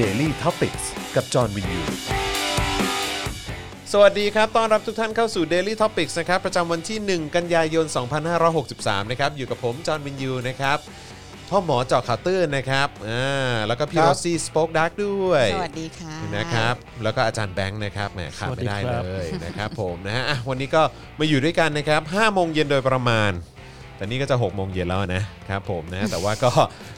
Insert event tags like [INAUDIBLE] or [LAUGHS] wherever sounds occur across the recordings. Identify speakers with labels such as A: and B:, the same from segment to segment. A: Daily t o p i c กกับจอห์นวินยู
B: สวัสดีครับ ต้อนรับทุกท่านเข้าสู่ Daily Topics นะครับ ประจำวันที่ 1 กันยายน 2563 นะครับ อยู่กับผม จอห์นวินยู นะครับ พ่อหมอเจาะข่าวตื้นนะครับ อ่า แล้วก็พี่
C: ครั
B: โร
C: บ
B: ซี่สป็อกดักด้วย
D: สวัสดีค่ะ
B: นะครับ แล้วก็อาจารย์แบงค์นะครับ แหมขาดไม่ได้
C: สวัสดีครับ
B: เลย [LAUGHS] นะครับผมนะฮะอ่ะวันนี้ก็มาอยู่ด้วยกันนะครับ5โมงเย็นโดยประมาณ แต่นี่ก็จะ6โมงเย็นแล้วนะครับผมนะ แต่ว่าก็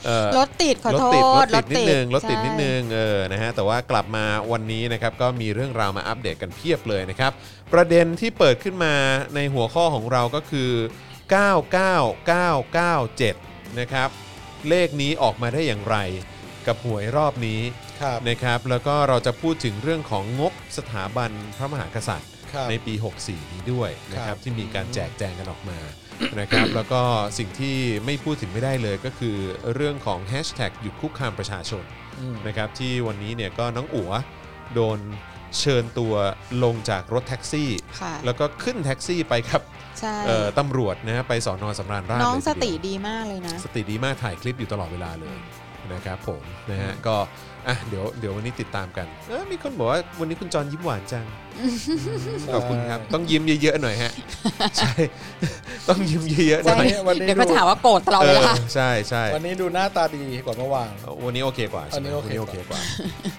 B: เอ่อ
D: รถติดขอ
B: รถ
D: โท
B: ติด
D: ษ
B: รถติดนิดนึงรถติดนิดนึ
D: ใช่
B: งเออนะฮะแต่ว่ากลับมาวันนี้นะครับก็มีเรื่องราวมาอัปเดตกันเพียบเลยนะครับ ประเด็นที่เปิดขึ้นมาในหัวข้อของเราก็คือ 99997 นะครับ เลขนี้ออกมาได้อย่างไรกับหวยรอบนี้
C: ครับ
B: นะครับ แล้วก็เราจะพูดถึงเรื่องของงบสถาบันพระมหากษัตริย์
C: ครับ
B: ในปี 64 นี้ด้วยนะค
C: ค
B: รั
C: รั
B: บบ ที่มีการแจกแจงกันออกมา [COUGHS] นะครับ แล้วก็สิ่งที่ไม่พูดถึงไม่ได้เลยก็คือเรื่องของแฮชแท็กหยุดคุกคามประชาชน
C: อืม
B: นะครับที่วันนี้เนี่ยก็น้องอัวโดนเชิญตัวลงจากรถแท็กซี่
D: ค่ะ
B: แล้วก็ขึ้นแท็กซี่ไปกับ
D: ใช่
B: เอ่อตำรวจนะฮะไปสอนอสำราญราษฎร์
D: น้อง
B: เลย
D: ส
B: ทีเดียว
D: ติดีมากเลยนะ
B: สติดีมากถ่ายคลิปอยู่ตลอดเวลาเลยนะครับผมนะฮะก็อ่ะเดี๋ยวเดี๋ยววันนี้ติดตามกันเออมีคนบอกว่าวันนี้คุณจรยิ้มหวานจังขอบคุณครับต้องยิ้มเยอะๆหน่อยฮะใช่ ต้องยิ้มเยอะๆห
C: วั
B: น่ [LAUGHS] อย
C: นนี้วันนี้
D: เดี๋ยวก็
C: ดู
D: จะหาว่าโกรธตลอด
B: เอ
D: เว
B: อ
D: ลา
B: ใช่ใช่
C: วันนี้ดูหน้าตาดีกว่าเมื่อวาน
B: วันนี้โอเคกว่าใช่ไหม
C: วันนี้
B: วันนี้
C: โอเค
B: โอเคกว่า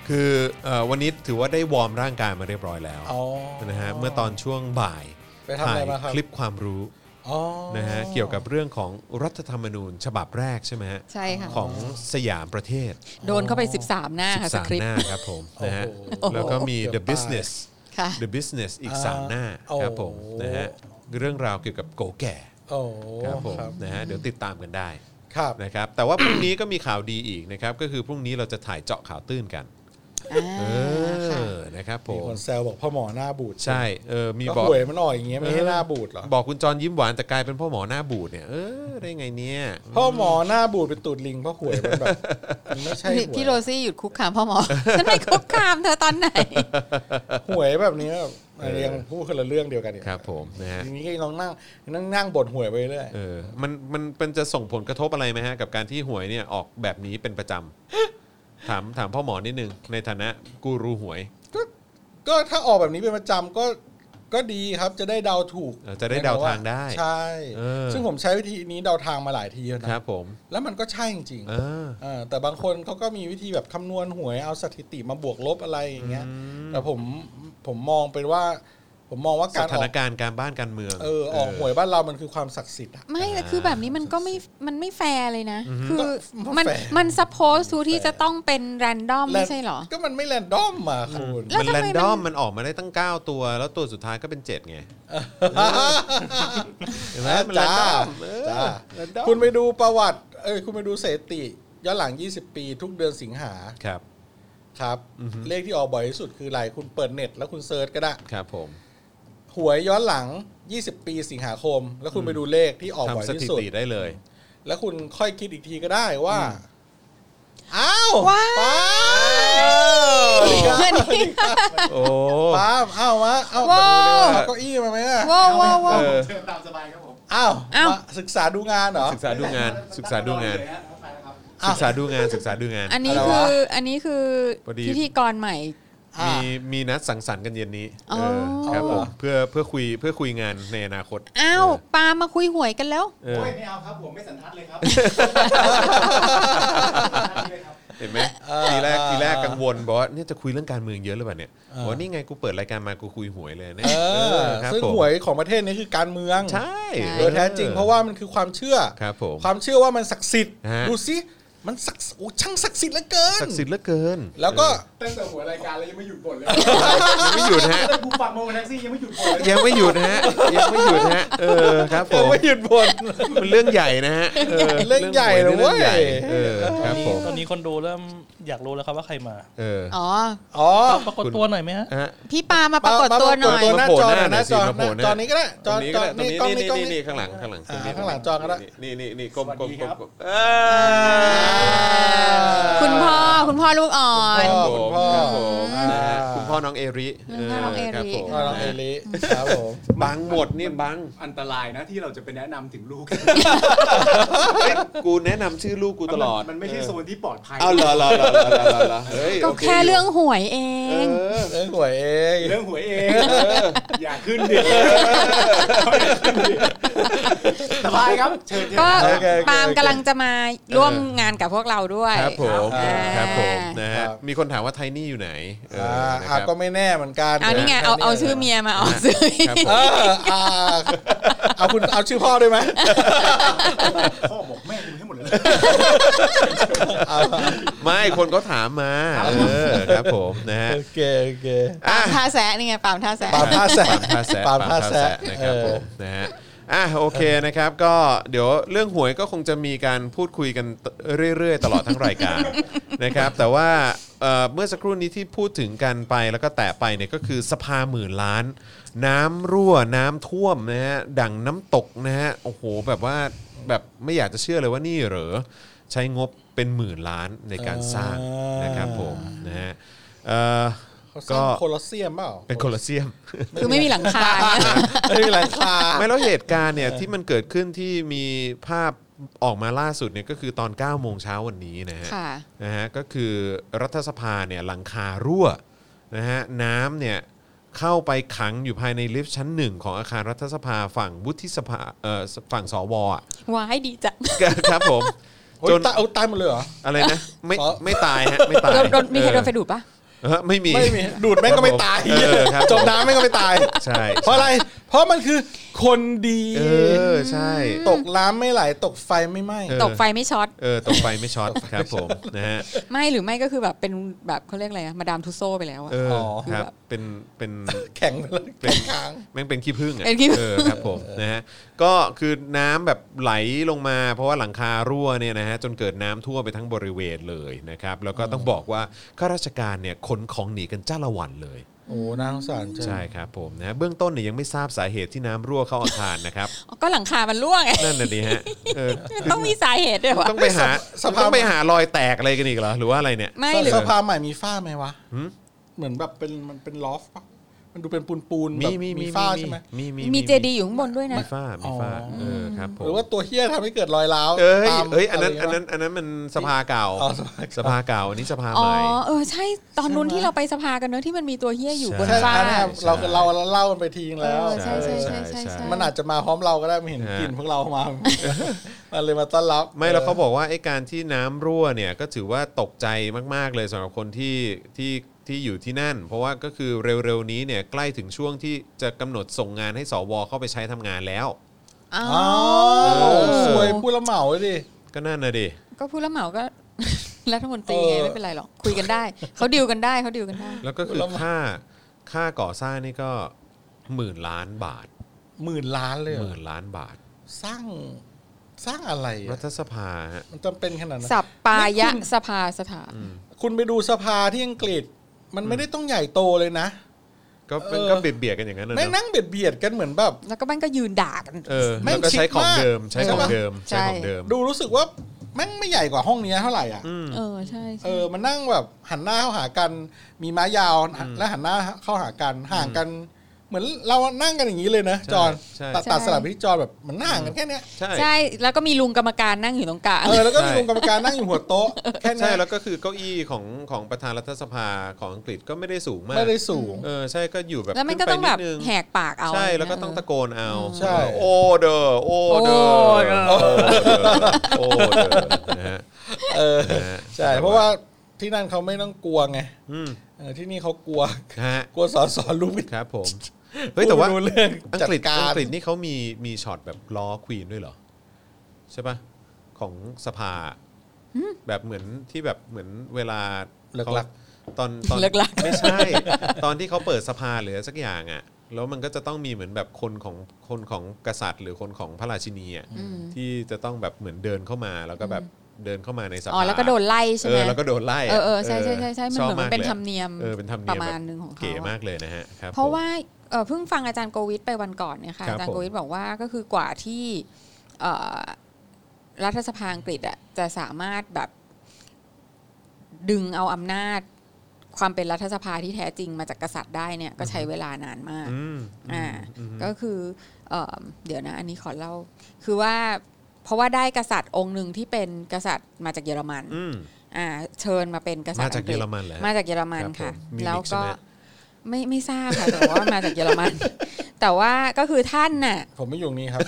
B: คือเอ่อวันนี้ถือว่าได้วอร์มร่างกายมาเรียบร้อยแล้ว
C: อ๋อ
B: นะฮะเมื่อตอนช่วงบ่าย
C: ไปทำอะไร
B: ถ่าย
C: มาครับ
B: คลิปความรู้
C: อ๋อ
B: นะฮะเกี่ยวกับเรื่องของรัฐธรรมนูญฉบับแรกใช่ไหมฮะ
D: ใช่ค่ะ
B: ของสยามประเทศ
D: โดนเข้าไป 13 หน้าค่ะสคริป
B: ห
D: ต์
B: น้าครับผม
C: โอ้
B: นะ
C: โห
B: ฮะแล้วก็มี
C: เกื
B: the
C: อบ
B: business
D: ค่ะ
B: the business อีก
C: อ่า
B: 3 หน้าครับผม
C: โอ้
B: นะฮะเรื่องราวเกี่ยวกับโกแก่
C: โอ้
B: ครับผม
C: ครับ
B: นะฮะเดี๋ยวติดตามกันได้
C: ครับ
B: นะครับแต่ว่าพรุ่งนี้ก็มีข่าวดีอีกนะครับก็คือพรุ่งนี้เราจะถ่ายเจาะข่าวตื้นกัน เออนะครับผ
C: มี
B: ม
C: คนแซวบอกพ่อหมอหน้าบูด
B: ใช่เออมี
C: ก็
B: บอก
C: หวยมันออกอย่างเงี้ยไม่ให้หน้าบูดเหรอ
B: บอกคุณจรยิ้มหวานแต่กลายเป็นพ่อหมอหน้าบูดเนี่ยเออได้ไงเนี่ย
C: พ่อหมอหน้าบูดเป็นตูดลิงเพราะหวยมันแบบ [LAUGHS] มันไม่ใช่หวย
D: พี่โรซี่หยุดคุกคามพ่อหมอ [LAUGHS] ฉันไม่คุกคามเธอตอนไหน [LAUGHS]
C: หวยแบบนี้แบบอะไรยังพูดคนละเรื่องเดียวกันอยู่
B: ครับผมนะฮะ
C: ทีนี้ก็ลองนั่งนั่งนั่งบทหวยไปเรื่อย
B: เออมันมันมันจะส่งผลกระทบอะไรไหมฮะกับการที่หวยเนี่ยออกแบบนี้เป็นประจำถามถามพ่อหมอนิดนึงในฐานะกูรูหวย
C: ก็ถ้าออกแบบนี้เป็นประจำก็ก็ดีครับจะได้เดาถูก
B: เออจะได้เดาทางได้
C: ใช่
B: เออ
C: ซึ่งผมใช้วิธีนี้เดาทางมาหลายทีแล้วนะ
B: ครับผม
C: แล้วมันก็ใช่จริงๆ
B: เออ
C: เออแต่บางคนเขาก็มีวิธีแบบคำนวณหวยเอาสถิติมาบวกลบอะไรอย่างเงี้ย แต่ผมผมมองเป็นว่า ผมมองว่า
B: ส
C: การอ
B: ถาน
C: อก
B: การณ์การบ้านการเมือง
C: เออออกหวยบ้านเรามันคือความศักดิ์สิทธิ์อะ
D: ไม่แต่คือแบบนี้มันก็ไม่ มันไม่แฟร์เลยนะ คือ
C: ก็
D: มัน
C: แฟร์
D: มัน s u p p o s e ทูที่จะต้องเป็น random ไม่ใช่เหรอ
C: ก็มันไม่แรนดอมมาคุณ
D: แล้ว
B: มัน
D: ทำไม
B: แร
D: มัน น
B: ดอมมันออกมาได้ตั้ง 9 ตัว แล้วตัวสุดท้ายก็เป็น 7 ไง
C: [LAUGHS]
B: เห็นไหมมันแร
C: จ้าน
B: ดอม
C: จ้าคุณไปดูประวัติเอ้ยคุณไปดูสถิติย้อนหลัง 20 ปี ทุกเดือนสิงหา
B: ครับ
C: ครับ เลขที่ออกบ่อยที่สุดคืออะไรคุณเปิดเน็ต แล้วคุณเซิร์ชก็ได้
B: ครับผม
C: หวยย้อนหลัง 20 ปีสิงหาคม แล้วคุณไปดูเลขที่ออกบ่อย
B: ทำสถิ
C: ที่สุด
B: ติได้เลย
C: แล้วคุณค่อยคิดอีกทีก็ได้ว่า อ้าว
D: ว้าว
C: ป้า
D: เออนี่
B: โอ้
C: ปาล์มอ้าววะเอ้า
D: ว้าว
C: เอาเก้าอี้มาไหมอะ
D: ว้าว [LAUGHS] ว้าวว้าว
B: เออ
E: เชิญตามสบายครับผม
C: อ้าว
D: อ้าว
C: มาศึกษาดูงานเหรอ
B: ศึกษาดูงาน ศึกษาดูงาน
E: เฉยๆฮะเข้าไปแล้วครับ
B: ศึกษาดูงานศึกษาดูงาน
D: อันนี้
C: อะไร
D: คื
C: วะ
D: อ อันนี้คือ
B: พอดี
D: พิธีกรใหม่
C: อ่ะ
B: มีมีนัดสังสรรค์กันเย็นนี้
D: อ๋อ
B: เออครับผมเพื่อเพื่อคุยเพื่อคุยงานในอนาคต
D: อ้าวปามาคุยหวยกันแล้ว
B: เออ
E: โอ้ยไม่เอาครับผมไม่สันทัดเลยครับ
B: เห็นไหม
C: เออ
B: ทีแรก
C: เออ
B: ทีแรกกังวลบอกว่าเนี่ยจะคุยเรื่องการเมืองเยอะหรือเปล่าเนี่ยบอกว่านี่ไงกูเปิดรายการมากูคุยหวยเลยเนี่ย
C: เออ
B: ครับ
C: ซึ่ง
B: ผม
C: หวยของประเทศนี้คือการเมือง
B: ใช่
C: โดยแท้จริงเพราะว่ามันคือความเชื่อ
B: ครับผม
C: ความเชื่อว่ามันศักดิ์สิทธิ์
B: ฮะ
C: ดูสิมันศักดิ์สิทธิ์โอ้ช่างศักดิ์สิทธิ์เหลือเกิน
B: ศักดิ์สิทธิ์เหลือเกิน
C: แล้วก็
E: ตั้งแต่หัวรายการแล้วยังไม่หยุดบ่นเลย
B: ยังไม่หยุดฮะ
E: ตั้งแต่กูฟังโมงแท็กซี่ยังไม่หยุดบ่นเลย
B: ยังไม่หยุดฮะยังไม่หยุดฮะเออครับผม
C: [LAUGHS] ไม่หยุดบ่น
B: มันเรื่องใหญ่นะฮะเออ
C: เรื่องใหญ่เลยเว้
B: รื่อง
C: ย
B: ใหญ่เออครับผม
F: ตอนนี้คนดูเริ่มอยากรู้แล้วครับว่าใครมา
B: เออ
D: อ๋อ
C: อ๋อ
F: ปรากฏตัวหน่อยไหมฮะ
B: ฮะ
D: พี่ปามาปรากฏตัวหน่อย
C: มาปรากฏตัวหน้าจอหน่อย
B: มา
C: หน้าจอ
B: โผล่หน้า
C: จอนี้ก็ได้จ
B: ตร
C: อง
B: นี้
C: จ
B: ก็
C: อ
B: ได้ตรงนี้
C: นี่กล้อง
B: นี่
C: นี้
B: นี่นี่
C: กล้องนี้
B: ข้างหลังข้างหลัง
C: อ่าข้างหลังจอก็ได้
B: นี่นี่นี่กลมกลมกลมกลมเออ
D: คุณพ่อ คุณพ่อลูกอ่อน
C: คุณพ่อ
B: ครับผมนะฮะคุณพ่อน้อง เอริ
D: น้องเอริ
B: ครับผม
C: ก็น้องเอลิครับผม
B: บังหมดเนี่ยบัง
E: อันตรายนะที่เราจะไปแนะนำถึงลูก
B: เฮ้ยกูแนะนำชื่อลูกกูตลอด
E: มันไม่ใช่โซนที่ปลอดภัย
B: เอาเหรอเหรอเหรอเหรอเหรอเหรอเฮ้ย
D: ก็
B: โ
D: แค่เรื่องหวยเอ
B: เอง อ
C: เรื่องหวยเอง
E: เรื่องหวยเองอย่าขึ้นดิสบายครับเชิญเชิญ
D: ก็
C: โอเคโอเค
D: ปาล์มกำลังจะมาร่วมงานกับพวกเราด้วย
B: ครับผม
C: อ่า
B: ครับผมนะฮะ
C: ครับ
B: มีคนถามว่าไทนี่อยู่ไหนเออ
C: อ่า
B: นะค
C: อ่ะ
B: รับ
C: ก็ไม่แน่เหมือนกัน
D: เอานี่ไงเอาเอาชื่อเมียมาเอาชื่อ
B: ครับผ
C: เอ
B: ม
C: ออ่าเอาคุณเอาชื่อพ่อได้ไหม
E: พ่อบอกแม่ดูให้หมดเลย
C: เอา
B: ไม่คนก็ถามมาเออครับผมนะฮะ
C: โอเคโอเค
B: อ่ะ
D: ท่าแซะนี่ไงปาล์มท่าแซะ
C: ปาล์มท่าแสะ
B: ปาล์มท่าแซะ
C: ปาล์มท่าแสะ
B: นะครับ
C: เอ
B: ผ
C: อ
B: มนะฮะอ่ะโอเคนะครับก็เดี๋ยวเรื่องหวยก็คงจะมีการพูดคุยกันเรื่อยๆ ตลอดทั้งรายการ นะครับ [LAUGHS] แต่ว่าเอ่อเมื่อสักครู่นี้ที่พูดถึงกันไปแล้วก็แตะไปเนี่ยก็คือสภาหมื่นล้าน น้ำรั่วน้ำท่วมนะฮะดังน้ำตกนะฮะโอ้โหแบบว่าแบบไม่อยากจะเชื่อเลยว่านี่เหรอใช้งบเป็นหมื่นล้านในการสร้าง
C: อ่าน
B: นะครับผมนะฮะเอ่อ
C: เขาสร้างโคลอสเซียมเปล่า
B: เป็นโคลอสเซียม
D: คือไม่มีหลังคาเนี่ย
C: ไม่มีหลังคา
B: ไม่แล้วเหตุการณ์เนี่ยที่มันเกิดขึ้นที่มีภาพออกมาล่าสุดเนี่ยก็คือตอน 9 โมงเช้าวันนี้นะฮะ
D: ค่ะ
B: นะฮะก็คือรัฐสภาเนี่ยหลังคารั่วนะฮะน้ำเนี่ยเข้าไปขังอยู่ภายในลิฟต์ชั้นหนึ่งของอาคารรัฐสภาฝั่งวุฒิสภาเอ่อฝั่งสวอ่ะ [LAUGHS]
D: ว้ายดีจัง
B: ครับผม
C: จ
B: จ
C: น
B: น
C: ตายเอาตายหมดเลยเหรอ
B: อะไรนะไม่
C: สอ
B: ไม่ตายฮะไม่ตาย
D: โดนโดนมีใครโดนไฟดูดปะ
B: เออไม่มี
C: ไม่มีดูดแม่งก็ไม่ตาย
B: เออครับ
C: จมน้ำแม่งก็ไม่ตาย
B: ใช่
C: เพราะอะไร เพราะมันคือคนดี
B: เออใช่
C: ตกน้ำไม่ไหลตกไฟไม่ไหม้
B: เออ
D: ตกไฟไม่ช็อต
B: เออตกไฟไม่ช็อตครับผมนะฮะ
D: ไม่หรือไม่ก็คือแบบเป็นแบบเขาเรียกอะไรอะมาดามทุสโซไปแล้วอะ
B: เออค
D: ครั
B: รับบ เป็นเป็น
C: แข็งไปเลยแข็งค้าง
B: แม่งเป็นขี้ผึ้งอ่ะ
D: เป็นขี้ผึ้ง
B: เออครับผมนะฮะก็คือน้ำแบบไหลลงมา เพราะว่าหลังคารั่วเนี่ยนะฮะจนเกิดน้ำท่วมไปทั้งบริเวณเลยนะครับ แล้วก็ต้องบอกว่าข้าราชการเนี่ยขนของหนีกันจ้าละวันเลย
C: โอ้น่าสงสารจัง
B: ใช่ครับผมนะฮะเบื้องต้นเนี่ยยังไม่ทราบสาเหตุที่น้ำรั่วเข้าอาคารนะครับ
D: ก็หลังคามันร่วงไง [LAUGHS]
B: นั่นน่ะดิฮะเออ
D: มันต้องมีสาเหตุด้วยวะ
B: ต้องไปหาต้องไปหารอยแตกอะไรกันอีกเหรอหรือว่าอะไรเนี่ย
D: ไม่ห
C: ส
D: รือ
C: สภาใหม่มีฝ้าไหมวะ
B: หืม
C: เหมือนแบบเป็นมันเป็นลอฟปะมันดูเป็นปูนปูนๆ
B: มี
C: แบบ
B: มีมี
C: มีฝ้าใช่ไหม
B: มีมี
D: มีเจดีอยู่ข้างบนด้วยนะ
B: มีฝ้ามีฝ้า
C: อ๋อ
B: เออครับผม
C: หรือว่าตัวเฮี้ยทำให้เกิดรอยร้าว
B: เอ้ย
C: ตาม
B: เอ้ย อันนั้น
C: ะ
B: อัน
C: ไร
B: นั้น อันนั้นมันสภาเก่า
C: อ๋อสภา
B: สภาเก่า อันนี้สภา
D: อ๋
B: ให
D: อ
B: ม่
D: เออใช่ตอนนู้นที่เราไปสภากันเนอะที่มันมีตัวเฮี้ยอยู่บน
B: ใช่
C: ใช่
D: ฟ้า
C: อันนั้นเราเราเราเล่ากันไปทีนึงแล้ว
D: เออใช่
C: มันอาจจะมาพร้อมเราก็ได้ไม่เห็น
B: ฮะ
C: กลิ่นพวกเรามา [LAUGHS] มันเลยมาต้อนรับ
B: ไม่แล้วเขาบอกว่าไอ้การที่น้ำรั่วเนี่ยก็ถือว่าตกใจมาก ๆ เลยสำหรับคนที่ที่ที่อยู่ที่นั่น เพราะว่าก็คือเร็ว ๆ นี้เนี่ยใกล้ถึงช่วงที่จะกำหนดส่งงานให้สวเข้าไปใช้ทำงานแล้ว
D: อ๋อ
C: อ๋อสวยผู้ละเหมาเลยดิ
B: ก็นั่นนะดิ
D: ก็ผู้รับเหมาก็ [LAUGHS] รัฐมนตรีไง
C: เออ
D: ไม่เป็นไรหรอกคุยกันได้เขาดิวกันได้เขาดิวกันได้
B: [LAUGHS] แล้วก็คือค่าค่าก่อสร้างนี่ก็หมื่นล้านบาท
C: หมื่นล้านเลยเหร
B: ห
C: อ
B: มื่นล้านบาท
C: สร้างสร้างอะไร
B: รั
C: อะ
B: ฐสภาฮะ
C: มันจำเป็นขนาดนั้น
D: สัปปายะสภาสถาน
C: คุณไปดูสภาที่อังกฤษ มันไม่ได้ต้องใหญ่โตเลยนะ
B: ก็
C: เออ
B: ก็เบียดเบียดๆกันอย่างนั้นนะ
C: แม่ง
B: เนอะ
C: นั่งเบียดเบียดกันเหมือนแบบ
D: แล้วก็บ้านก็ยืนด่ากัน
B: เออ
C: แม่
B: แล้ว
C: ง
B: ก็
C: ชิค
B: ใช้ของ
C: มาก
B: เดิมใช้ของ
C: ใช่ปะ
B: เดิม
D: ใช่
B: ใช้ของเดิม
C: ดูรู้สึกว่าแม่งไม่ใหญ่กว่าห้องเนี้ยเท่าไหร่อ่ะ
D: เออใช่
C: เอ
D: ใช่
C: อมันนั่งแบบหันหน้าเข้าหากัน มีไม้ยาวและหันหน้าเข้าหากันห่างกัน เหมือนเรานั่งกันอย่างนี้เลยนะ
B: ใช่
C: จอน
B: ใช่
C: ตัดตัดสลับไปที่จอนแบบมันนั่งกันแค่เนี้ย
B: ใช่
D: ใช่แล้วก็มีลุงกรรมการนั่งอยู่ตรงกลาง
C: เออแล้วก็มีองค์กรรมการนั่งอยู่หัวโต๊ะแค่
B: ใช่
C: เนี้ย
B: แล้วก็คือเก้าอี้ของของประธานรัฐสภาของอังกฤษก็ไม่ได้สูงมาก
C: ไม่ได้สูง
B: เออใช่ก็อยู่แบบ
D: แล้วมันก็ต้องแบบ
B: ขึ้นไปนิดนึง
D: แหกปากเอา
B: ใช่
D: อะไร
B: แล้วก็ต้อง
D: เย
B: ตะโกนเอา
C: ใช่
B: โอเดอโอเดอโอเดอโอเดอนะฮะ
C: เออ
B: นะฮะ
C: ใช่เพราะว่าที่นั่นเขาไม่ต้องกลัวไง
B: อืม
C: เออที่นี่เขากลัว
B: นะฮะ
C: กลัวสอนสอนลูก
B: ครับผมเฮ้ยแต่ว่า
C: พูดไม่รู้เรื่อง
B: อัง
C: จัด
B: กฤษ
C: กา
B: อั
C: รง
B: กฤษนี่เขามีมีช็อตแบบล้อควีนด้วยเหรอ ใช่ปะของสภาแบบเหมือนที่แบบเหมือนเวลา
C: เลิก
B: เขา
C: ลัก
B: ตอนตอน
D: เลิกละ
B: ไม่ใช่ ตอนที่เขาเปิดสภาหรือสักอย่างอ่ะแล้วมันก็จะต้องมีเหมือนแบบคนของคนของกษัตริย์ หรือคนของพระราชินีอ่ะ
D: อืม
B: ที่จะต้องแบบเหมือนเดินเข้ามาแล้วก็แบบเดินเข้ามาในสภา
D: อ๋อแล้วก็โดนไล่ใช่
B: เอ
D: ไหม
B: อแล้วก็โดนไล่ะ
D: เออเออใช่ใช่ใช่ใช่มัน
B: ช
D: เหมือนมั
B: บาก
D: นเป็น
B: ลย
D: ธรรมเนียม
B: เออเป็นธรรมเนี
D: ป
B: ยม
D: ระมาณ
B: แบบ
D: หนึงของเขา
B: เก๋
D: อะ
B: มากเลยนะฮะครับ
D: เพราะ
B: ผม
D: ว่าเอ่อเพิ่งฟังอาจารย์โกวิทไปวันก่อนเนี่ยค่ะ
B: ครับ
D: อาจารย์
B: ผม
D: โกวิทบอกว่าก็คือกว่าที่เอ่อรัฐสภาอังกฤษอะจะสามารถแบบดึงเอาอำนาจ ความเป็นรัฐสภาที่แท้จริงมาจากกษัตริย์ได้เนี่ยก็ใช้เวลานานมาก
B: อืม
D: อ่า
B: อืม
D: ก็คือเอิ่มเดี๋ยวนะ อันนี้ขอเล่า คือว่าเพราะว่าได้กษัตริย์องค์หนึ่งที่เป็นกษัตริย์มาจากเยอรมัน
B: อืม
D: อ่าเชิญมาเป็นกษัตริ
B: มา
D: ย์
B: จาก
D: ง
B: เย
D: ฤษ
B: อรมันเหรอฮะ
D: มาจากเยอรมัน
B: ครับ
D: ค่ะ
B: ผมมิวนิก
D: แล้วก็
B: ใช่ไหม
D: ไม่ไม่ทราบค่ะแต่ว่ามาจากเยอรมัน
B: [LAUGHS]
D: แต่ว่าก็คือท่านน่ะ
C: ผมไม่อยู่ตรงนี้ครับ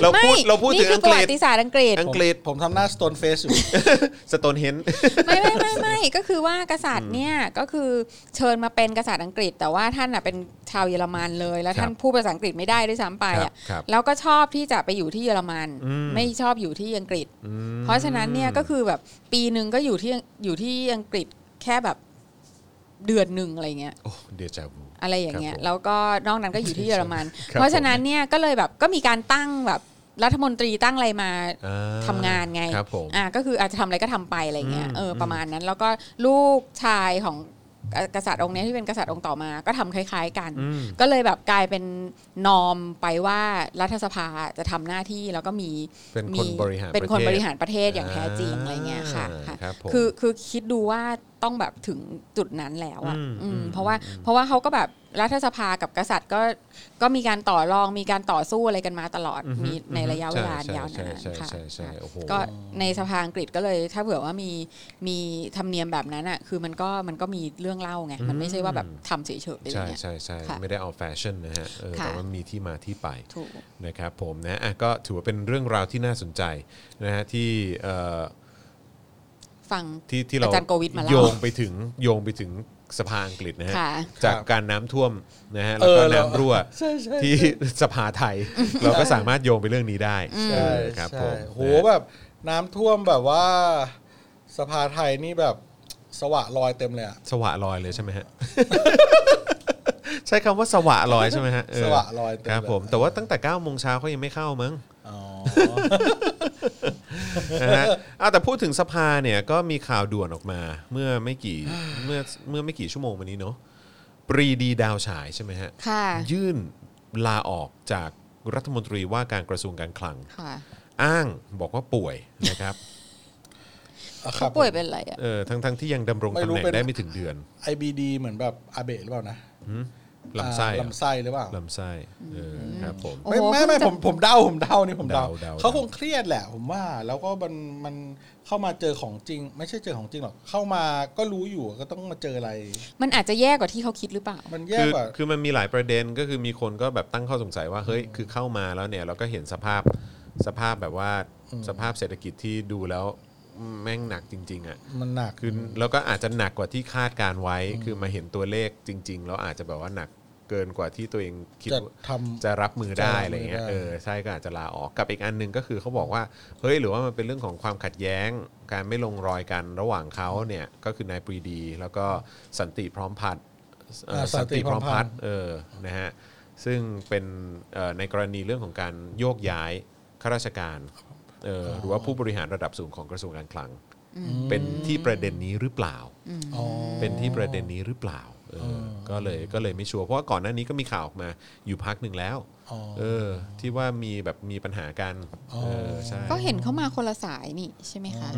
B: เรา
D: ไม่
B: พูดเราพูดถึง
D: นี่คื
B: อั
D: อง ป
B: กฤ
D: ระวั
B: ษ
D: ติศาสตร์อังกฤษ
B: อังกฤษ
C: ผมทำหน้า stone face อยู่
B: สโตนเฮน
D: ไม่ไม่ไม่ไม่ก็คือว่ากษัตริย์เนี่ยก็คือเชิญมาเป็นกษัตริย์อังกฤษ แต่ว่าท่านน่ะเป็นชาวเยอรมันเลย แล้วท่าน
B: ครับ
D: พูดภาษาอังกฤษไม่ได้ด้วยซ้ำไปอ่ะ
B: ครับครับ
D: แล้วก็ชอบที่จะไปอยู่ที่เยอรมัน
B: อืม
D: ไม่ชอบอยู่ที่อังกฤษ เพราะฉะนั้นเนี่ยก็คือแบบปีหนึ่งก็อยู่ที่อยู่ที่อังกฤษแค่แบบเดือนหนึ่งอะไรเงี้ย
B: โอ้เดจาวู
D: อะไรอย่างเงี้ย
B: ครับผม
D: แล้วก็นอกนั้นก็อยู่ที่เยอรมัน
B: ครับ
D: เพราะฉะนั้นเนี่ยก็เลยแบบก็มีการตั้งแบบรัฐมนตรีตั้งอะไรมา
B: อ่า
D: ทำงานไง
B: ครับผม
D: อ่าก็คืออาจจะทำอะไรก็ทำไปอะไรเงี้ย
B: อืม
D: เอออ
B: ม
D: ประมาณนั้น แล้วก็ลูกชายของเอ่อกษัตริย์องค์เนี้ยที่เป็นกษัตริย์องค์ต่อมาก็ทำคล้าย ๆ กัน
B: อืม
D: ก็เลยแบบกลายเป็นนอมไปว่ารัฐสภาจะทำหน้าที่แล้วก็มี
B: เป็นคน
D: มี
B: บริหาร
D: เป็นคน
B: ประเทศ
D: บริหารประเทศอย่างแท้จริง
B: อ่า
D: อะไรเงี้ยค่ะค่ะ
B: ครับผม
D: อคือคิดดูว่าต้องแบบถึงจุดนั้นแล้วอ่ะ
B: อืม
D: อืม
B: อืม
D: เพราะว่า
B: อืม
D: เพราะว่าเขาก็แบบรัฐสภากับกษัตริย์ก็ก็มีการต่อรองมีการต่อสู้อะไรกันมาตลอด
B: อือฮึ
D: มีในระยะเวลา
B: ใช่
D: ยาวนา
B: ใช่
D: น
B: ใช่
D: ค่ะ
B: ใช่ใช่โอ้โห
D: ก็ในสภาอังกฤษก็เลย ถ้าเผื่อว่ามีมีธรรมเนียมแบบนั้นอ่ะคือมันก็มันก็มีเรื่องเล่าไงมันไม่ใช่ว่าแบบทำเฉยๆอะไร
B: ใช่
D: เงี้ย
B: ใช่ใช่
D: ค่ะ
B: ไม่ได้เอาแฟชั่นนะฮะเออ
D: ค่ะ
B: แต่ว่ามีที่มาที่ไป
D: ถูก
B: นะครับผมนะอ่ะก็ถือว่าเป็นเรื่องราวที่น่าสนใจนะฮะที่เอ่อ
D: ฟัง
B: ที่ที่เรา
D: อาจารย์โกวิทมาเล่า
B: โยงไปถึงโยงไปถึงสภาอังกฤษนะฮะ
D: ค่ะ
B: จากการน้ำท่วมนะฮะแล้วก็
C: เออเรา
B: น้ำรั่ว
C: ใช่ใช่
B: ที่สภาไท
C: [LAUGHS]
B: ย เราก็สามารถโยงไปเรื่องนี้ได้เอ
C: ใช่
B: อครับผม
C: โหแบบน้ำท่วมแบบว่า สภาไทยนี่แบบสวะลอยเต็มเลยอะ
B: สวะลอยเลยใช่ไหมฮะ [LAUGHS] ใช้คำว่าสวะลอยใช่ไหมฮะเออ
C: สวะลอยเต็ม
B: ครับผมแต่ว่าตั้งแต่9ก้าโมงเช้าเขายังไม่เข้ามั้ง [LAUGHS]
C: อ๋อ
B: นะฮะอ่ะแต่พูดถึงสภาเนี่ยก็มีข่าวด่วนออกมาเมื่อไม่
C: [SIGHS]
B: กี่เมื่อเมื่อไม่กี่ชั่วโมงมานี้เนาะปรีดีดาวฉายใช่ไหมฮะ
D: ค่ะ
B: ยื่นลาออกจากรัฐมนตรีว่าการกระทรวงการคลัง
D: ค่ะ
B: อ้างบอกว่าป่วยนะครับ
C: ครั
D: เขา
C: บ
D: ป่วยเป็นอะไรอ่ะ
B: เออทั้งทั้งที่ยังดำรง
C: ไม่
B: ตำ
C: รู้
B: แหน่ง
C: เป็น
B: ได้ไม่ถึงเดือน
C: IBD เหมือนแบบอาเบะหรือเปล่านะ
B: หืมลำไส้
C: อ่า
B: เหรอ
C: ลำไส้หรือเปล่า
B: ลำไส้เออครับผม
D: โอ้
C: ไม่
D: โห
C: ไม่ไม่
D: เพิ่
C: ผ
D: ง
C: ม
D: จะ
C: ผมเดาผมเดานี่ผมเดา
B: เดาเดา
C: เขาคงเครียดแหละ ผมว่าแล้วก็มันมันเข้ามาเจอของจริง ไม่ใช่เจอของจริงหรอกเข้ามาก็รู้อยู่ก็ต้องมาเจออะไร
D: มันอาจจะแย่กว่าที่เขาคิดหรือเปล่า
C: มันแย่
B: คื
C: กว่า
B: คือมันมีหลายประเด็นก็คือมีคนก็แบบตั้งข้อสงสัยว่าเฮ้ยคือเข้ามาแล้วเนี่ยเราก็เห็นสภาพสภาพแบบว่าสภาพเศรษฐกิจที่ดูแล้วแม่งหนักจริง ๆอ่ะ
C: มันหนัก
B: คือแล้วก็อาจจะหนักกว่าที่คาดการไว้ คือมาเห็นตัวเลขจริง ๆ แล้วอาจจะแบบว่าหนักเกินกว่าที่ตัวเองคิด
C: จะ
B: ว่า
C: ทำ
B: จะรับมือได้อะไรเงี้ย
C: จะรับมือได้
B: เออใช่ก็อาจจะลาออกกับอีกอันหนึ่งก็คือเขาบอกว่าเฮ้ยหรือว่ามันเป็นเรื่องของความขัดแย้ง การไม่ลงรอยกันระหว่างเขาเนี่ยก็คือนายปรีดี แล้วก็สันติพร้อมพัฒน์ เอ่อ
C: อ่า
B: สันติพร้อมพัฒ
C: สันติพร้อมพัฒน์
B: น์เออนะฮะซึ่งเป็นเอ่อในกรณีเรื่องของการโยกย้ายข้าราชการเอ่อหรือว่าผู้บริหารระดับสูงของกระทรวงการคลัง เป็นที่ประเด็นนี้หรือเปล่า
C: อ๋อ
B: เป็นที่ประเด็นนี้หรือเปล่าเอออก็เลยก็เลยไม่ชัวร์เพราะว่าก่อนหน้านี้ก็มีข่าวออกมาอยู่พักหนึ่งแล้ว
C: อ๋อ
B: เออที่ว่ามีแบบมีปัญหากันเออใช่
D: ก็เห็นเขามาคนละสายนี่ใช่ไหมคะ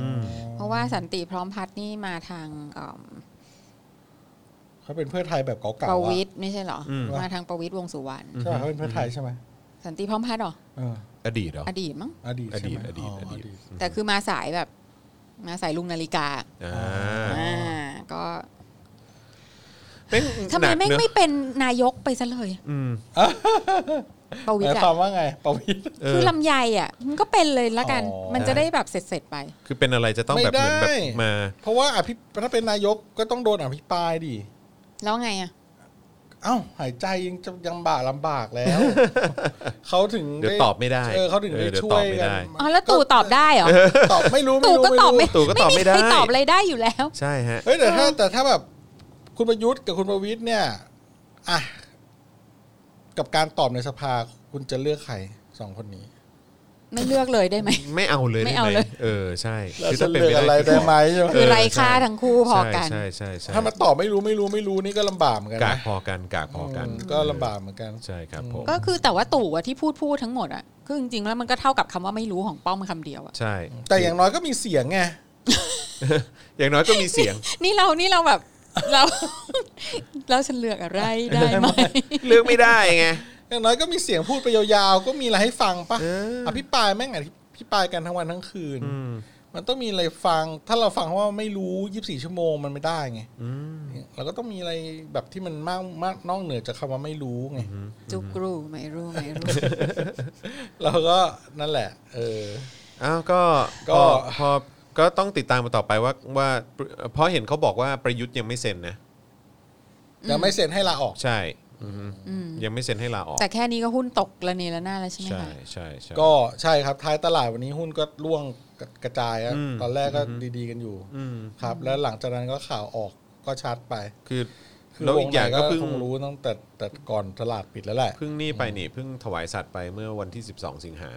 D: เพราะว่าสันติพร้อมพัฒน์นี่มาทางเอิ่ม
C: เขาเป็นเพื่อไทยแบบเก่าๆ
D: ประ
C: อะ
D: วิทย์ไม่ใช่เหรออ
C: ม
D: มาทางประวิทย์วงษ์สุวรรณ
C: ใช่ไหมเขาเป็นเพื่อไทยใช่ไหม
D: สันติพร้อมพัฒน์เหรอ
C: เออ
B: อดีตเหรอ
D: อดีตมั้ง
C: อดีต
B: อ
C: ใช่
B: ดี
C: ไห
B: ต
C: ม
B: อดีตอดีต
D: แต่คือมาสายแบบ มาสายลุงนาฬิกา
B: อ่า
D: อ่าก็
B: แม่ง
D: ทำ
B: ห
D: ไม
B: นัก
D: แม่ง
B: เนอะ
D: ไม่เป็นนายกไปซะเลย
B: อืม
D: ประวิท
C: ห
D: ย์
C: มาย
D: อะ
C: ความว่าไงประ [LAUGHS] วิตร
B: เ
D: คือลำไยอ่ะมันก็เป็นเลยละกัน
C: อ๋อ
D: มันจะได้แบบเสร็จๆไป
B: คือเป็นอะไรจะต้องแบบเหมือนแบบมา
C: เพราะว่าอภิถ้าเป็นนายกก็ต้องโดนอภิปรายดิ
D: แล้วไงอ่ะ
C: เอ้าหายใจยังจะยังบากลำบาก
B: [LAUGHS]
C: แล้ว เขาถึง
B: เดี๋ยวตอบไม่ได้
C: เออเขาถึงได้
B: เออเดี๋ยว
C: ช่
B: ต
C: ว
B: อบ
C: ย
B: ไม่
C: กัน
B: ได้
D: อ๋อแล้วตู่ตอบได้เหรอ
C: ตอบไม่รู้ไม่
D: ตู่
C: รู้
D: ก็
C: ไม่
D: ตอบไม่
C: รู้
B: ตู่ก็ตอบไม่ได้
D: ใครตอบอะไรได้อยู่แล้ว
B: ใช่ฮะ
C: เฮ้ยแต่ถ้าแต่ถ้าแบบคุณประยุทธ์กับคุณประวิตยเนี่ยอ่ะกับการตอบในสภาคุณจะเลือกใครสองคนนี้
D: ไม่เลือกเลยได้ไหม
B: ไม่เอาเลย
D: ไม่
B: ด้ห
D: เอาเลย
B: เออใช่
C: เรา
B: คือ
C: จะ
B: ถ้าเป็น
C: เลือก
B: ป
C: อะไรได้ไหมใช่ไหม
D: คือไร้ค่าทั้งคู่พอกัน
B: ใช่ใช่ใช่
C: ถ้ามาตอบไม่รู้ไม่รู้ไม่รู้นี่ก็ลำบากเหมือนกัน
B: กาก
C: นะ
B: พอกันกากพอกัน
C: มก็ลำบากเหมือนกัน
B: ใช่ครับผม
D: ก็คือแต่ว่าตู่อะที่พูดพูดทั้งหมดอ่ะคือจริงๆแล้วมันก็เท่ากับคำว่าไม่รู้ของป้อมคำเดียว [LAUGHS] อ่ะ
B: ใช่
C: แต่อย่างน้อยก็มีเสียงไง
B: อย่างน้อยก็มีเสียง
D: นี่เรานี่เราแบบ [LAUGHS] แล้วแล้วฉันเลือกอะไรได้ไหม
B: เลือกไม่ได้ไง
C: อย่างน้อยก็มีเสียงพูดไปยาวๆ ก็มีอะไรให้ฟังปะ
B: เอออ
C: อภิปรายแม่งอภิปรายกันทั้งวันทั้งคืน
B: อืม
C: มันต้องมีอะไรฟัง ถ้าเราฟังว่าไม่รู้ 24 ชั่วโมงมันไม่ได้ไง
B: อืม
C: เราก็ต้องมีอะไรแบบที่มันมากมากนอกเหนือจากคำว่าไม่รู้ไง
D: [LAUGHS] จุกรูไม่รู้ไม่รู้
C: เราก็นั่นแหละ เออ
B: อ้าวก็
C: ก็
B: ก็พอก็ต้องติดตามมาต่อไปว่าว่าเพราะเห็นเขาบอกว่าประยุทธ์ยังไม่เซ็นนะ
C: ยังไม่เซ็นให้ลาออก
B: ใช่อืม
D: อืม
B: ยังไม่เซ็นให้ลาออก
D: [LAUGHS] แต่แค่นี้ก็หุ้นตกละเนระนาดแล้วใช่ไหม
B: ใช่
D: คะ
B: ใช่ใช่
C: ก็ใช่ครับท้ายตลาดวันนี้หุ้นก็ร่วงกระจายครับ
B: อืม
C: ตอนแรกก็ดีๆกันอยู่
B: อืม
C: ครับ แล้วหลังจากนั้นก็ข่าวออกก็ชัดไป
B: คือ
C: คือ
B: แล้ว
C: ว
B: อี
C: ง
B: กอ
C: ไห
B: น ย่าง
C: ก็
B: ก็เพิ่ง
C: คงรู้ตั้งแต่แต่ก่อนตลาดปิดแล้วแหละ
B: เพิ่งนี่ไปนี่เพิ่งถวายสัตว์ไปเมื่อวันที่ 12 สิงหา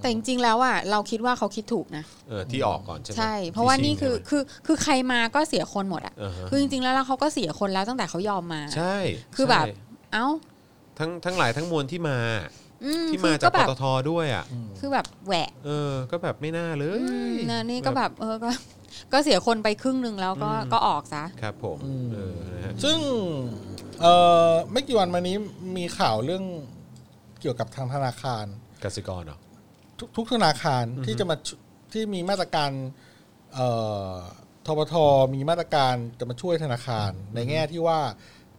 D: แต่จริงๆแล้วอ่ะเราคิดว่าเขาคิดถูกนะ
B: เออที่ออกก่อนใช่ไหม
D: ใช่ เพราะว่านี่คือคือคือใครมาก็เสียคนหมดอ่ะ
B: อ่าฮะ
D: คือจริงๆแล้วแล้วเขาก็เสียคนแล้วตั้งแต่เขายอมมา
B: ใช่
D: คือแบบ
B: ใช่
D: เอ้า
B: ทั้งทั้งหลายทั้งมวลที่มา
D: อื
B: ที่
D: คื
B: มา
D: อ
B: จาก
D: แบ
B: ป
D: บ
B: ตทด้วยอ่ะ
D: คือแบบแหวะ
B: เออ ก็แบบไม่น่าเลย
D: อืมนะนี่ก็แบบเออก็ ก็เสียคนไปครึ่งหนึ่งแล้วก็ก็ออกซะ
B: ครับผม
C: อืม
B: เออนะฮะ
C: ซึ่งเออไม่กี่วันมานี้มีข่าวเรื่องเกี่ยวกับทางธนาคาร
B: กสิกรเหรอ
C: ทุกทุกธนาคาร
B: อือฮึ
C: ที่จะมาช่วยที่มีมาตรการเอ่อทบทมีมาตรการจะมาช่วยธนาคาร ในแง่ที่ว่า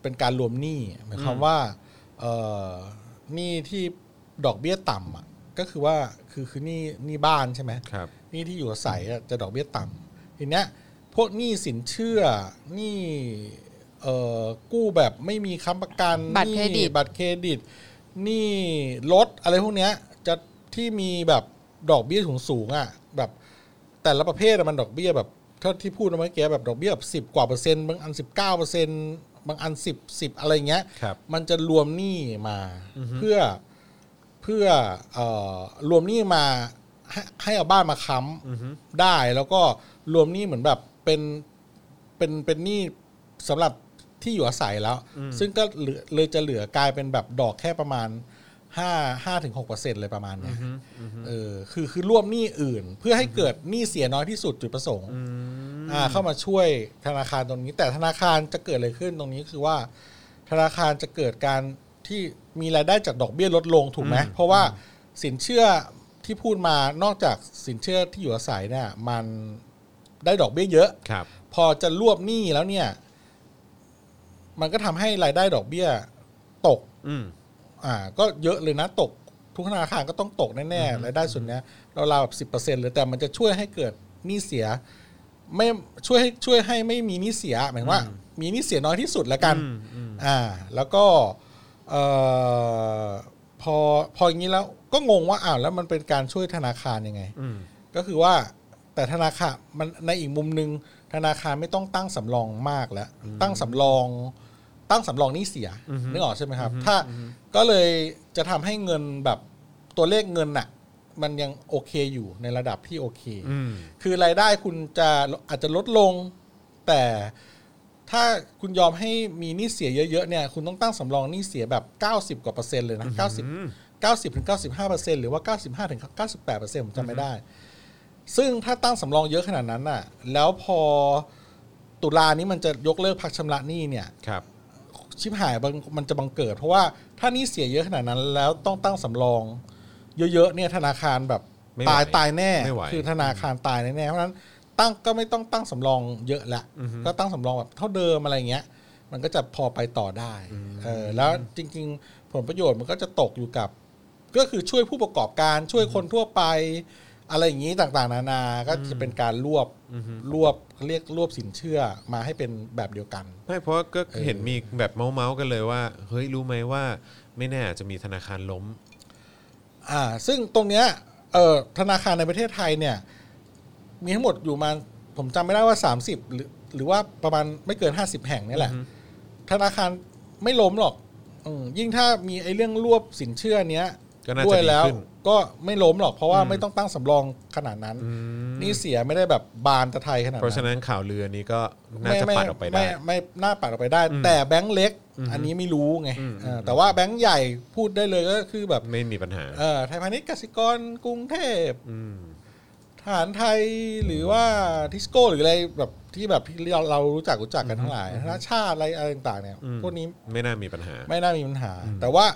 C: เป็นการรวมหนี้หมายความว่าเอ่อหนี้ที่ดอกเบี้ยต่ำอ่ะก็คือว่าคือคือหนี้หนี้บ้านใช่ไหม
B: ครับ
C: หนี้ที่อยู่อาศัยอะจะดอกเบี้ยต่ำทีเนี้ยพวกหนี้สินเชื่อหนี้เอ่อกู้แบบไม่มีค้ำประกัน
D: บัตรเครดิต
C: หนี้บัตรเครดิตหนี้รถอะไรพวกเนี้ยจะที่มีแบบดอกเบี้ยสูงสูงๆอ่ะแบบแต่ละประเภทอะมันดอกเบี้ยแบบเท่าที่พูดมาเมื่อกี้แบบดอกเบี้ยแบบสิบ10 กว่าเปอร์เซ็นต์บางอันสิบเก้าเปอร์เซ็นต์บางอันสิบสิบอะไรเงี้ย
B: ครับ
C: มันจะรวมหนี้มาเพื่อเพื่อเอ่อรวมหนี้มาให้ให้เอาบ้านมาค้
B: อือฮึ
C: ำได้แล้วก็รวมหนี้เหมือนแบบเป็นเป็นเป็นหนี้สำหรับที่อยู่อาศัยแล้ว ซึ่งก็เหลือเลยจะเหลือกลายเป็นแบบดอกแค่ประมาณห้าห้าถึงหกเปอร์เซ็นต์เลยประมาณเนี้ยเออคือคือรวมหนี้อื่น เพื่อให้เกิดหนี้เสียน้อยที่สุดจุดประสงค์ อ่าเข้ามาช่วยธนาคารตรงนี้ แต่ธนาคารจะเกิดอะไรขึ้นตรงนี้คือว่า ธนาคารจะเกิดการที่มีรายได้จากดอกเบี้ยลดลงถูกไหม
B: อืม
C: เพราะว่าสินเชื่อที่พูดมานอกจากสินเชื่อที่อยู่อาศัยเนี่ยมันได้ดอกเบี้ยเยอะ
B: ครับ
C: พอจะรวบหนี้แล้วเนี่ย มันก็ทำให้รายได้ดอกเบี้ยตก
B: อืม
C: อ่าก็เยอะเลยนะตก ทุกธนาคารก็ต้องตกแน่ๆรายได้ส่วนเนี้ยเราราวแบบสิบเปอร์เซ็นต์เลยแต่มันจะช่วยให้เกิดหนี้เสีย ไม่ช่วยให้ช่วยให้ไม่มีหนี้เสียหมายความว่า มีหนี้เสียน้อยที่สุดแล้วกัน
B: อืมอืม
C: อ่า แล้วก็เอ่อพอพออย่างนี้แล้วก็งงว่าอ้าวแล้วมันเป็นการช่วยธนาคารยังไง
B: อืม
C: ก็คือว่าแต่ธนาคารมันในอีกมุมหนึ่งธนาคารไม่ต้องตั้งสำรองมากแล้ว ตั้งสำรอง ตั้งสำรองหนี่เสียนึกออกใช่ไหมครับ ถ้าก็เลยจะทำให้เงินแบบตัวเลขเงินน่ะ มันยังโอเคอยู่ในระดับที่โอเค
B: อืม
C: คือรายได้คุณจะอาจจะลดลง แต่ถ้าคุณยอมให้มีหนี้เสียเยอะๆเนี่ย คุณต้องตั้งสำรองหนี้เสียแบบ 90 กว่าเปอร์เซ็นต์เลยนะ90 90ถึง95เปอร์เซ็นต์หรือว่า 95ถึง98เปอร์เซ็นต์ผมจำไม่ได้ ซึ่งถ้าตั้งสำรองเยอะขนาดนั้นน่ะ แล้วพอตุลานี้มันจะยกเลิกพักชำระหนี้เนี่ย
B: ครับ
C: ชิบหายบังมันจะบังเกิด เพราะว่าถ้าหนี้เสียเยอะขนาดนั้น แล้วต้องตั้งสำรอง เยอะๆเนี่ยธนาคารแบบ
B: ไม่ไหว
C: ตายตายแน่
B: ไม่ไหว
C: คือธนาคารตายแน่ๆเพราะฉะนั้นตั้งก็ไม่ต้องตั้งสำรองเยอะละก็ตั้งสำรองแบบเท่าเดิมอะไรเงี้ย มันก็จะพอไปต่อได้เออแล้วจริง ๆ ผลประโยชน์มันก็จะตกอยู่กับ ก็คือช่วยผู้ประกอบการช่วยคนทั่วไป อะไรอย่างนี้ต่างๆ นานาก็จะเป็นการรวบรวบเรียกรวบสินเชื่อมาให้เป็นแบบเดียวกัน
B: ไม่เพราะก็
C: เออ
B: เห็นมีแบบเมาส์ๆกันเลยว่า เฮ้ยรู้ไหมว่าไม่แน่อาจจะมีธนาคารล้ม
C: อ่าซึ่งตรงเนี้ยเอ่อธนาคารในประเทศไทยเนี่ย มีทั้งหมดอยู่มาผมจำไม่ได้ว่า 30 หรือ หรือว่าประมาณไม่เกิน 50 แห่งเนี่ยแหละ
B: อือฮึ
C: ธนาคารไม่ล้มหรอกอมยิ่งถ้ามีไอ้เรื่องรวบสินเชื่อเนี้ย
B: ก็น่า
C: ด้ว
B: จะ
C: ย
B: ดี
C: แล้ว
B: ขึ้น
C: ก็ไม่ล้มหรอกเพราะว่า
B: อืม
C: ไม่ต้องตั้งสำรองขนาดนั้น
B: อืม
C: นี่เสียไม่ได้แบบบานตะไทยขนาด
B: เพราะฉะ
C: นั้น
B: นั้นข่าวลือนี้ก็น่าจะปัดออกไปได้
C: ม่ไม่น่าปัดออกไปได้
B: อืม
C: แต่แบงก์เล็ก อันนี้ไม่รู้ไง
B: อืม
C: เออแต่ว่าแบงก์ใหญ่พูดได้เลยก็คือแบบ
B: ไม่มีปัญหา
C: เออไทยพาณิชย์กสิกรกรุงเทพ
B: อืม
C: ธ หารไทยหรือว่าทิสโก้หรืออะไรแบบที่แบบที่เราเรารู้จักรู้จักกันทั้งหลายธนชาติอะไรอะไรต่างๆเนี่ย
B: อืม
C: พวกนี้
B: ไม่น่ามีปัญหา
C: ไม่น่ามีปัญหา แต่ว่า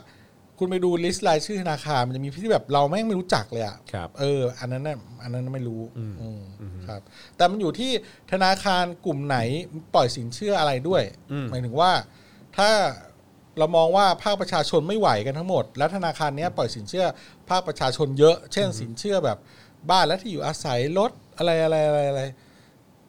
C: คุณไปดูลิสต์รายชื่อธนาคารมันจะมีที่แบบเราแม่งไม่รู้จักเลยอะ
B: ครับ
C: เออ อันนั้นน่ะอันนั้นนะไม่รู้
B: อืม
C: อืมครับ แต่มันอยู่ที่ธนาคารกลุ่มไหนปล่อยสินเชื่ออะไรด้วย
B: อืม
C: หมายถึงว่าถ้าเรามองว่าภาคประชาชนไม่ไหวกันทั้งหมด และธนาคารเนี้ยปล่อยสินเชื่อ ภาคประชาชนเยอะ เช่น สินเชื่อแบบบ้านและที่อยู่อาศัยรถอะไรอะไรอะไรอะไร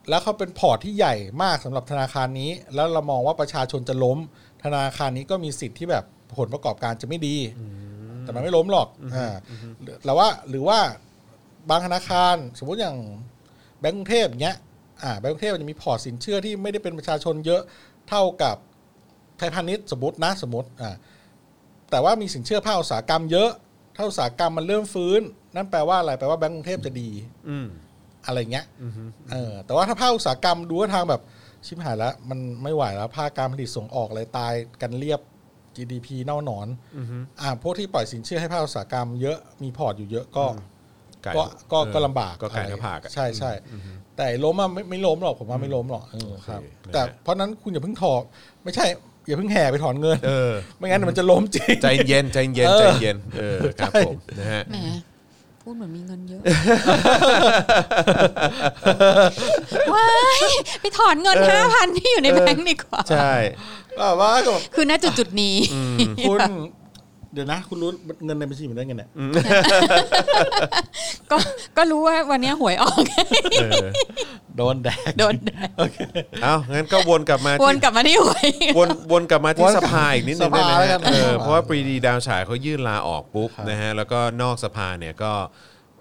C: แล้วเขาเป็นพอร์ตที่ใหญ่มากสำหรับธนาคารนี้ แล้วเรามองว่าประชาชนจะล้ม ธนาคารนี้ก็มีสิทธิ์ที่แบบผลประกอบการจะไม่ดี แต่มันไม่ล้มหรอกอ่าแต่ว่าหรือว่าบางธนาคารสมมติอย่างแบงก์กรุงเทพอย่างเงี้ยอ่าแบงก์กรุงเทพมันจะมีพอร์ตสินเชื่อที่ไม่ได้เป็นประชาชนเยอะเท่ากับไทยพาณิชย์สมมตินะสมมติอ่าแต่ว่ามีสินเชื่อภาคอุตสาหกรรมเยอะ ถ้าอุตสาหกรรมมันเริ่มฟื้น นั่นแปลว่าอะไรแปลว่าแบงก์กรุงเทพจะดี
B: อืม
C: อะไรเงี้ย
B: อืมฮึ
C: เออแต่ว่าถ้าภาคอุตสาหกรรมดูว่าทางแบบชิบหายแล้ว มันไม่ไหวแล้วภาคการผลิตส่งออกอะไรตายกันเรียบ GDP เน่าหนอน
B: อืมฮึ
C: อ่าพวกที่ปล่อยสินเชื่อให้ภาคอุตสาหกรรมเยอะมีพอร์ตอยู่เยอะก็
B: ไก่
C: ก็ก็
B: เออ
C: ก็ลำบาก
B: ก็ไก่
C: อะ
B: ห
C: ไร
B: น้าผากอะ
C: ใช่ใช่แต่ล้มอะไม่ไม่ล้มหรอกผมว่าไม่ล้มหรอกเออ
B: โอเค
C: ครับ
B: นะฮะ
C: แต่เพราะนั้นคุณอย่าเพิ่งถอดไม่ใช่อย่าเพิ่งแห่ไปถอนเงิน
B: เออ
C: ไม่งั้นมันจะล้มจริง
B: ใจเย็นใจเย็น
C: เออ
B: ใจเย็นเออครับผมนะฮะ
D: แหมพูดเหมือนมีเงิน
B: [LAUGHS]
D: เยอะ ว้ายไปถอนเงินห้าพันที่อยู่ในแบงก์ดีกว่า
B: ใช่
C: แบบว่าก็แบบ
D: คือณจุดจุดนี้
C: คุณเดี๋ยวนะ คุณรู้เงินในบัญชีผมได้เงินเนี่ย
D: [LAUGHS] ก็ก็รู้ว่าวันนี้หวยออก
B: เออ
C: โดนแดก
D: โดนแดด
B: เอางั้นก็วนกลับมาที่
D: วนกลับมาที่หวย
B: วนวนกลับมา
C: ว
B: ที่
C: นก
B: ส
C: ลับ
B: ภาอีกนิดนึง
C: ส
B: ได้
C: ภา
B: ไหม
C: แล้วกั
B: ฮะ
C: น
B: เออ
C: ครับ
B: เพราะว่าปรีดีดาวฉายเขายื่นลาออกปุ๊บ
C: ครับ
B: นะฮะแล้วก็นอกสภาเนี่ยก็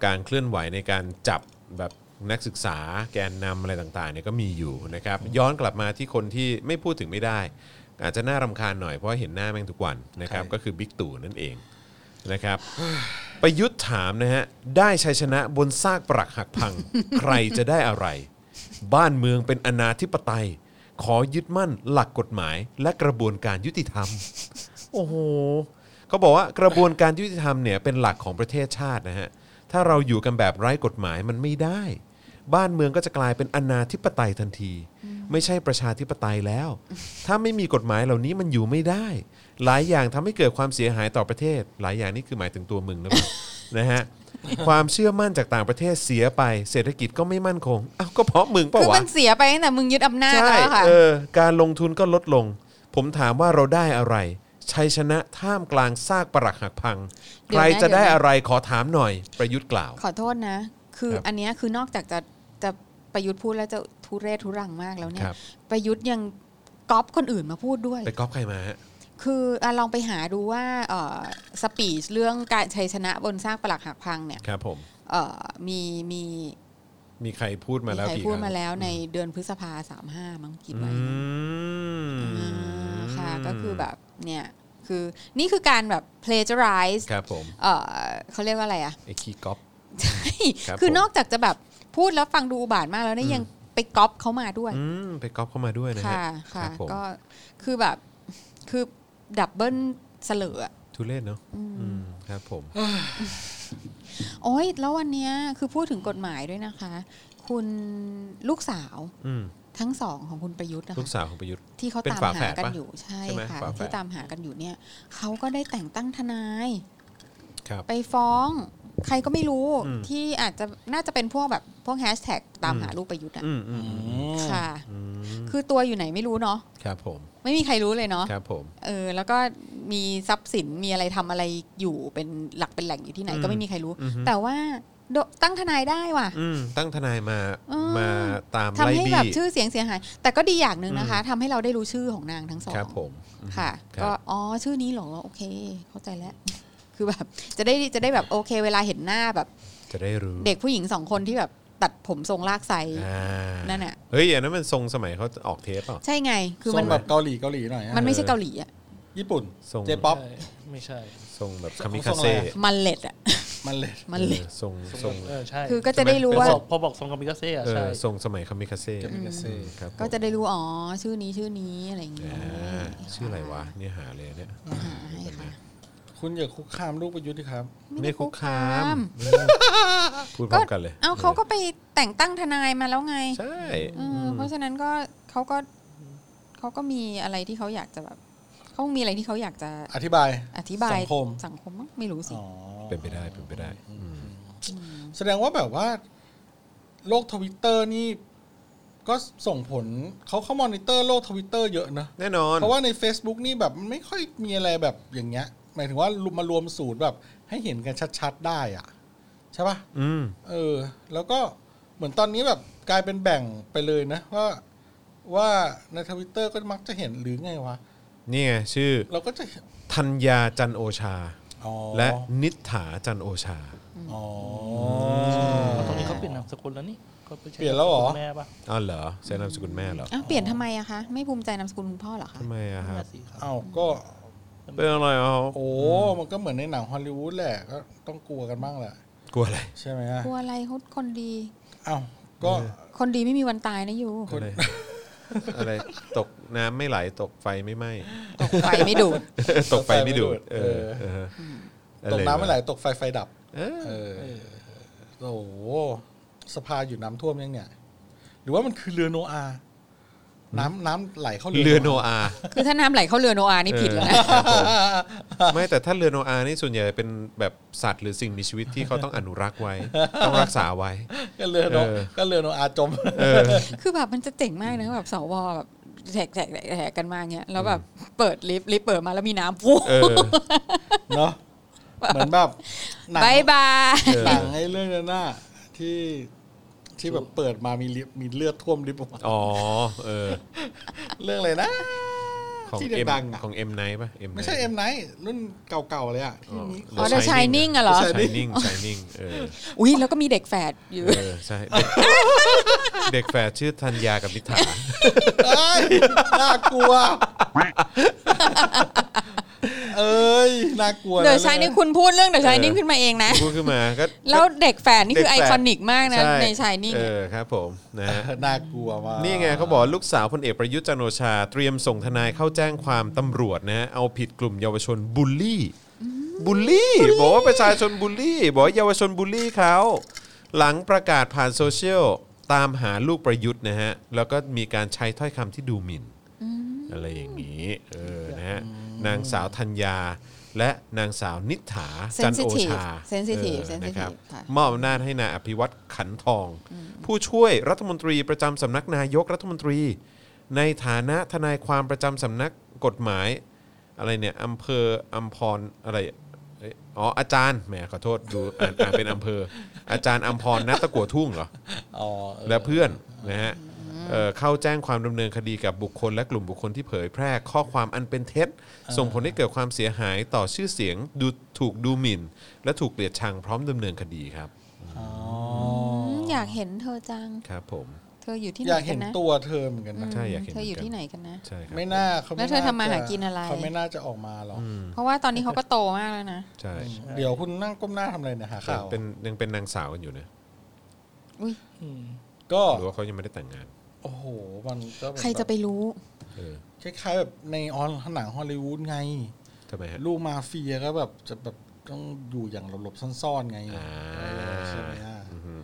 B: การเคลื่อนไหวในการจับแบบนักศึกษาแกนนำอะไรต่างๆเนี่ยก็มีอยู่นะครับย้อนกลับมาที่คนที่ไม่พูดถึงไม่ได้ อาจจะน่ารำคาญหน่อยเพราะเห็นหน้าแม่งทุกวันนะครับก็คือบิ๊กตู่นั่นเองนะครับ ประยุทธ์ถามนะฮะ ได้ชัยชนะบนซากปรักหัก
C: [LAUGHS]
B: พัง ใครจะได้อะไร บ้านเมืองเป็นอนาธิปไตย ขอยึดมั่นหลักกฎหมาย และกระบวนการยุติธรรม โอ้โหเขาบอกว่ากระบวนการยุติธรรมเนี่ยเป็นหลักของประเทศชาตินะฮะ ถ้าเราอยู่กันแบบไร้กฎหมายมันไม่ได้ บ้านเมืองก็จะกลายเป็นอนาธิปไตยทันที ไม่ใช่ประชาธิปไตยแล้ว ถ้าไม่มีกฎหมายเหล่านี้มันอยู่ไม่ได้ หลายอย่างทำให้เกิดความเสียหายต่อประเทศ หลายอย่างนี่คือหมายถึงตัวมึงนะ นะฮะความเชื่อมั่นจากต่างประเทศเสียไป เศรษฐกิจก็ไม่มั่นคงอ้าวก็เพราะมึงเป
D: คื
B: ล่า
D: อ
B: วะ
D: มันเสียไปตั้งแต่มึงยึดอำนาจ
B: ใช่
D: แล้วอะค่ะ
B: เออการลงทุนก็ลดลง ผมถามว่าเราได้อะไร ชัยชนะท่ามกลางซากปรักหักพัง
D: เดี๋
B: ใค
D: ยว
B: ร
D: นะ
B: จะได้อะไรขอถามหน่อย ประยุทธ์กล่าว
D: ขอโทษนะ คือ
B: ครับ
D: อันเนี้ยคือนอกจากจะจะประยุทธ์พูดแล้วจะทุเรศทุรังมากแล้ว
B: ค
D: เนี่ย
B: รับ
D: ประยุทธ์ยังก๊อปคนอื่นมาพูดด้วย
B: ไปก๊อปใครมาฮะ
D: คืออะลองไปหาดูว่าเอ่อสปีชเรื่องการชัยชนะบนสร้างปลักหักพังเนี่ย
B: ครับผม
D: เอ่อมีมี
B: มีใครพูดมา
D: มี
B: แล้ว
D: ใคร
B: กี่
D: พูด
B: ครั้ง
D: มาแล้วในเดือนพฤษภาสามห้ามั้งกิน
B: อื
D: ไว้นะ
B: ม
D: อ่าค่ะก็คือแบบเนี่ยคือนี่คือการแบบ plagiarize
B: ครับผม
D: เออเขาเรียกว่าอะไร [LAUGHS] อ่ะ
B: ไอ้ขี้ก๊อป ครับ
D: คือ
B: ผม
D: นอกจากจะแบบพูดแล้วฟังดูอุบาทมากแล้วเนี่ยยังไปก๊อปเขามาด้วย
B: อืมไปก๊อปเข้ามาด้วยนะฮะ
D: ค่ะค่ะ
B: รับผม
D: ก็คือแบบคือดับเบิลเสลออะ
B: ทุเรศเนาะอืมครับผม
D: โอ้ยแล้ววันเนี้ยคือพูดถึงกฎหมายด้วยนะคะ คุณลูกสาว
B: อืม
D: ทั้งสองของคุณประยุทธ์นะ
B: ลูก
D: คะ
B: สาวของประยุทธ์
D: ที่เขา
B: เป็น
D: ตาม
B: ฝาแฝ
D: หา
B: ด
D: กัน
B: ปะ
D: อยู่ใช่
B: ใช่ไหม
D: ค่ะ
B: ฝาแฝด
D: ที่ตามหากันอยู่เนี่ยเขาก็ได้แต่งตั้งทนาย
B: ครับ
D: ไปฟ้องใครก็ไม่รู้
B: อืม
D: ที่อาจจะน่าจะเป็นพวกแบบพวกแฮชแท็กตาม
B: อืม
D: หาลูกประยุทธ์อะ
B: อืมอืมอืม
D: ค่ะ
B: อืม
D: คือตัวอยู่ไหนไม่รู้เนาะ
B: ครับผม
D: ไม่มีใครรู้เลยเนาะ
B: ครับผม
D: เออแล้วก็มีทรัพย์สินมีอะไรทำอะไรอยู่เป็นหลักเป็นแหล่งอยู่ที่ไหน
B: อืม
D: ก็ไม่มีใครรู้
B: อือฮึ
D: แต่ว่าโดตั้งทนายได้ว่ะ
B: อืมตั้งทนายมา
D: เออ
B: มาตาม
D: ทำ
B: ไล่
D: ให้
B: บี้
D: แบบชื่อเสียงเสียหาย แต่ก็ดีอย่างหนึ่งนะคะทำให้เราได้รู้ชื่อของนางทั้งสอง
B: ครับผม
D: ค่ะ
B: ครับ
D: ก็อ๋อชื่อนี้เหรอโอเค เข้าใจแล้ว [LAUGHS] คือแบบจะได้จะได้แบบโอเค เวลาเห็นหน้าแบบ
B: จะได้รู้
D: เด็กผู้หญิงสองคนที่แบบตัดผมทรงลากไซ
B: อ่า
D: นั่นน่ะ
B: เฮ้ยอันนั้นมันทรงสมัยเขาออกเทปเปล่า
D: ใช่ไง คือ
C: ทร
D: มัน
C: งแบบเกาหลีเกาหลีหน่อยฮะ
D: มันไม่ใช่เกาหลีอะ
C: ญี่ปุ่น
B: ทรง
C: เจป๊อป
F: ใช่ไม่ใช่
B: ทรงแบบคามิคาเซ่
C: ทรงอะไรอะ
D: มันเล็ดอะ
C: มันเลย
D: มันเล็ด
B: เออทรงทรง
F: เออใช่
D: คือก็จะได้รู้
F: พอ
D: ว่า
F: บอกพอบอกทรงกามิกาเซ่อะ
B: เอ
F: ใช่
B: อทรงสมัยคามิคาเซ่
C: คามิคาเซ่
B: ครับผม
D: ก็จะได้รู้ อ๋อ ชื่อนี้ชื่อนี้อะไรอย่างเงี้ย
B: อ่าชื่ออะไรวะเนี่ยหาเลยเนี่ย
D: หาให้ค่ะ
C: ค คุณอย่าคุกคามลูกประยุทธ์ดิครับ
D: ไม่ได้คุกคาม
B: พูดพร้อมกันเลย
D: เอาเขาก็ไปแต่งตั้งทนายมาแล้วไง
B: ใช่
D: เอออเพราะฉะนั้นก็เขาก็เขาก็มีอะไรที่เขาอยากจะแบบเขามีอะไรที่เขาอยากจะ
C: อธิบาย
D: อธิบาย
C: สังคม
D: สังคมมั้งไม่รู้สิ
C: อ๋อ
B: เป็นไปได้เป็นไปได้อืม
C: แสดงว่าแบบว่า โลกทวิตเตอร์นี่ ก็ส่งผลเขาเขามอนิเตอร์โลกทวิตเตอร์เยอะนะ
B: แน่นอน
C: เพราะว่าใน Facebook นี่แบบมันไม่ค่อยมีอะไรแบบอย่างเงี้ย หมายถึงว่ารวมมารวมสูตรแบบ ให้เห็นกันชัดๆได้อะใช่ปะ
B: อืม
C: เออ แล้วก็เหมือนตอนนี้แบบกลายเป็นแบ่งไปเลยนะ ว่าว่าในทวิตเตอร์ก็มักจะเห็นหรือไงวะ
B: นี่ไงชื่อ
C: เราก็จะเห็น
B: ธัญญาจันโอชา
C: อ๋อ
B: และนิษฐาจันโอชา
C: อ๋อ
F: เพราะตอนนี้เขาเปลี่ยนนามสกุลแล้วนี่ขาไใช้
C: เปลี่ยนแล้วเหรอ
F: แม่ปะ
B: อ้าวเหรอใช้นามสกุลแม่เหรอ
D: อ้าวเปลี่ยนทำไมอะคะ ไม่ภูมิใจนามสกุลคุณพ่อเหรอคะ
B: ทำไมอะครับ
F: แม่สีขาว
C: เอ้าก็
B: เป็นอะไรอ่ะ
C: โอ้ มันก็เหมือนในหนังฮอลลีวูดแหละก็ต้องกลัวกันบ้างแหละ
B: กลัวอะไร
C: ใช่ไหมฮะ
D: กลัวอะไรเขาคนดี
C: เอ้าก็
D: คนดีไม่มีวันตายนะยู
B: อะไรอะไรตกน้ำไม่ไหลตกไฟไม่ไหม้
D: ตกไฟไม่ดูด
B: ตกไฟไม่ดูดเออเออ
C: ตกน้ำไม่ไหลตกไฟไฟดับ
B: เออ
C: เออโอ้โหสภาอยู่น้ำท่วมยังเนี่ย หรือว่ามันคือเรือโนอาห์น้ำน้ำไหลเข้า
B: เรือโนอาห์
D: คือถ้าน้ำไหลเข้าเรือโนอาห์นี่ผิดแล้วนะ
B: ครับผมไม่แต่ถ้าเรือโนอาห์นี่ส่วนใหญ่เป็นแบบสัตว์หรือสิ่งมีชีวิตที่เขาต้องอนุรักษ์ไว้ ต้องรักษาไว้
C: ก็เรือโน
B: เออ
C: ก็เรือโนอาห์จม
D: คือแบบมันจะเจ๋งมากนะแบบสวแบบแจกแจกแจกกันมาเงี้ยแล้วแบบเปิดลิฟต์ลิฟต์เปิดมาแล้วมีน้ำพุ่ง
B: เออ
C: เนาะเหมือนแบบหนัง
D: บายบาย
B: เออ
C: หนังไอ้เรื่องนั้นน่ะที่ที่แบบเปิดมามีลิฟต์มีเลือดท่วมลิฟต์ออกมา
B: อ๋อเออ
C: เรื่องอะไรนะ
B: ของ
C: ที่
B: เอ็ม
C: ดังๆอ่ะ
B: ของเอ็มไนป่ะ M Night
C: ไม่ใช่เอ็มไนรุ่นเก่าๆเลยอ่ะที่มี
D: อ๋อเดอะชายนิ่งอะเหรอ
B: ชายนิ่งชายนิ่งเออ
D: อุ้ยแล้วก็มีเด็กแฝดอยู่
B: เออใช่
D: [LAUGHS]
B: เด็กเด็กแฝดชื่อธัญญากับนิษฐา
C: เอ้ยน่ากลัว เอ้ยน่ากลัวะ
D: เดอะชายนี่คุณพูดเรื่องเดอะชายนิ่งขึ้นมาเองนะ
B: พูดขึ้นมาก็
D: แล้วเด็กแฝดนี่คือ
B: เด็
D: ไอก
B: แฝด
D: คอนิกมากนะ
B: ช่
D: ในชายนิ่ง
B: เอ
D: อะ
B: อครับผมนะฮะ
C: น่ากลัวมาก
B: นี่ไงเขาบอกลูกสาวพลเอกประยุทธ์จันทร์โอชา เตรียมส่งทนายเข้าแจ้งความตำรวจนะฮะเอาผิดกลุ่มเยาวชนบูลลี่บูลลี่บอกว่าประชาชนบูลลี่ บอกว่าเยาวชนบูลลี่เขาหลังประกาศผ่านโซเชียลตามหาลูกประยุทธ์นะฮะ แล้วก็มีการใช้ถ้อยคำที่ดูหมิ่น อะไรอย่างนี้เออนะฮะนางสาวธัญญา และนางสาวนิษฐาจันทร์โอชา
D: เซนซิทีฟ
B: ออ
D: เซนซิ
B: นะค
D: ที
B: รับ
D: ฟค่ะ
B: มอบอำนาจให้นายอภิวัตขันทอง ผู้ช่วยรัฐมนตรีประจำสำนักนายกรัฐมนตรี ในฐานะทนายความประจำสำนักกฎหมาย อะไรเนี่ยอำเภออัมพรอะไรเอ้ยอ๋ออาจารย์แหมขอโทษดูอ่านอ่านเป็นอำเภอ อาจารย์อัมพรนัตะกัวทุ่งเหรอ
C: อ๋อ
B: และเพื่อนนะฮะเอ่อเข้าแจ้งความดำเนินคดีกับบุคคลและกลุ่มบุคคลที่เผยแพร่ข้อความอันเป็นเท็จ ส่งผลให้เกิดความเสียหายต่อชื่อเสียงดูถูกดูหมิ่น และถูกเกลียดชังพร้อมดำเนินคดีครับ
C: อ๋อ
D: อยากเห็นเธอจัง
B: ครับผม
D: เธออยู่ที่ไห
C: อน ยาก
D: กั
C: เห็
D: น
C: น
D: นะ
C: ตัวเธอเหมือนกันนะ
B: ใช่อยากเห็น
D: เธออยู่
B: มืกั
D: ที่ไหนกันนะ
B: ใช่ครับ
C: ไม่น่าเขา
D: แล้วเธอ
C: ไน่
D: ทำมา
C: จะ
D: หากินอะไร
C: เขาไม่น่าจะออกมาหรอก
B: อืม
D: เพราะว่าตอนนี้เขาก็โตมากแล้วนะ
B: ใช่
C: เดี๋ยวคุณนั่งก้มหน้าทำอะไรเนี่ยหาข่าว
B: เป็นยังเป็นนางสาวกันอยู่นะ
D: อุ้ย
F: อืม
C: ก็
B: หรือว่าเขายังไม่ได้แต่งงาน
C: โอ้โหมันก็แบบ
D: ใครจะไปรู้
B: เออ
C: คล้ายๆแบบในออนหนังฮอลลีวูดไง
B: ทำไมฮะ
C: ลูกมาเฟียก็แบบจะแบบต้องอยู่อย่างหลบๆซ่อนๆไง
B: อ่า
C: ใช่ไหมอ่ะ
B: อือฮึ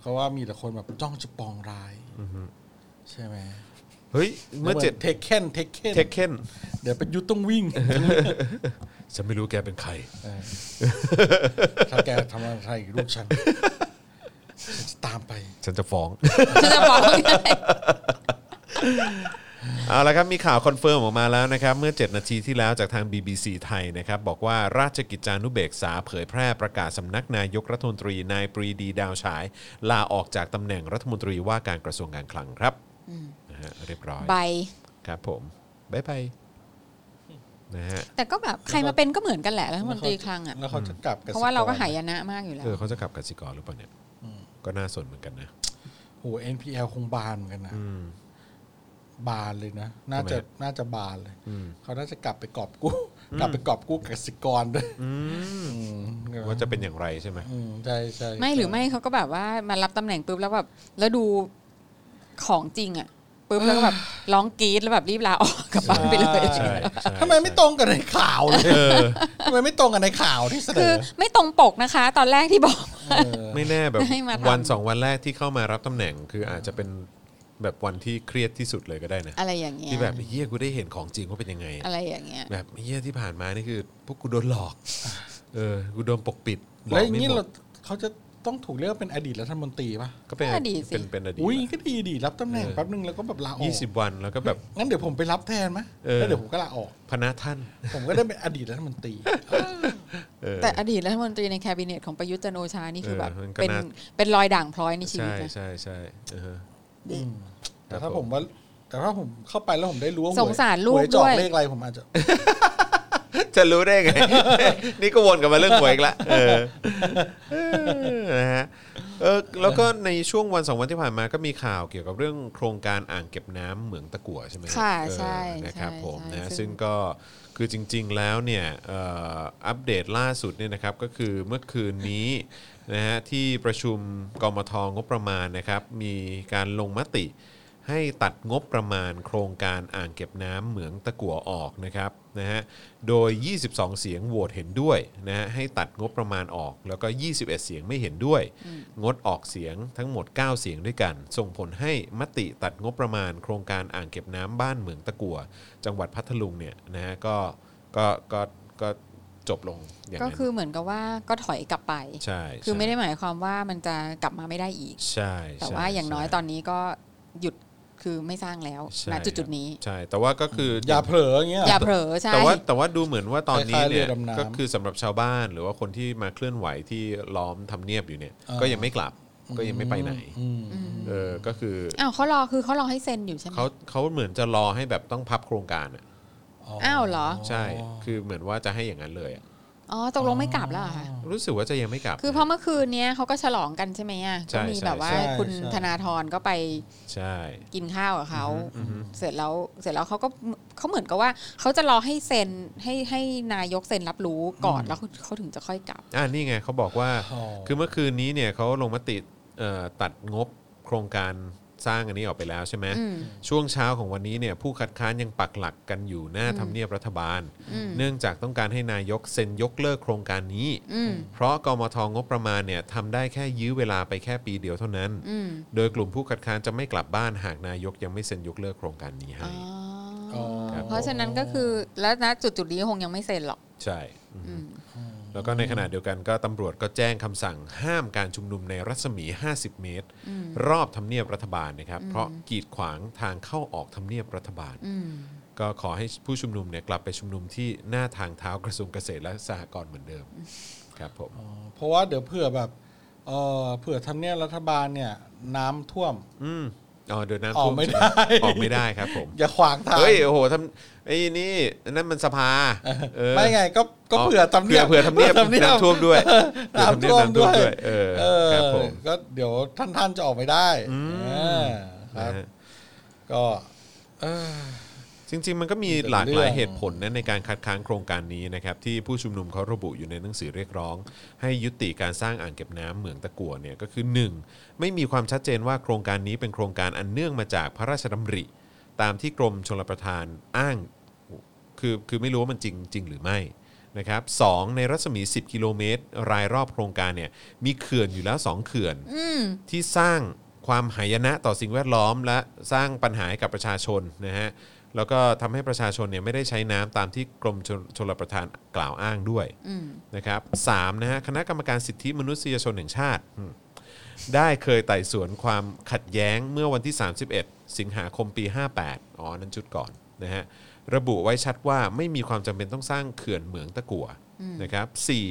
C: เพราะว่ามีแต่คนแบบจ้องจะปองร้าย
B: อือฮึ
C: ใช่ไหม
B: เฮ้ยเมื่อเจ็ด
C: เทคเคนเทคเคน
B: เทคเคน
C: เดี๋ยวประยุทธ์ต้องวิ่ง
B: ฉันไม่รู้แกเป็นใคร
C: เออถ้าแกทำอะไรกับลูกฉันฉันจะตามไป
B: ฉันจะฟ้อง
D: ฉันจะ
C: [LAUGHS]
D: บอก
B: เอาละครับ มีข่าวคอนเฟิร์มออกมาแล้วนะครับ เมื่อ 7 นาทีที่แล้วจากทาง BBC ไทยนะครับ บอกว่าราชกิจจานุเบกษาเผยแพร่ประกาศสำนักนายกรัฐมนตรีนายปรีดีดาวฉาย ลาออกจากตำแหน่งรัฐมนตรีว่าการกระทรวงการคลังครับนะฮะเรียบร้อย
D: ใบ
B: ครับผม บ๊ายบายนะฮะ
D: แต่ก็แบบใครมาเป็นก็เหมือนกันแหละแล้วมันตรีคลังอ่ะ
C: แล้วเขาจะกลับ
D: เพราะว่าเราก็หายนะมากอยู่แล้
B: เอ
D: ว
B: อเขาจะกลับกสิกรหรือเปล่าเนี่ยก็น่าสนเหมือนกันนะ
C: โห NPL คงบานเหมือนกันนะบานเลยนะ น่าจะ
B: ทำไมฮะ
C: น่าจะบานเลย
B: อืม
C: เขาน่าจะกลับไปกอบกู้ กลับไปกอบกู้กสิกรด้วยอืม
B: ว่าจะเป็นอย่างไรใช่ไหม
C: อืมใช่ใช่
D: ไม่หรือไม่เขาก็แบบว่ามารับตำแหน่งปุ๊บแล้วแบบแล้วดูของจริงอ่ะ ปุ๊บแล้วก็
C: [SIGHS]
D: แบบร้องกรี๊ดแล้วแบบรีบลาออกกลับบ้านไปเลย
C: ใช่
B: ใช่ใช่
C: ทำไมไม่ตรงกันในข่าวเลย
B: เออ
C: ทำไมไม่ตรงกันในข่าวที่เสน
D: คือ
C: อ
D: ไม่ตรงปกนะคะ ตอนแรกที่บอก [LAUGHS]
C: เออ
B: ไม่แน่แบบ
D: ให้มาทำ
B: วันสองวันแรกที่เข้ามารับตำแหน่ง คืออาจจะเป็นแบบวันที่เครียดที่สุดเลยก็ได้นะ
D: อะไรอย่างเงี้ย
B: ที่แบบเฮียกูได้เห็นของจริงว่าเป็นยังไง
D: อะไรอย่างเงี้ย
B: แบบเฮียที่ผ่านมานี่คือ พวกกูโดนหลอก เออ กูโดนปกปิดห
C: แล้ว
B: ก
C: อย่างนี้
B: ไม่หม
C: เรา
B: ด
C: เขาจะต้องถูกเรียกว่าเป็นอดีตรัฐมนตรีป่ะ
B: ก็เป็น
D: อดีตสิ
B: เป็นเป็นอดีต
C: อุ้ยก็ดีดีรับตำแหน่งแป๊บนึงแล้วก็แบบลาออก
B: ยี่สิบวันแล้วก็แบบ
C: งั้นเดี๋ยวผมไปรับแทนไหม
B: เออ
C: แล้วเดี๋ยวผมก็ลาออก
B: พนะท่าน
C: ผมก็ได้เป็นอดีตรัฐมนตรี
B: เออ
D: แต่อดีตรัฐมนตรีในแคบิเนตของประยุทธ์จันทร์โอชานี่คือแบบ
B: เออมันก็
D: เป็น
B: น่า
D: เป็นรอยด่างพร้อยในชีวิต
B: ใช่
D: นะ
B: ใช่ใช่เออฮะ
C: แต่ถ้าผมว่าแต่ถ้าผมเข้าไปแล้วผมได้รู้ว่าหวย
D: สงสารลู
C: ห
D: ก
C: วยจอ
D: ด้วย
C: เลขอะไรผมอาจจะ
B: [LAUGHS] จะรู้ได้ไง นี่ก็วนกลับมาเรื่องหวยอีกละเออเออนะฮะเออแล้วก็ในช่วงวันสองวันที่ผ่านมาก็มีข่าวเกี่ยวกับเรื่องโครงการอ่างเก็บน้ำเหมืองตะกั่วใช่ไหมฮ
D: ค่ะ
B: เออ
D: ใช่
B: นะครับ
D: ใช่
B: ผม
D: ใช่
B: นะ
D: ซึ่
B: ซึ่ง
D: ง
B: ก็คือจริง ๆแล้วเนี่ยเอ่ออัปเดตล่าสุดเนี่ยนะครับก็คือเมื่อคืนนี้นะฮะที่ประชุมกมทงบประมาณนะครับ มีการลงมติ ให้ตัดงบประมาณโครงการอ่างเก็บน้ำเหมืองตะกั่วออกนะครับนะฮะ โดย 22 เสียงโหวตเห็นด้วยนะฮะให้ตัดงบประมาณออก แล้วก็ 21 เสียงไม่เห็นด้วย งดออกเสียงทั้งหมด 9 เสียงด้วยกัน ส่งผลให้มติตัดงบประมาณโครงการอ่างเก็บน้ำบ้านเหมืองตะกั่วจังหวัดพัทลุงเนี่ยนะฮะก็ก็ก็ก็จบลงอย่าง
D: ก็
B: นั้น
D: คือเหมือนกับว่าก็ถอยกลับไป
B: ใช่
D: คือไม่ได้หมายความว่ามันจะกลับมาไม่ได้อีก
B: ใช่ใช่
D: แต่ว่าอย่างน้อย
B: ใช่
D: ตอนนี้ก็หยุดคือไม่สร้างแล้ว
B: ใช่
D: ณจุด
B: ครั
D: จุ
B: บ
D: ดๆนี้
B: ใช่แต่ว่าก็คืออ
C: อย่าเผลออย่างเงี้ย
D: อย่าเผลอใช่
B: แต่ว่าแต่ว่าดูเหมือนว่าตอนนี้
C: คล้ายๆ
B: เนี่ย
C: เรือดำน้ำ
B: ก็คือสำหรับชาวบ้านหรือว่าคนที่มาเคลื่อนไหวที่ล้อมทำเนียบอยู่เนี่ย
C: อ่า
B: ก็ยังไม่กลับก็ยังไม่ไปไหน
C: อืม
D: อืม
B: เออก็คือ
D: อ้าวเขารอคือเขารอให้เซ็นอยู่ใช่ไหม
B: เขาเขาเหมือนจะรอให้แบบต้องพับโครงการอ่ะ
D: อ้าวเหรอ
B: ใช่คือเหมือนว่าจะให้อย่างนั้นเลยอะ
D: อ๋อตกลงไม่กลับแล้วเหรอค่ะ
B: รู้สึกว่าจะยังไม่กลับ
D: คือเพราะเมื่อคืนเนี้ยเขาก็ฉลองกันใช่ไหมอ่ะ
B: ใช่
D: ก็มี
B: ใช่
D: แบบว่า
C: ใช่
D: คุณ
C: ใช่
D: ธนาธรก็ไป
B: ใช่
D: กินข้าวกับเขา
B: อือฮึอือฮึ
D: เสร็จแล้วเสร็จแล้วเขาก็เขาเหมือนกับว่าเขาจะรอให้เซ็นให้ให้นายกเซ็นรับรู้ก่อนแล้วเขาถึงจะค่อยกลับ
B: อ่านี่ไงเขาบอกว่า
C: อ๋อ
B: คือเมื่อคืนนี้เนี่ยเขาลงมติเอ่อตัดงบโครงการสร้างอันนี้ออกไปแล้วใช่ไหม
D: อืม
B: ช่วงเช้าของวันนี้เนี่ยผู้คัดค้านยังปักหลักกันอยู่หน้าทำเนียบรัฐบาล
D: อืม
B: เนื่องจากต้องการให้นายกเซ็นยกเลิกโครงการนี้
D: อืม
B: เพราะกมทงบประมาณเนี่ยทำได้แค่ยื้อเวลาไปแค่ปีเดียวเท่านั้น
D: อืม
B: โดยกลุ่มผู้คัดค้านจะไม่กลับบ้านหากนายกยังไม่เซ็นยกเลิกโครงการนี้
D: อ๋
B: ให้
D: อ
C: อ๋อครับ
D: เพราะฉะนั้นก็คือแล้วนะจุดจุดๆนี้คงยังไม่เซ็นหรอก
B: ใช่อืม
D: อืม
B: แล้วก็ในขณะเดียวกันก็ตำรวจก็แจ้งคำสั่งห้ามการชุมนุมในรัศมี 50 เมตร
D: อืม
B: รอบทำเนียบรัฐบาลนะครับ เพราะกีดขวางทางเข้าออกทำเนียบรัฐบาล
D: อืม
B: ก็ขอให้ผู้ชุมนุมเนี่ยกลับไปชุมนุมที่หน้าทางเท้ากระทรวงเกษตรและสหกรณ์เหมือนเดิมครับผม
C: อ๋อเพราะว่าเดี๋ยวเผื่อแบบเออเผื่อทำเนียบรัฐบาลเนี่ย น้ำท่วม
B: อืมอ๋อเดี๋ยวน้ำ
C: ออก
B: ท่วม
C: ไม่
B: ใช่
C: ได้
B: หออกไม่ได้ครับผม
C: อย่าขวางทาง
B: เฮ้ยโอ้โหทำไอ้นี่นั่นมันสภาเออ
C: ไม่ไงก็ก็เผื่อทำเนียบ
B: เผื่อเผื่อทำเนียบ
C: ทำเนียบ
B: น้ำท่วมด้วยเผื่อ
C: น้ำท่วม
B: ทำเนี
C: ด้วย
B: น้ำเออ
C: เอ
B: ครับ
C: อ
B: ผม
C: ก็เดี๋ยวท่านท่านๆจะออกไม่ได้เออค
B: นะ
C: รับ
B: ฮะ
C: ก็เออ
B: จริง ๆ มันก็มีหลากหลายเหตุผลนะในการคัดค้านโครงการนี้นะครับ ที่ผู้ชุมนุมเขาระบุอยู่ในหนังสือเรียกร้อง ให้ยุติการสร้างอ่างเก็บน้ำเหมืองตะกั่วเนี่ยก็คือ 1. ไม่มีความชัดเจนว่าโครงการนี้เป็นโครงการอันเนื่องมาจากพระราชดำริ ตามที่กรมชลประทานอ้าง คือคือไม่รู้ว่ามันจริงจริงหรือไม่นะครับสองในรัศมี 10 กิโลเมตร รายรอบโครงการเนี่ยมีเขื่อนอยู่แล้ว 2 เขื่อน
D: อืม
B: ที่สร้างความหายนะต่อสิ่งแวดล้อม และสร้างปัญหาให้กับประชาชนนะฮะแล้วก็ทำให้ประชาชนเนี่ยไม่ได้ใช้น้ำตามที่กรมชลชลประทานกล่าวอ้างด้วย
D: อืม
B: นะครับสามนะฮะคณะกรรมการสิทธิมนุษยชนแห่งชาติอืมได้เคยไต่สวนความขัดแย้งเมื่อวันที่ 31 สิงหาคมปี 58 อ๋อ นั้นชุดก่อนนะฮะระบุไว้ชัดว่าไม่มีความจำเป็นต้องสร้างเขื่อนเหมืองตะกั่วนะครับสี่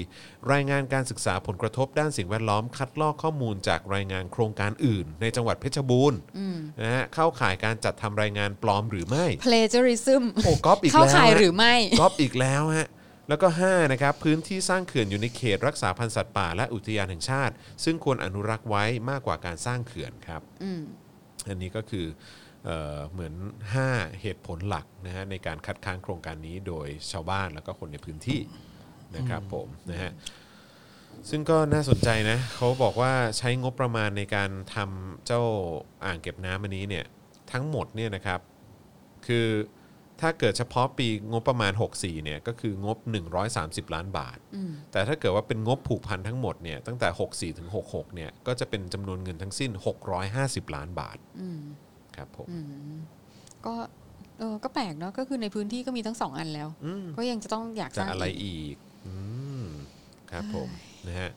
B: รายงานการศึกษาผลกระทบด้านสิ่งแวดล้อม คัดลอกข้อมูลจากรายงานโครงการอื่น ในจังหวัดเพชรบูรณ์
D: อืม
B: นะฮะเข้าข่ายการจัดทำรายงานปลอมหรือไม่
D: [LAUGHS] plagiarism
B: โอ้ก๊อปอีกแล้ว
D: เข้าข่าย
B: ฮะ
D: หรือไม่
B: ก๊อปอีกแล้วฮะ แล้วก็5นะครับพื้นที่สร้างเขื่อนอยู่ในเขตรักษาพันธุ์สัตว์ป่าและอุทยานแห่งชาติ ซึ่งควรอนุรักษ์ไว้มากกว่าการสร้างเขื่อนครับ
D: อืม
B: อันนี้ก็คือเออเหมือน 5 เหตุผลหลักนะฮะในการคัดค้านโครงการนี้โดยชาวบ้านแล้วก็คนในพื้นที่นะครับผมนะฮะซึ่งก็น่าสนใจนะเขาบอกว่าใช้งบประมาณในการทำเจ้าอ่างเก็บน้ำอันนี้เนี่ย ทั้งหมดเนี่ยนะครับ คือถ้าเกิดเฉพาะปีงบประมาณ 64เนี่ยก็คืองบ 130 ล้านบาท
D: อืม
B: แต่ถ้าเกิดว่าเป็นงบผูกพันทั้งหมดเนี่ยตั้งแต่ 64ถึง66เนี่ยก็จะเป็นจำนวนเงินทั้งสิ้น 650 ล้านบาท
D: อืม
B: ครับผม
D: อืมก็เออก็แปลกเนาะก็คือในพื้นที่ก็มีทั้งสองอันแล้ว
B: อืม
D: ก็ยังจะต้องอยากส
B: จะ
D: ร้าง
B: อะไร
D: อีก
B: อีกอืมครับผมนะฮะ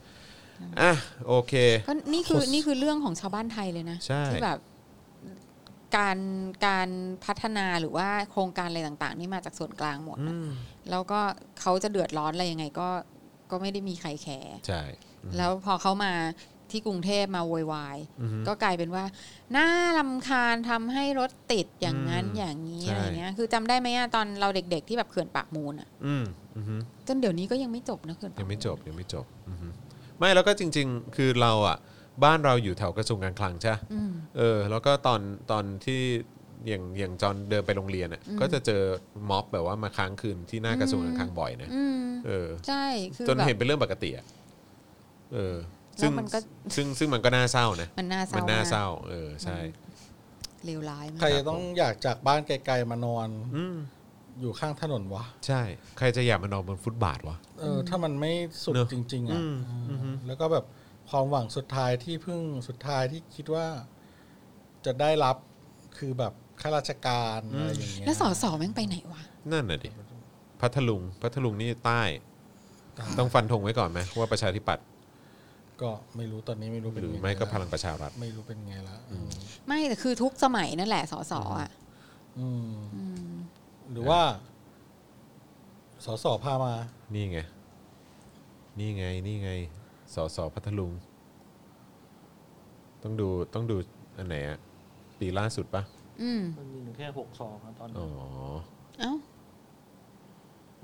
B: อ่ะโอเค
D: ก็นี่คือนี่คือเรื่องของชาวบ้านไทยเลยนะ
B: ใช่
D: ที่แบบการการพัฒนาหรือว่าโครงการอะไรต่าง ๆ นี่มาจากส่วนกลางหมด
B: อื
D: นะ
B: ม
D: แล้วก็เขาจะเดือดร้อนอะไรยังไงก็ก็ไม่ได้มีใครแคร์
B: ใช่อืม
D: แล้วพอเขามาที่กรุงเทพมาโวยวาย
B: อือฮึ
D: ก็กลายเป็นว่า น่ารำคาญทำให้รถติดอย่างนั้น
B: อืม
D: อย่างนี้
B: ใช่
D: อะไรเงี้ย คือจำได้ไหมอะตอนเราเด็ก ๆ ที่แบบเขื่อนปากมูลอะ
B: อืมอือฮึ
D: จนเดี๋ยวนี้ก็ยังไม่จบนะเขื่อนปาก
B: ยังไม่
D: มูล
B: จบยังไม่จบอือฮึไม่แล้วก็จริง ๆ คือเราอ่ะ บ้านเราอยู่แถวกระทรวงการคลังใช่ปะ
D: อืม
B: เออ แล้วก็ตอนตอนที่อย่างอย่างจอนเดินไปโรงเรียนอ่ะ
D: อืม
B: ก็จะเจอม็อบแบบว่ามาค้างคืนที่หน้ากระทรวงการคลังบ่อยนะ
D: อืม
B: เออ
D: ใช่ คือ
B: จน
D: แบบ
B: เห็นเป็นเรื่องปกติอ่ะเออ
D: แล้ว
B: ซึ่ง
D: มันก็
B: ซึ่งซึ่งมันก็น่าเศร้านะ
D: มันน่าเศ
B: มันน่าม
D: ร้าาก
B: เศร้า เออใช่
D: เลวร้ายมา
C: ใคร
D: ก
C: จะต้องอยากจากบ้านไกลๆมานอน
B: อืม
C: อยู่ข้างถนนวะ
B: ใช่ ใครจะอยากมานอนบนฟุตบาทวะ
C: เออถ้ามันไม่สุด
B: เนอะ
C: จริง ๆอ่ะ
B: อืม
C: เอออ
B: อฮึ
C: แล้วก็แบบความหวังสุดท้ายที่เพิ่งสุดท้ายที่คิดว่า จะได้รับคือแบบข้าราชการอะไรอย่างเงี้ย
D: แล้วสอสอแม่งไปไหนวะ
B: นั่นน่ะดิ พัทลุง พัทลุงนี่ใต้ ต้องฟันธงไว้ก่อนไหมว่าประชาธิปัตย์
C: ก็ไม่รู้ตอนนี้ไม่รู้เป็
B: ห
C: น
B: รือ
C: ยังง
B: ไม่ก็
C: ละ
B: พลังประชารัฐ
C: ไม่รู้เป็นไงละอืม
D: ไม่แต่คือทุกสมัยนั่นแหละสอสออะ
C: อืม
D: อืม
C: หรือว่าสสพามา
B: นี่ไง นี่ไง นี่ไง สสพัทลุง ต้องดู ต้องดูอันไหนอะปีล่าสุดปะ
D: อืม
F: มันมีอยู่แค่หกสองตอน
B: อ๋
F: นี้
B: อ
D: เอ้า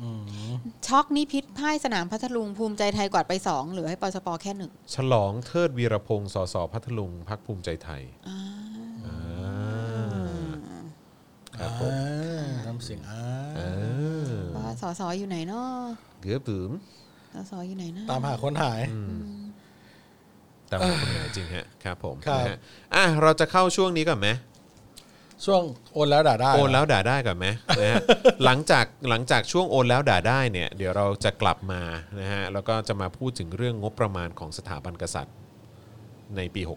C: อืม
D: ช็อกนิพิษพ่ายสนามพัทลุงภูมิใจไทยกวาดไปสองเหลือให้ปชปแค่หนึ่ง
B: ฉลองเทิดวีรพงศ์สสพัทลุงพักภูมิใจไทย
D: อ่า
B: อ่า ครับผม
C: อ่าทำเสียงอ่า
B: อ่า
D: ว่าสอสออยู่ไหนเนาะ
B: เกือบถึง
D: สอสออยู่ไหนนะ
C: ตามหาคนหาย
B: แต่ว่าคนหายจริงฮะครับผม
C: ครับ
B: นะฮะอ่ะเราจะเข้าช่วงนี้ก่อนไหม
C: ช่วงโอนแล้วด่าได้
B: โอนแล้วด่าได้ก่อนไหมนะฮะ หลังจากหลังจากช่วงโอนแล้วด่าได้เนี่ยเดี๋ยวเราจะกลับมานะฮะแล้วก็จะมาพูดถึงเรื่องงบประมาณของสถาบันกษัตริย์ในปี 64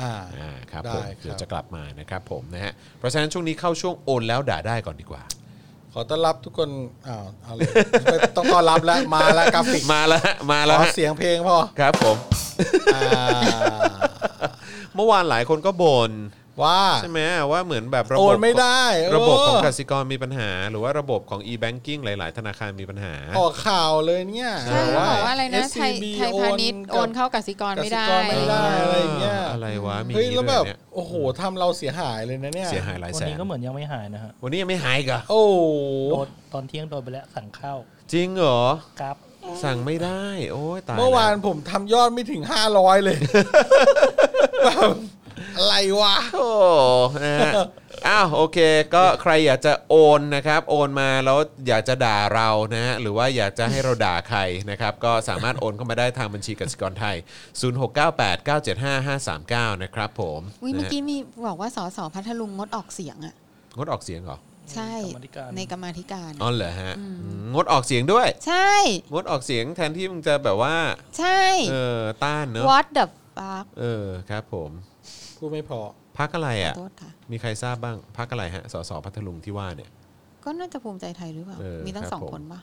C: อ่า
B: อ่าครับผม
C: ได้ครับ
B: เดี๋ยวจะกลับมานะครับผมนะฮะเพราะฉะนั้นช่วงนี้เข้าช่วงโอนแล้วด่าได้ก่อนดีกว่า [LAUGHS]
C: ขอต้อนรับทุกคนอ้าวเอาเลย [LAUGHS] ไม่ต้องต้อนรับแล้วมาแล้วกราฟิก
B: มาแล้วฮะมาแล้ว
C: ขอ
B: ฮะ
C: เสียงเพลงพอ
B: ครับผม
C: อ่า
B: เมื่อวานหลายคนก็บ่น
C: ว่า
B: ใช่ไหมว่าเหมือนแบบระบบ
C: โอนไม่ได้เ
B: ระบบของกสิกรมีปัญหา หรือว่าระบบของ e-banking หลาย ๆ ธนาคารมีปัญหา
C: ออกข่าวเลยเนี่ย
D: ใช่เขาบอกว่าอะไรนะ ไทย
C: SCB
D: ไทยพาณิชย์โอนเข้ากสิกรไม่ได้
C: กสิกรไม่ได้อะไรอย่างเงี้ย
B: อะไรวะ มี
C: เฮ้ยแล้วแบบ
B: ด้เนี่ย
C: โอ้โหทำเราเสียหายเลยนะเนี่ย
B: เสียหายหลาย
F: วั
B: แส
F: นนี้
B: น
F: ก็เหมือนยังไม่หายนะฮะ
B: วันนี้ยังไม่หายอีกเหรอ
C: โอ้โห
F: โดนตอนเที่ยงโดนไปแล้วสั่งข้าว
B: จริงเหรอ
F: กราฟ
B: สั่งไม่ได้ โอ้ยตาย
C: เมื่อวาน
B: แล้
C: ผมทำยอดไม่ถึงห้าร้อยเลยแบบอะไรวะ
B: โอ้นะฮะอ้าวโอเค ก็ใครอยากจะโอนนะครับ โอนมาแล้วอยากจะด่าเรานะฮะหรือว่าอยากจะให้เราด่าใครนะครับ ก็สามารถโอนเข้ามาได้ทางบัญชีกสิกรไทย 0698975539 นะครับผม
D: อุ้ย
B: นะ
D: เมื่อ
B: ฮะ
D: กี้มีบอกว่าสสพัทลุงงดออกเสียงอะ
B: งดออกเสียงเหรอ
D: ใช่
F: กรรมธิการ
D: ในกรรมาธิการ
B: อ๋อเหรอฮะ
D: อืม
B: อืมงดออกเสียงด้วย
D: ใช่
B: งดออกเสียงแทนที่มึงจะแบบว่า
D: ใช่
B: เออต้านเนอะ
D: What the fuck
B: เออครับผม
C: พูดไม่พอ
B: พักอะไร
D: ขอ
B: อ่ะ
D: โทษค่ะ
B: มีใครทราบบ้างพักอะไรฮะสสพัทลุงที่ว่าเนี่ย
D: ก็น่าจะภูมิใจไทยหรือเปล่า
B: เออ
D: มีตั้
B: ค
D: ง
B: รับ
D: สอง
B: ผม
D: คนปะ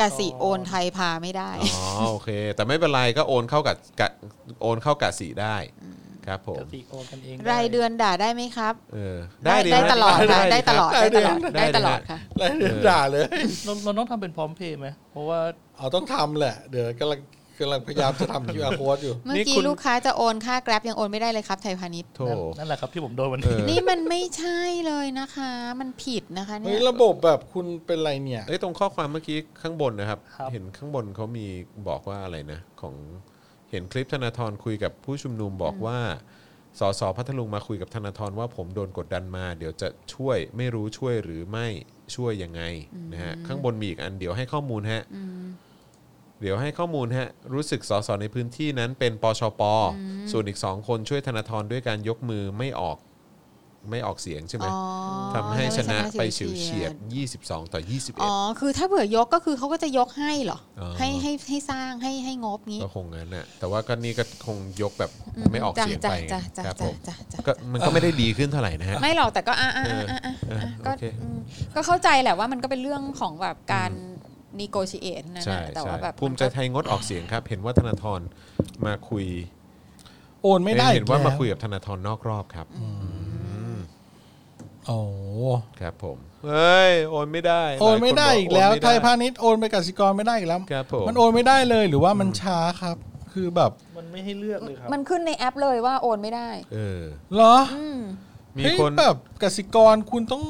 D: กสิโอนไทยพาไม่ได้
B: อ๋อโอเค แต่ไม่เป็นไรก็โอนเข้ากับกะโอนเข้ากะสีได้ครับผม
F: กสิโอนกันเอง
D: รายเดือนด่าได้ไหมครับ
B: เออ
D: ได้ได้ตลอดค่ะ
B: ได้
D: ได้ตลอด
B: ครับ
D: ได้ตลอด
B: ได้เลย
D: ได้ตลอดค่ะ
C: ไล่เรื่องด่าเลย
F: เราเราต้องทำเป็นพร้อมเพย์ไหมเพราะว่า
C: เอาต้องทำแหละ เดี๋ยวกำลังกำลังพยายามจะทำ QR code อยู่
D: เมื่อ
B: นี่
D: กี้
B: คุณ
D: ลูกค้าจะโอนค่า Grab ยังโอนไม่ได้เลยครับไทยพาณิชย์
B: โถ
F: นั่นนั่นแหละครับที่ผมโดนวันนี้
B: เออ
D: นี่มันไม่ใช่เลยนะคะ มันผิดนะคะเนี่
C: เฮ้ย
D: ย
C: ระบบแบบคุณเป็นไรเนี่ย
B: เอ้ยตรงข้อความเมื่อกี้ข้างบนนะครับ
F: ครับ
B: เห็นข้างบนเขามีบอกว่าอะไรนะ ของเห็นคลิปธนาธรคุยกับผู้ชุมนุมบอกว่าสสพัทลุงมาคุยกับธนาธรว่าผมโดนกดดันมา เดี๋ยวจะช่วยไม่รู้ช่วยหรือไม่ช่วยยังไงนะฮะข้างบนมีอีกอันเดี๋ยวให้ข้อมูลฮะ
D: อืม
B: เดี๋ยวให้ข้อมูลฮะรู้สึกสสในพื้นที่นั้นเป็นปชป ส่วนอีกสองคนช่วยธนาธรด้วยการยกมือไม่ออก ไม่ออกเสียงใช่ไหม
D: อ๋อ
B: ทำให้ชนะไปเฉียว
D: ชนะ
B: เฉียด22 ต่อ 21
D: อ๋อคือถ้าเผื่อยกก็คือเขาก็จะยกให้เหรอ
B: อ๋อ
D: ให้ให้ให้สร้างให้ให้งบงี้
B: ก็คงงั้นน่ะแต่ว่าก็นี่ก็คงยกแบบไม่ออกเสียง
D: จ้ะ
B: ไป
D: จ้ะจ้ะ
B: ครับผ
D: จ้ะ
B: ม
D: จ้ะจ้ะ
B: ก็มันก็ไม่ได้ดีขึ้นเท่าไหร่นะฮะ
D: [LAUGHS] ไม่หรอกแต่ก็อ่ะอ่ะอ่ะอ่ะอ่ะ
B: เออ
D: อ่ะก็
B: โอเค
D: อืมก็เข้าใจแหละว่ามันก็เป็นเรื่องของแบบการนีโกชิเอทนนน่ะ
B: ใช่
D: แต่
B: ใช่
D: ว่าแบบ
B: ภูมิใจไทยงดออกเสียงครับ เห็นว่าธนาธรมาคุย
C: โอนไม่ได้
B: เห็นว่า
C: อีก
B: มา
C: แล้
B: คุยกับธนาธรนอกรอบครับ
C: โอ้
B: ครับผมเฮ้ยโอนไม่ได้
C: โอนไม่ได้
B: หลายคนบ
C: อีกแล้ว
B: โนม่
C: ไท
B: ด้
C: ยพาณิชย์โอนไปกสิกรไม่ได้อีกแล้ว
B: ครับผม
C: มันโอนไม่ได้เลยหรือว่ามันช้าครับ คือแบบ
F: มันไม่ให้เลือกเลยครับ
D: มันขึ้นในแอปเลยว่าโอนไม่ได้
B: เออ
C: เหรอ
D: อืม
B: มี
C: เฮ้ย
B: คน
C: แบบกสิกรคุณต้อง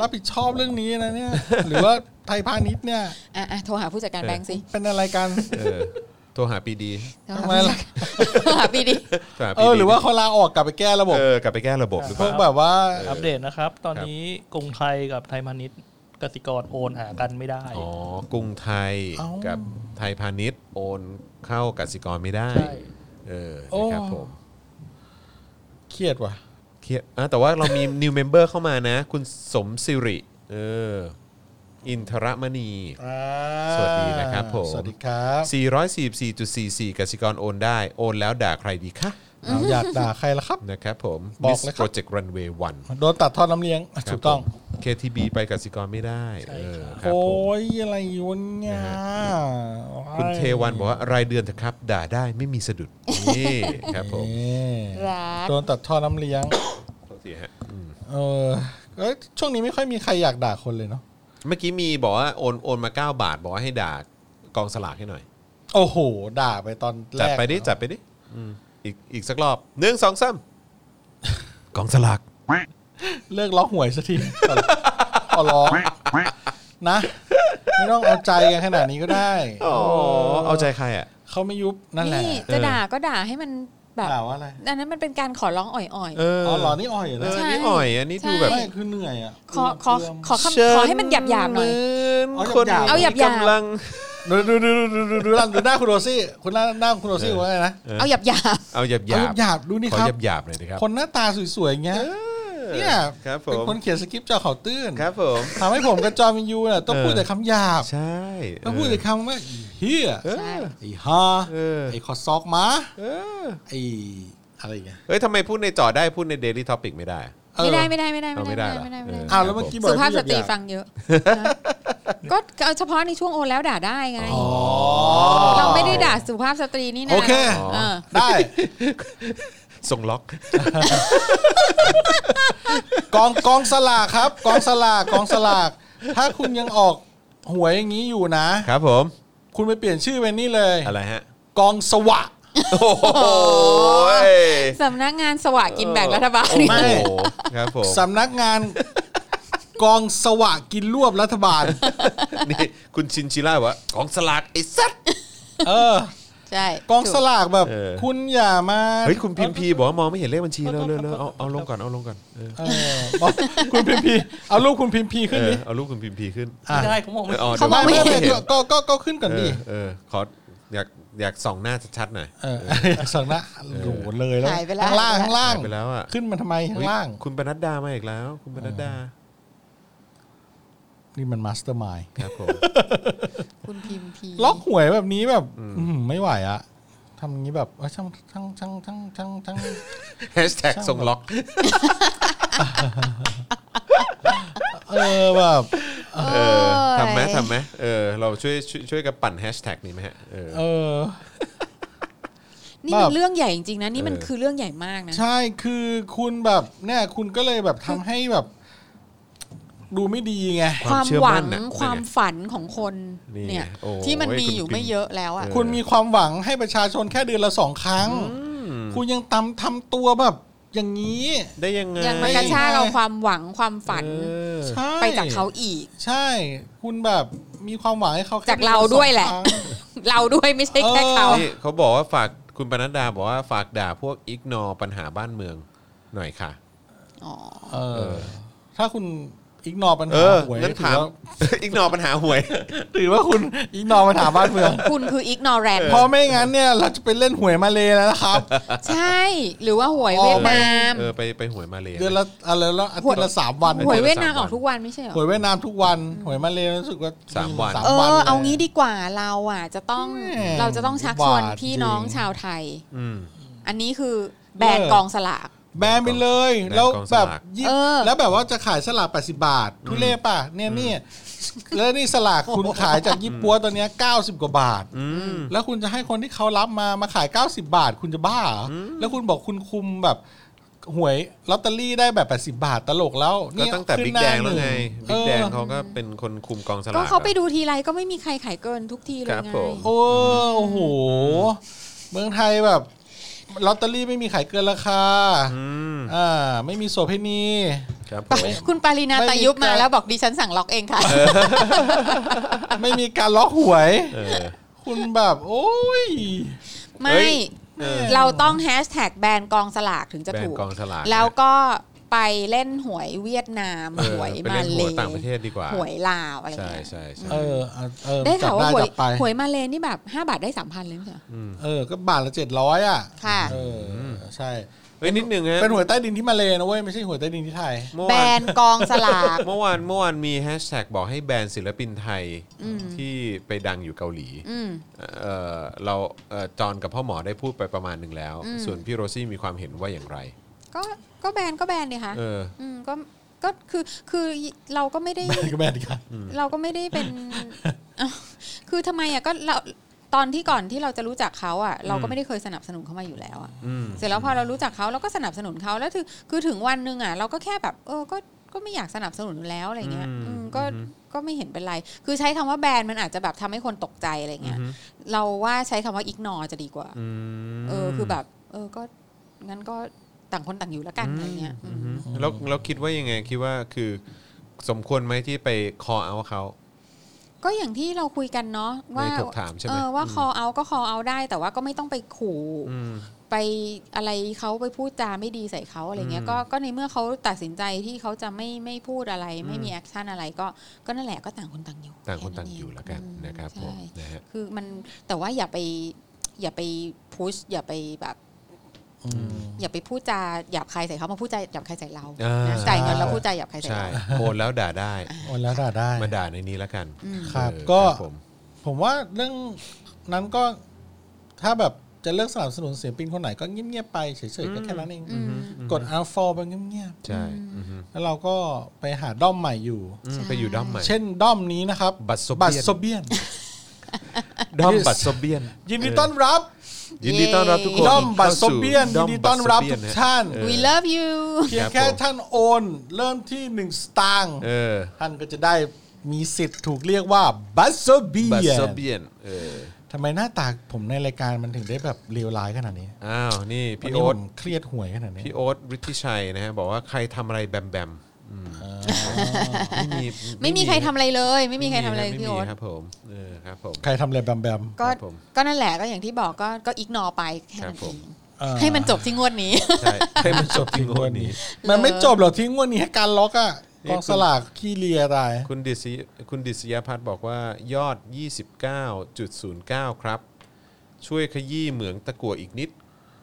C: รับผิดชอบเรื่องนี้นะ
B: [LAUGHS]
C: เนี่ย หรือว่าไทยพาณิชย์เนี่ย
D: อ่ะอ่ะโทรหาผู้จัดการแบงค์สิ
C: เป็นอะไรกัน
B: เออโทรหาปีดี
D: โทรหา
C: ทำไม
D: ผู้
C: ล่ะ
D: จัดการโทรหา [LAUGHS] ปีดี
B: โทหาปี
C: เอ
B: ดี
C: อหรือว่าเขาลาออกกลับไปแก้ระบบ
B: เออกลับไปแก้ระบบหรือเป
C: พวก
B: ล่า
C: แบบว่า
F: อัปเดตนะครับ ตอนนี้กรุงไทยกับไทยพาณิชย์กสิกรโอนหากันไม่ได้
B: อ๋อกรุงไทย
C: เอ้ากั
B: กับไทยพาณิชย์โอนเข้ากสิกรไม่ได้
F: ใช่
B: เออ
C: โอ้
B: นะครับผม
C: เครียดว่ะ
B: เครียดอ่ะแต่ว่าเรามี [LAUGHS] new member เข้ามานะ คุณสมสิริเอออินทรมณี
C: อ่า
B: สวัสดีนะครับผม
C: สวัสดีครับ
B: 444.44กสิกรโอนได้ โอนแล้วด่าใครดีคะ
C: เอาอยากด่าใครล่ะครับ
B: นะครับผม
C: บอกเลยครับ
B: โปรเจกต์รันเวย์วัน
C: โดนตัดทอดน้ำเลี้ยงถูกต้อง
B: KTB ไปกสิกรไม่ได้เออครับ
C: โอ้
B: ผม
C: ยอะไรวะเนี่ย
B: นะฮ คุณเทวันบอกว่ารายเดือนเถอะครับ ด่าได้ไม่มีสะดุดนี่ครับผม
C: [LAUGHS] นี่
D: รัก
C: โดนตัดทอดน้ำเลี้ยง [COUGHS]
B: โทษทีฮะ
C: เออเอ้ยช่วงนี้ไม่ค่อยมีใครอยากด่าคนเลยเนาะ
B: เมื่อกี้มีบอกว่าโอนโอนมา 9 บาท บอกว่าให้ด่ากองสลากให้หน่อย
C: โอ้โห ด่าไปตอนแร
B: จัด
C: ก
B: ไปดิ จัดไปดิอืมอีกอีกสักรอบหนึ่งสองสามกองสลาก
C: เลิกล็อกหวยสักที [LAUGHS] ขอร้อง [COUGHS] นะ ไม่ต้องเอาใจกันขนาดนี้ก็ได้
B: อ๋อ เอาใจใครอ่ะ
C: เขาไม่ยุบนั่นแหละ
D: นี่จะด่าก็ด่าให้มันแบบ
C: ด่าว่าอะไร
D: อันนั้นมันเป็นการขอร้องอ่อย
B: เออ
C: อ๋อเหรอนี่อ่อย
B: เอ
C: เล
B: อย
D: ใช่
B: นี่อ่อยอันนี้ดูแบบ
D: ใช่
C: ไม่คือเหนื่อยอ่ะ
D: ๆ ขอขอขอคำขอให้มันหยาบหยาบๆหน่อย
B: เหมือนคน
D: เอาหยาบๆ
B: ที่กำลัง
C: ดูดูดูดูดูดูดูดูดูหน้าคุณโรซี่คุณหน้าหน้าคุณโรซี่
B: เออ
C: ว่าไงนะ
B: เออ
D: เอาหยาบหยาบ
B: เอาหยาบห
C: เอา
B: ยาบบ
C: หยาหยาบดูนี่
B: ขอ
C: ค
B: ห
C: รับ
B: ยาบหยาบๆหน่อยนะครับ
C: คนหน้าตาสวยๆอย่างเงี้ย เนี่ย
B: ครับผ
C: เป็น
B: ม
C: คนเขียนสคริปต์เจ้าเขาตื้น
B: ครับผม
C: ทำให้ผมกับจอมินยูเนี่ยต้อง
B: เออ
C: พูดแต่คำหยาบ
B: ใช่เ
C: ต้องพูดแต่คำว่าอีเฮีย
B: เออ
D: ใช่
C: ไอ้ฮา
B: เออ
C: ไอ้คอซอกหมา
B: เออ
C: ไอ้อะไรอย่างเงี้ย
B: เฮ้ยทำไมพูดในจอได้พูดใน Daily Topic ไม่ได้
C: เออ
D: ไม่ได้ไม่ได้ไม่ได้
B: เอา
D: ไม่
B: ไม่
D: ได้
B: ได้เหรอ
D: ไม่ได้ไม่ได้
B: เ
C: อ้าวแล้วเมื่อกี้บอก
D: สุภาพสตรี
C: หยบๆ
D: ฟังเยอะนะก็เอาเฉพาะในช่วงโอนแล้วด่าได้ไง
C: อ๋อ
D: เราไม่ได้ด่าสุภาพสตรีนี่นะ
C: โอเค
D: ออ
C: ได้
B: ส่งล็อก [LAUGHS]
C: กองกองสลากครับ กองสลากกองสลาก ถ้าคุณยังออกหวยอย่างนี้อยู่นะ
B: ครับผม
C: คุณไปเปลี่ยนชื่อเป็นนี่เลย
B: อะไรฮะ
C: กองสวะ
B: โอ้โห
D: สำนักงานสวากินแบ่งรัฐบาล
C: ไม่
B: โอ้โหครับผม
C: สำนักงาน กองสวะกินรวบรัฐบาล
B: นี่คุณชินชิล่าบอกว่าของสลากไอ้สัตว์
C: เออ
D: ใช่
C: กองสลากแบบ
B: เออ
C: คุณอย่ามา
B: เฮ้ยคุณพิมพีบอกว่ามองไม่เห็นเลขบัญชีแล้วเร็วๆเอาเอาลงก่อนเอาลงก่อนเออ
C: เออบอกคุณพิมพีเอารูปคุณพิมพี
B: เอ
C: ขึ้น
B: อ
C: ดิ
B: เอารูปคุณพิมพีขึ้น
C: อ่ะ
F: ไม่ได้เขามองไม่
B: อ๋อ
D: เขามอง
C: ไม่
D: ไม่
C: ไม่
D: เห็น
C: ไม่ก็ก็ก็ก็ขึ้นก่อน
B: เอ
C: ดิ
B: อเออขออยากอยากส่องหน้าชัดๆหน่อย
C: เออสังนะโหลเลยแล้ว
D: หายไปแล้ว
C: ข้างล่างข้างล่าง
B: หายไปแล้วอะ
C: ขึ้นมาทำไมข้างล่าง
B: เฮ้ยคุณปนัดดามาอีกแล้ว คุณปนัดดา
C: นี่มันมาสเตอร์มาย
B: ครับผม
D: คุณพิมพ์พี
C: ล็อกหวยแบบนี้แบบอื้อหือไม่ไหวอะทำอย่างนี้แบบเออช่างช่างช่างช่างช่างช่าง
B: [LAUGHS] แฮชแท็กส่งล็อก
C: เออแบบ
B: เออทำไหมทำไหมเออเราช่วยช่วยช่วยกันปั่นแฮชแท็กนี้ไหมฮะเออ
C: เออ
D: นี่มันเรื่องใหญ่จริงๆนะนี่มันคือเรื่องใหญ่มากนะ
C: ใช่คือคุณแบบเนี่ยคุณก็เลยแบบทำให้แบบ ดูไม่ดีไง
B: ค
D: คาว
B: วาม
D: ม
B: เชื่อ
D: ห
B: มั่
D: วัง
B: นน่ะ
D: ความ
B: เป็นไง
D: ฝันของคน
B: นี่
D: เนี่ย
B: ไงโอ้ย
D: ที่มันมี
B: คุณ
D: อยู่
B: ปิ๊ง
D: ไม่เยอะแล้วอ่ะ
C: คุณมีความหวังให้ประชาชนแค่เดือนละสองครั้ง คุณยังทำทำตัวแบบ อย่างนี้
B: ได้ยังไง
D: ยังมากระชากเอาความหวังความฝัน
B: เออ
C: ใช่
D: ไปจากเขาอีก
C: ใช่ คุณแบบมีความหวังให้เขาแค่
D: จากเราด้วยแหละ
C: เอนสองครั้ง
D: เราด้วยไม่ใช่แค่เขา
B: นี่เขาบอกว่าฝากคุณปนัดดาบอกว่าฝากด่าพวกอิกนอปัญหาบ้านเมืองหน่อยค่ะ
D: อ๋อ
C: เออ ถ้าคุณ อิกนอปัญ
B: เอ
C: หา
B: อ
C: หวย
B: งั้น
C: ถื
B: ถาม
C: อว่า
B: [LAUGHS] อีกหนอปัญหาหวย
C: ถือว่าคุณอิกนอปัญหาบ้านเมือง
D: คุณคืออิกนอแรน
C: เพราะไม่งั้นเนี่ยเราจะไปเล่นหวยมาเลยแล้วนะครับ
D: ใช่ หรือว่าหวยเวียดนาม
B: เออไปไปหวยมาเลย
C: เดือนละอะไรแล้วอาทิตย์ละสามวัน
D: หวยเวียดนาม
B: เดือนละสามวัน
D: ออกทุกวันไม่ใช่เหรอ
C: หวยเวียดนามทุกวัน หวยมาเลยรู้สึกว่า
B: สามวัน
D: เออ
C: ลย
D: เอางี้ดีกว่าเราอ่ะ จะต้อง
C: แม่
D: เราจะต้องชักชวน
C: บาท
D: พี่น้อง
C: จริง
D: ชาวไทย
B: อืม
D: อันนี้คือแบน
C: เลิก
D: กองสลาก
C: แบนไปเลยแล้วแบบยี่
D: เออ
C: แล้วแบบว่าจะขายสลาก80 บาท ทุเล่ป่ะเนี่ยนี่แล้วนี่สลากคุณขายจากยี่ปัวตอนเนี้ย90 กว่าบาท
B: อืม
C: แล้วคุณจะให้คนที่เขารับมามาขาย 90 บาท คุณจะบ้าเหรออแล้วคุณบอกคุณคุมแบบหวยลอตเตอรี่ได้แบบ 80 บาทตลกแล้ว
B: ก็
C: เนี่ย
B: ตั้งแต่
C: ขึ้น
B: บิ๊ก
C: หน้า
B: แดงแล้วไง
C: หนึ่
B: บิ๊กแดง
C: เออ
B: เขาก็เป็นคนคุมกองสลาก
D: ก็เขาไปดูทีไรก็ไม่มีใครขายเกินทุกทีเล
B: ค
D: ย
B: รับ
D: ไง
B: ผม
C: โอ้โอ้โห เมืองไทยแบบลอตเตอรี่ไม่มีขายเกินราคา
B: อืม
C: อ่าไม่มีโสเภณี
B: ครับผม
D: คุณปารีนา
C: ไม่มี
D: ตายุบมา
C: การ
D: แล้วบอกดิฉันสั่งล็อกเองค่ะ
C: ไม่มีการล็อกหวย
B: เออ
C: คุณแบบโอ้ย
B: เฮ้
D: ไม่
B: ยเออ
D: เราต้องแฮชแท็กแบนกองสลากถึงจะ
B: แบน
D: ถูก
B: กองสลาก
D: แล้วก็ไปเล่นหวยเวียดนาม
B: เออ
D: หวย
B: ไป
D: มา
B: เล่น
D: เล
B: หวยต่างประเทศดีกว่า
D: หวยลาวอะไร
B: ใช่
D: เงี้ย
B: ใช่ใช่
C: เออเอาเออ
D: ได้
C: จั
D: ข่า
C: บ
D: วว่า
C: ได้
D: หวย
C: จับไป
D: หวยมาเลนี่แบบ 5 บาทได้ 3,000เลยไม่ใช่เหรอ
B: ม
C: เออ ก็บาทละเจ็ดร้อยอ่ะ
D: ค่ะ
C: เออใช่
B: เฮ้ยนิดนึงฮะ
C: เป็นหวยใต้ดินที่มาเลนะเว้ยไม่ใช่หวยใต้ดินที่ไทย
B: เมื่อ
D: แบ
B: วาน
D: นกองสลาก
B: [LAUGHS] เมื่อวานเมื่อวานมีแฮชแท็กบอกให้แบนศิลปินไทย
D: อืม
B: ที่ไปดังอยู่เกาหลี
D: อืม
B: เอ่อเราเอ่อจอนกับพ่อหมอได้พูดไปประมาณหนึ่งแล้ว
D: อืม
B: ส่วนพี่โรซี่มีความเห็นว่าอย่างไร
D: ก็ก็แบนก็แบนดีค่ะ
B: เออ
D: ืมก็ก็คือคือเราก็ไม่ได้
C: แบนก็แบนกัน
D: เราก็ไม่ได้
B: [LAUGHS]
D: เป็นเอ้าคือทำไมอ่ะก็เราตอนที่ก่อนที่เราจะรู้จักเขาอ่ะ เราก็ไม่ได้เคยสนับสนุนเขามาอยู่แล้วอ่ะ
B: อืม
D: เสร็จแล้วพอเรารู้จักเขาเราก็สนับสนุนเขาแล้วถึงคือถึงวันหนึ่งอ่ะ เราก็แค่แบบ เออก็ก็ไม่อยากสนับสนุนอยู่แล้วอะไรเงี้ย
B: อืม
D: อืมก็
B: อือฮึ
D: ก็ไม่เห็นเป็นไร คือใช้คำว่าแบนมันอาจจะแบบทำให้คนตกใจอะไรเงี้ย เราว่าใช้คำว่าอิกนอจะดีกว่า
B: อืม
D: เออคือแบบ เออก็งั้นก็ต่างคนต่างอยู่แล้วกันอะไรเงี้ยอื
B: อื
D: ม
B: มแล้วแล้วคิดว่ายังไงคิดว่าคือสมควรไหมที่ไป call out เขา
D: ก็อย่างที่เราคุยกันเนาะว่า
B: ในถกถามใช่ไหม
D: เออว่า
B: อืม
D: call out ก็ call out ได้ แต่ว่าก็ไม่ต้องไปขู่
B: อืม
D: ไปอะไรเขาไปพูดจาไม่ดีใส่เขาอะไรเงี้ย
B: อืม
D: ก็ก็ในเมื่อเขาตัดสินใจที่เขาจะไม่ไม่พูดอะไร ไม่มี
B: อืม
D: แอคชั่นอะไรก็ก็นั่นแหละก็ต่างคนต่างอยู่
B: ต่างคน
D: แ
B: ต่างอยู่แล้วกัน
D: อืม
B: นะครับผ
D: ใช่
B: มนะฮะ
D: คือมันแต่ว่าอย่าไปอย่าไปพุชอย่าไปแบบอย่าไปพูดจาหยาบคายใส่เขามาพูดจาหยาบคายใส่เรา
B: อ่า
D: นะจ่ายเงินแล้วพูดจาหยาบคายใส่
B: ใช่
D: เรา
B: โอนแล้วด่าได้
C: โอนแล้วด่าได้
B: มาด่าในนี้แล้วกัน
D: อืม
C: ครับ
B: เออ
C: ก็
B: ผม
C: ผมว่าเรื่องนั้นก็ถ้าแบบจะเลิกสนับสนุนเสียงปินคนไหนก็เงียบๆไปเฉยๆก็แค่นั้นเอง
D: อืม
C: กด R4 ไปเงียบ
B: ใช่อืม
C: ๆแล้วเราก็ไปหาด้อมใหม่อยู่
B: อืมไปอยู่ด้อมใหม่
C: เช่นด้อมนี้นะครับ
B: บัตรโซ
C: บัต
B: เบียน
C: โซเบียน
B: ด้อมบัตรโซเบียน
C: ยินดีต้อนรับ
B: ยินดีต้อนรับทุกคน
C: ด้อมบัตโซเบียนยิ
B: ข้าน สู่
C: ดีต้อนรับ
B: ม
C: ทุก
B: บัตรโซเบียะ
C: ท่าน
B: เออ
D: we love you
C: เพีย
B: ค
C: ง
B: รับ
C: แค่
B: ผม
C: ท่านโอน เริ่มที่ 1 สตางค์
B: เออ
C: ท่านก็จะได้มีสิทธิ์ถูกเรียกว่าบัตโซเบี
B: บัตร
C: ย
B: โซ
C: น
B: เบียนเออ
C: ทำไมหน้าตาผมในรายการมันถึงได้แบบเลวร้ายขนาดนี้
B: อ้าวนี่พี่
C: วันนี้
B: โอ๊
C: ผ
B: ต
C: มเครียดหวยขนาดนี้
B: พี่โอ๊ตฤทธิชัยนะฮะบอกว่าใครทำอะไรแบมแบมอืมไม่มี
D: ไม่มีใครทำอะไรเลย ไม่มีใครทำอะไรเลยพี่โอ๊ต
B: ไม่มีครับผมเออครับผม
C: ใครทำอะไรแบมแบม
D: ก็
B: ครับผม
D: ก็นั่นแหละก็อย่างที่บอกก็ก็อิกนอไปแค่
B: ครั
D: นั้
B: บ
D: น
B: ผ
D: เอ
B: ม
D: ง
C: เอ่อ
D: ให้มันจบที่งวดนี้
B: ใช่ให้มันจบที่งวดนี้
C: มันไม่จบหรอกทิ้งวันนี้ให้การล็อกอะ
B: นี่
C: กอง
B: คุณ
C: สลากขี้เลียตาย
B: คุณดิศยคุณดิศยพัฒน์บอกว่ายอด 29.09 ครับ ช่วยขยี้เหมืองตะกั่วอีกนิด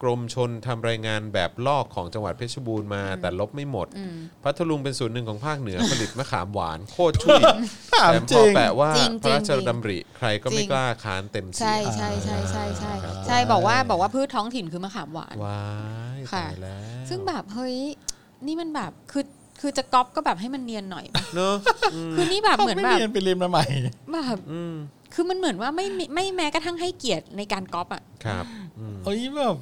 B: กรมชนทำรายงานแบบลอกของจังหวัดเพชรบูรณ์มา แต่ลบไม่หมด พัทลุงเป็นส่วนหนึ่งของภาคเหนือผลิตมะขามหวาน
D: [LAUGHS]
B: โคตรช่วย
C: ถาม
B: แต่
C: จ
B: พอ
C: ริง
B: แปะว่า
D: จริงๆ
B: พระราช
D: จริงๆ
B: ดำริใครก็
D: จ
B: ไม่
D: ริง
B: กล้าค้านเต็มเสี
D: ใช่
B: ยง
D: ใช่ใช่ใช่ใช่
C: อ่า
D: ใช่บอกว่าบอกว่าพืชท้องถิ่นคือมะขามหวาน
B: ว้าย
D: ค่ะ
B: ตายแล้ว
D: ซึ่งแบบเฮ้ยนี่มันแบบคือคือจะก๊อปก็แบบให้มันเนียนหน่อย
B: [LAUGHS]
D: ป่ะ
B: เนอะ
D: คือนี่แบบ
C: เขา
D: เหมือน
C: ไม่
D: แบ
C: เรี
D: บ
C: ยนไปเรียนมาใหม่
D: แบบ
B: อืม
D: คือมันเหมือนว่าไม่มีไม่แม้กระทั่งให้เกียรติในการก๊อปอ่ะ [LAUGHS]
B: ครับอืม
C: เอ้ยแบบ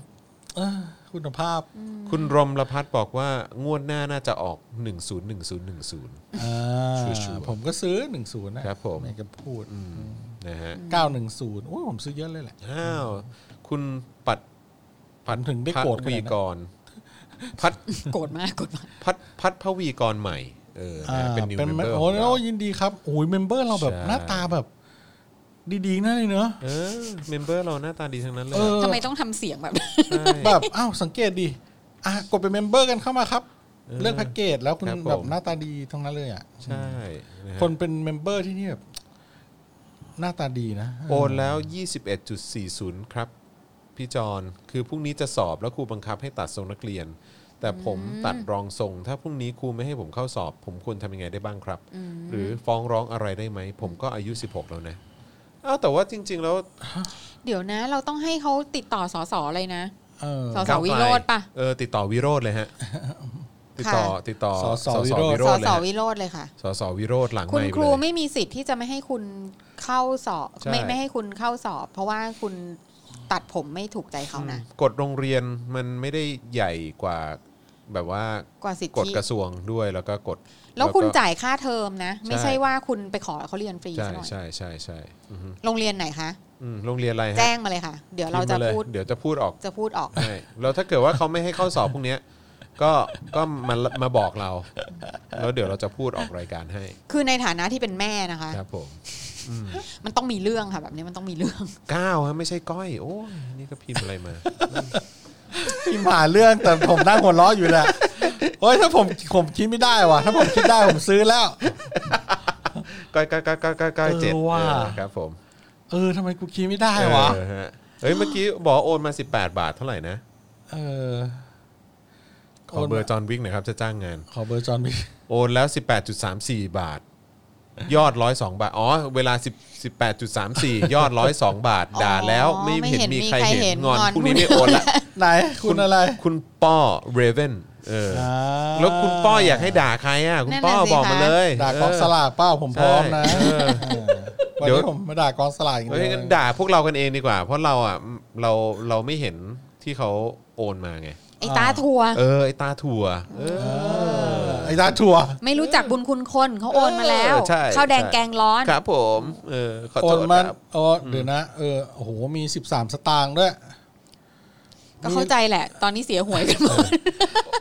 C: เอ้อคุณภาพ
B: คุณรมละพัฒน์บอกว่างวดหน้าน่าจะออก 101010
C: อ่า
B: ชัวร์ๆ
C: ผมก็ซื้อหนึ่งศูนย์นะครับ
B: ผม
C: ไม่ก็พูด
B: อืมนะฮะ
C: เก้าหนึ่งศูนย์โอ้ยผมซื้อเยอะเลยแหละ
B: อ้าวคุณปัด
C: ผมถึงได้โกรธ
B: พั
C: ขนาดนั้
B: วี
C: น
B: กรพัด
D: โกรธมากโกรธมาก
B: พัดพัดพวีกรใหม่เออนะ
C: า
B: ฮะเป็นนิวเมมเบอร์
C: โอ้โหยินดีครับโอ้ยเมมเบอร์เราแบบ
B: ใช่
C: หน้าตาแบบดีๆนั่นเลยเนอะ
B: เออเมมเบอร์เราหน้าตาดีทั้งนั้นเลย
C: เออ
D: ทำไมต้องทำเสียงแบบ [LAUGHS]
B: ใช่
C: แบบ อ้าว สังเกตดีอ่ะกดเป็นเมมเบอร์กันเข้ามาครับ เลือกแพ็กเกจแล้วคุณ
B: ครับผม
C: แบบหน้าตาดีทั้งนั้นเลยอ่ะ
B: ใช่ะฮะ
C: คนเป็นเมมเบอร์ที่นี่แบบหน้าตาดีนะ
B: โอนแล้ว 21.40 ครับ พี่จอนคือพรุ่งนี้จะสอบแล้วครูบังคับให้ตัดทรงนักเรียน แต่ผมตัดรองทรง ถ้าพรุ่งนี้ครูไม่ให้ผมเข้าสอบ ผมควรทำยังไงได้บ้างครับ หรือฟ้องร้องอะไรได้ไหม ผมก็อายุ 16 แล้วนะอ้าวแต่ว่าจริง ๆ แล้ว
D: เดี๋ยวนะ เราต้องให้เขาติดต่อสสเลยนะ
C: เออ
D: ส
B: ก้าวไกล
D: วิโรจน์ปะ
B: เออติดต่อวิโรจน์เลยฮะ ติดต่อติดต่อ
C: สสวิโรจ
B: จน์
D: ส
C: น์
B: เลย
D: ส
B: ฮะ
D: วิโรธเลยค่ะ
B: สสวิโรธหลัง
D: คุณ
B: ไมค์
D: ครู
B: เลย
D: ไม่มีสิทธิ์ที่จะไม่ให้คุณเข้าสอบ
B: ใช่
D: ไม่ไม่ให้คุณเข้าสอบ เพราะว่าคุณตัดผมไม่ถูกใจเขานะ
B: กฎโรงเรียนมันไม่ได้ใหญ่กว่าแบบว่าก
D: ว่าสิทธิ
B: กฎกระทรวงด้วยแล้วก็กฎ
D: แล้วคุณจ่ายค่าเทอมนะ ไม่
B: ใช่
D: ใช่ว่าคุณไปขอเขาเรียนฟรี
B: ใช่
D: ซะหน่อย
B: ใช่ใช่ใช่อือฮึ
D: โรงเรียนไหนคะ
B: อืมโรงเรียนอะไรฮะ
D: แจ้งมาเลยค่ะ เดี๋ยวเราจะ
B: พิมพ์มลย
D: พูด
B: เดี๋ยวจะพูดออก
D: จะพูดออก
B: ใช่แล้วถ้าเกิดว่าเขาไม่ให้เข้าสอบพวกเนี้ยก็ก็มามาบอกเรา แล้วเดี๋ยวเราจะพูดออกรายการให้
D: คือในฐานะที่เป็นแม่นะคะ
B: ครับผม
D: มันต้องมีเรื่องค่ะแบบนี้มันต้องมีเรื่อง
B: ก้าวฮะไม่ใช่ก้อย โอ้ยนี่ก็พิมพ์อะไรมา
C: พี่หมาเรื่องแต่ผมนั่งหัวล้ออยู่แหละโอ้ยถ้าผมผมคิดไม่ได้ว่ะถ้าผมคิดได้ผมซื้อแล้ว
B: ก้อยก้อยก้อยก้อยก้อยก้อยเจ็ด
C: เออว่ะ
B: เออครับผม
C: เออทำไมกูคิดไม่ได้วะ
B: เออฮเฮ้ยเมื่อกี้บอกโอนมา 18 บาทเท่าไหร่นะ
C: เออ
B: ขอเบอร์จอห์นวิกหน่อยครับจะจ้างงาน
C: ขอเบอร์จอห์นวิก
B: โอนแล้ว 18.34 บาท ยอด 102 บาท อ๋อ เวลา 10 18.34 ยอด 102 บาท ด่าแล้ว
D: อ๋อ
B: ไม่
D: ไม่
B: เห็น
D: เห็น
B: มี
D: มี
B: ใคร
D: ใครเห็
B: เห็น
D: น
B: งอน
D: งอน
B: พรุ่งนี้ไม่โอนละ
C: ไหนคุณอะไร
B: คุณป้อเรเวนเอออา แล้วคุณป้ออยากให้ด่าใครอ่ะ คุณ
D: นั่น
B: ป้อ
D: น่ะสิ
B: บอกมา
D: คะ
B: เลย
C: ด่ากองสลากเป้าผมพร้อมนะ
B: เออ
C: เออ
B: เออ
C: วัน
B: เดี๋ยว
C: นี้ผมมาด่ากองสลากอย่าง
B: เฮ้ย
C: เดียว
B: งั้นด่าพวกเรากันเองดีกว่า เพราะเราอ่ะเราเราไม่เห็นที่เขาโอนมาไง
D: ไอ้ตาทัวร์
B: เออ ไอตาถั่วเออ
C: ไอ้ตาถั่ว
D: ไม่รู้จักบุญคุณคนเขาโอนมาแล้ว
B: เออใช่
D: ข้าวแดง
B: ใช่
D: แกงร้อน
B: ครับผมเออขอ
C: โอ
B: โท
C: น
B: ษ
C: มา
B: ครับ
C: โอ้เดี๋ยวนะเออโอ้โหมี 13 สตางค์ด้วย
D: ก็เข้าใจแหละ ตอนนี้เสียหวยกันหมด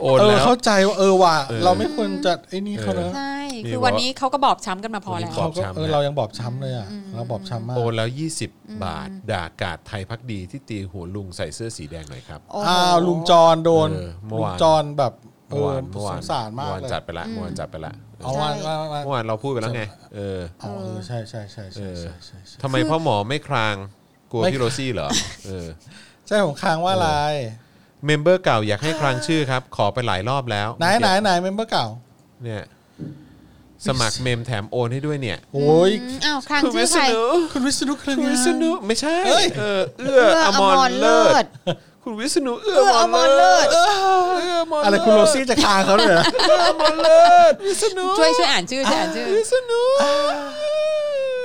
B: โอน
C: เออ
B: แล้ว
C: เข้าใจว่าเออว่ะ
B: เออ
C: เราไม่ควรจะไอ้นี่เขาเนอะ
D: ใช่
B: นี่
D: คือวันนี้เขาก็บอบช้ำกันมาพอ
B: วันนี้บ
D: แล้ว
C: เขาก็
B: ช้ำนะ
C: เออเรายังบอบช้ำเลยอ่ะเราบอบช้ำมาก
B: โอนแล้ว 20 บาท ด่ากาดไทยพักดีที่ตีหัวลุงใส่เสื้อสีแดงหน่อยครับ
D: โโห
C: อ้าวลุงจรโดน
B: เออเมื่อ
C: ลุ
B: วาน
C: งจรแบบเอ
B: เมื่อ
C: อ
B: วานเมื่อวา
C: ส
B: น
C: งสารมาก
B: เมื่อวาน
C: เลย
B: จัดไปละเมื่อวานจัดไปละเอ
C: เอา
B: อ
C: วาน
D: ใช่
C: วานวาน
B: เมื่อวานเราพูดไปแล้วไงเออ
C: อ๋อเออใช่ใช่ใช่
B: เอ
C: ใช่
B: อ
C: ใช่ใช่ใช่
B: ทำไมพ่อหมอไม่คลางกลัว
C: ไม่
B: พี่โรซี่เหรอเออ
C: ใช่ของค้างว่าอะไร
B: เมมเบอร์เก่าอยากให้คลางชื่อครับ ขอไปหลายรอบแล้ว
C: ไหนไหนไหนเมมเบอร์เก่า
B: เนี่ยสมัครเมมแถมโอนให้ด้วยเนี่ย
C: โอ้ย
D: อืมอ้าวครั้ง
B: คุณ
D: ชื่
B: วิ
D: อ
B: ษ
D: ใคร
B: ณุ
C: คุณวิษณุเครือง
B: คุณ
C: งา
B: วิษ
C: น
B: ณุไม่ใช่
C: เอ้ย
B: เออเอื้อ
D: เอื้อ
B: อ
D: อ
B: ม
D: ม
B: ร
D: ร
B: เลิ
D: เลิ
B: ศ
D: ศ
B: คุณวิษณุเอื้ออมร
D: เอื้ออมรเลิ
B: เลิศ
D: ศ
B: เออเอื้ออมร
C: อะไร
B: เลิศ
C: คุณโรซี่จะคางเขาเลยเหรอ
B: เออหมดเลยวิษณุ
D: ช่วยช่วยอ่านชื่อช่วยอ่านชื่อ
B: วิษณุ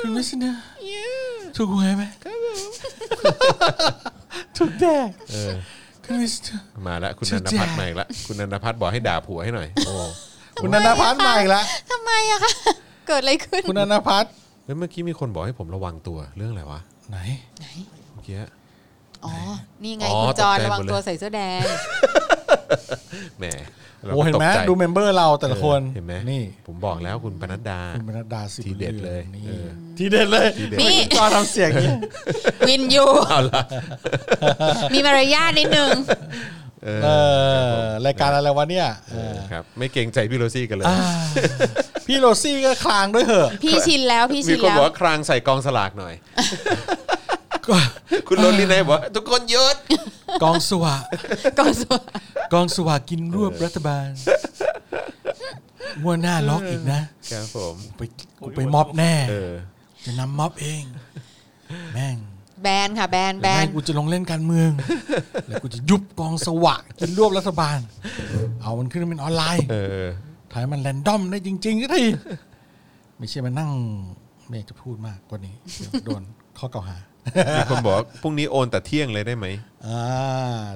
C: คุณวิษณุถูกหวยไหมถูกแดกคุณวิษณุ
B: มาแล้วคุณนันทพัฒน์มาอีกแล้วคุณนันทพัฒน์บอกให้ด่าผัวให้หน่อยโอ้
C: คุณนันทพัฒน์มาอีกแล้ว
D: ทำไมอะคะ เกิดอะไรขึ้น
C: คุณนันทพัฒน์
B: เฮ้ยเมื่อกี้มีคนบอกให้ผมระวังตัวเรื่องอะไรวะ
C: ไหน
D: ไหน
B: เมื่อกี้
D: อ๋อ นี่ไง
B: อ๋อ
D: คุณจอน
B: ตกใจหมดเลย
D: ระวังตัวใส่เสื้อแดง
B: แหมเรา
C: โอ้
B: ก็
C: เห็น
B: ตก
C: ไหม
B: ใจ
C: ดูเมมเบอร์เราแต่ละคน
B: เห็นไหม
C: นี่
B: ผมบอกแล้วคุณปนัดดา
C: คุณบรรดาสิ
B: ทีเด็ดเลย
C: นี่
B: เออ
C: ทีเด็ดเลย
D: นี่
C: คุณจอทำเสียงอย่างนี้
D: วินยูมีมารยาทนิดนึง
B: เออ
C: เออรายการอะไรวะเนี่ย
B: เออครับ ไม่เกรงใจพี่โรซี่กันเลย
C: อ่าพี่โรซี่ก็คลางด้วยเหอะ
D: พี่ชินแล้วพี่
B: มี
D: ชิน
B: คน
D: แล้
B: บอ
D: ว
B: กว่าครางใส่กองสลากหน่อย คุณโรลินไนบอกว่าทุกคนหยุด
C: กองสวะ
D: ก็สวย
C: กองสวะกินรวบรัฐบาลงวดหน้าล็อกอีกนะครับ
B: ผม
C: ไปกูไปม็อบแน่
B: เออ
C: จะนำม็อบเอง แม่ง
D: แบนค่ะ แบนแบ
C: แม่
D: น
C: งกูจะลงเล่นการเมืองแล้วกูจะยุบกองสวะกินรวบรัฐบาล เอามันขึ้นเป็นออนไลน์
B: เออ
C: ถ่ายมันแรนดอมได้จริงๆก็ทีไม่ใช่มานั่งไม่อยากจะพูดมากกว่านี้เดี๋ยวโดนข้อกล่าวหา [LAUGHS]
B: มีคนบอกว่าพรุ่งนี้โอนแต่เที่ยงเลยได้ไหม
C: อ่า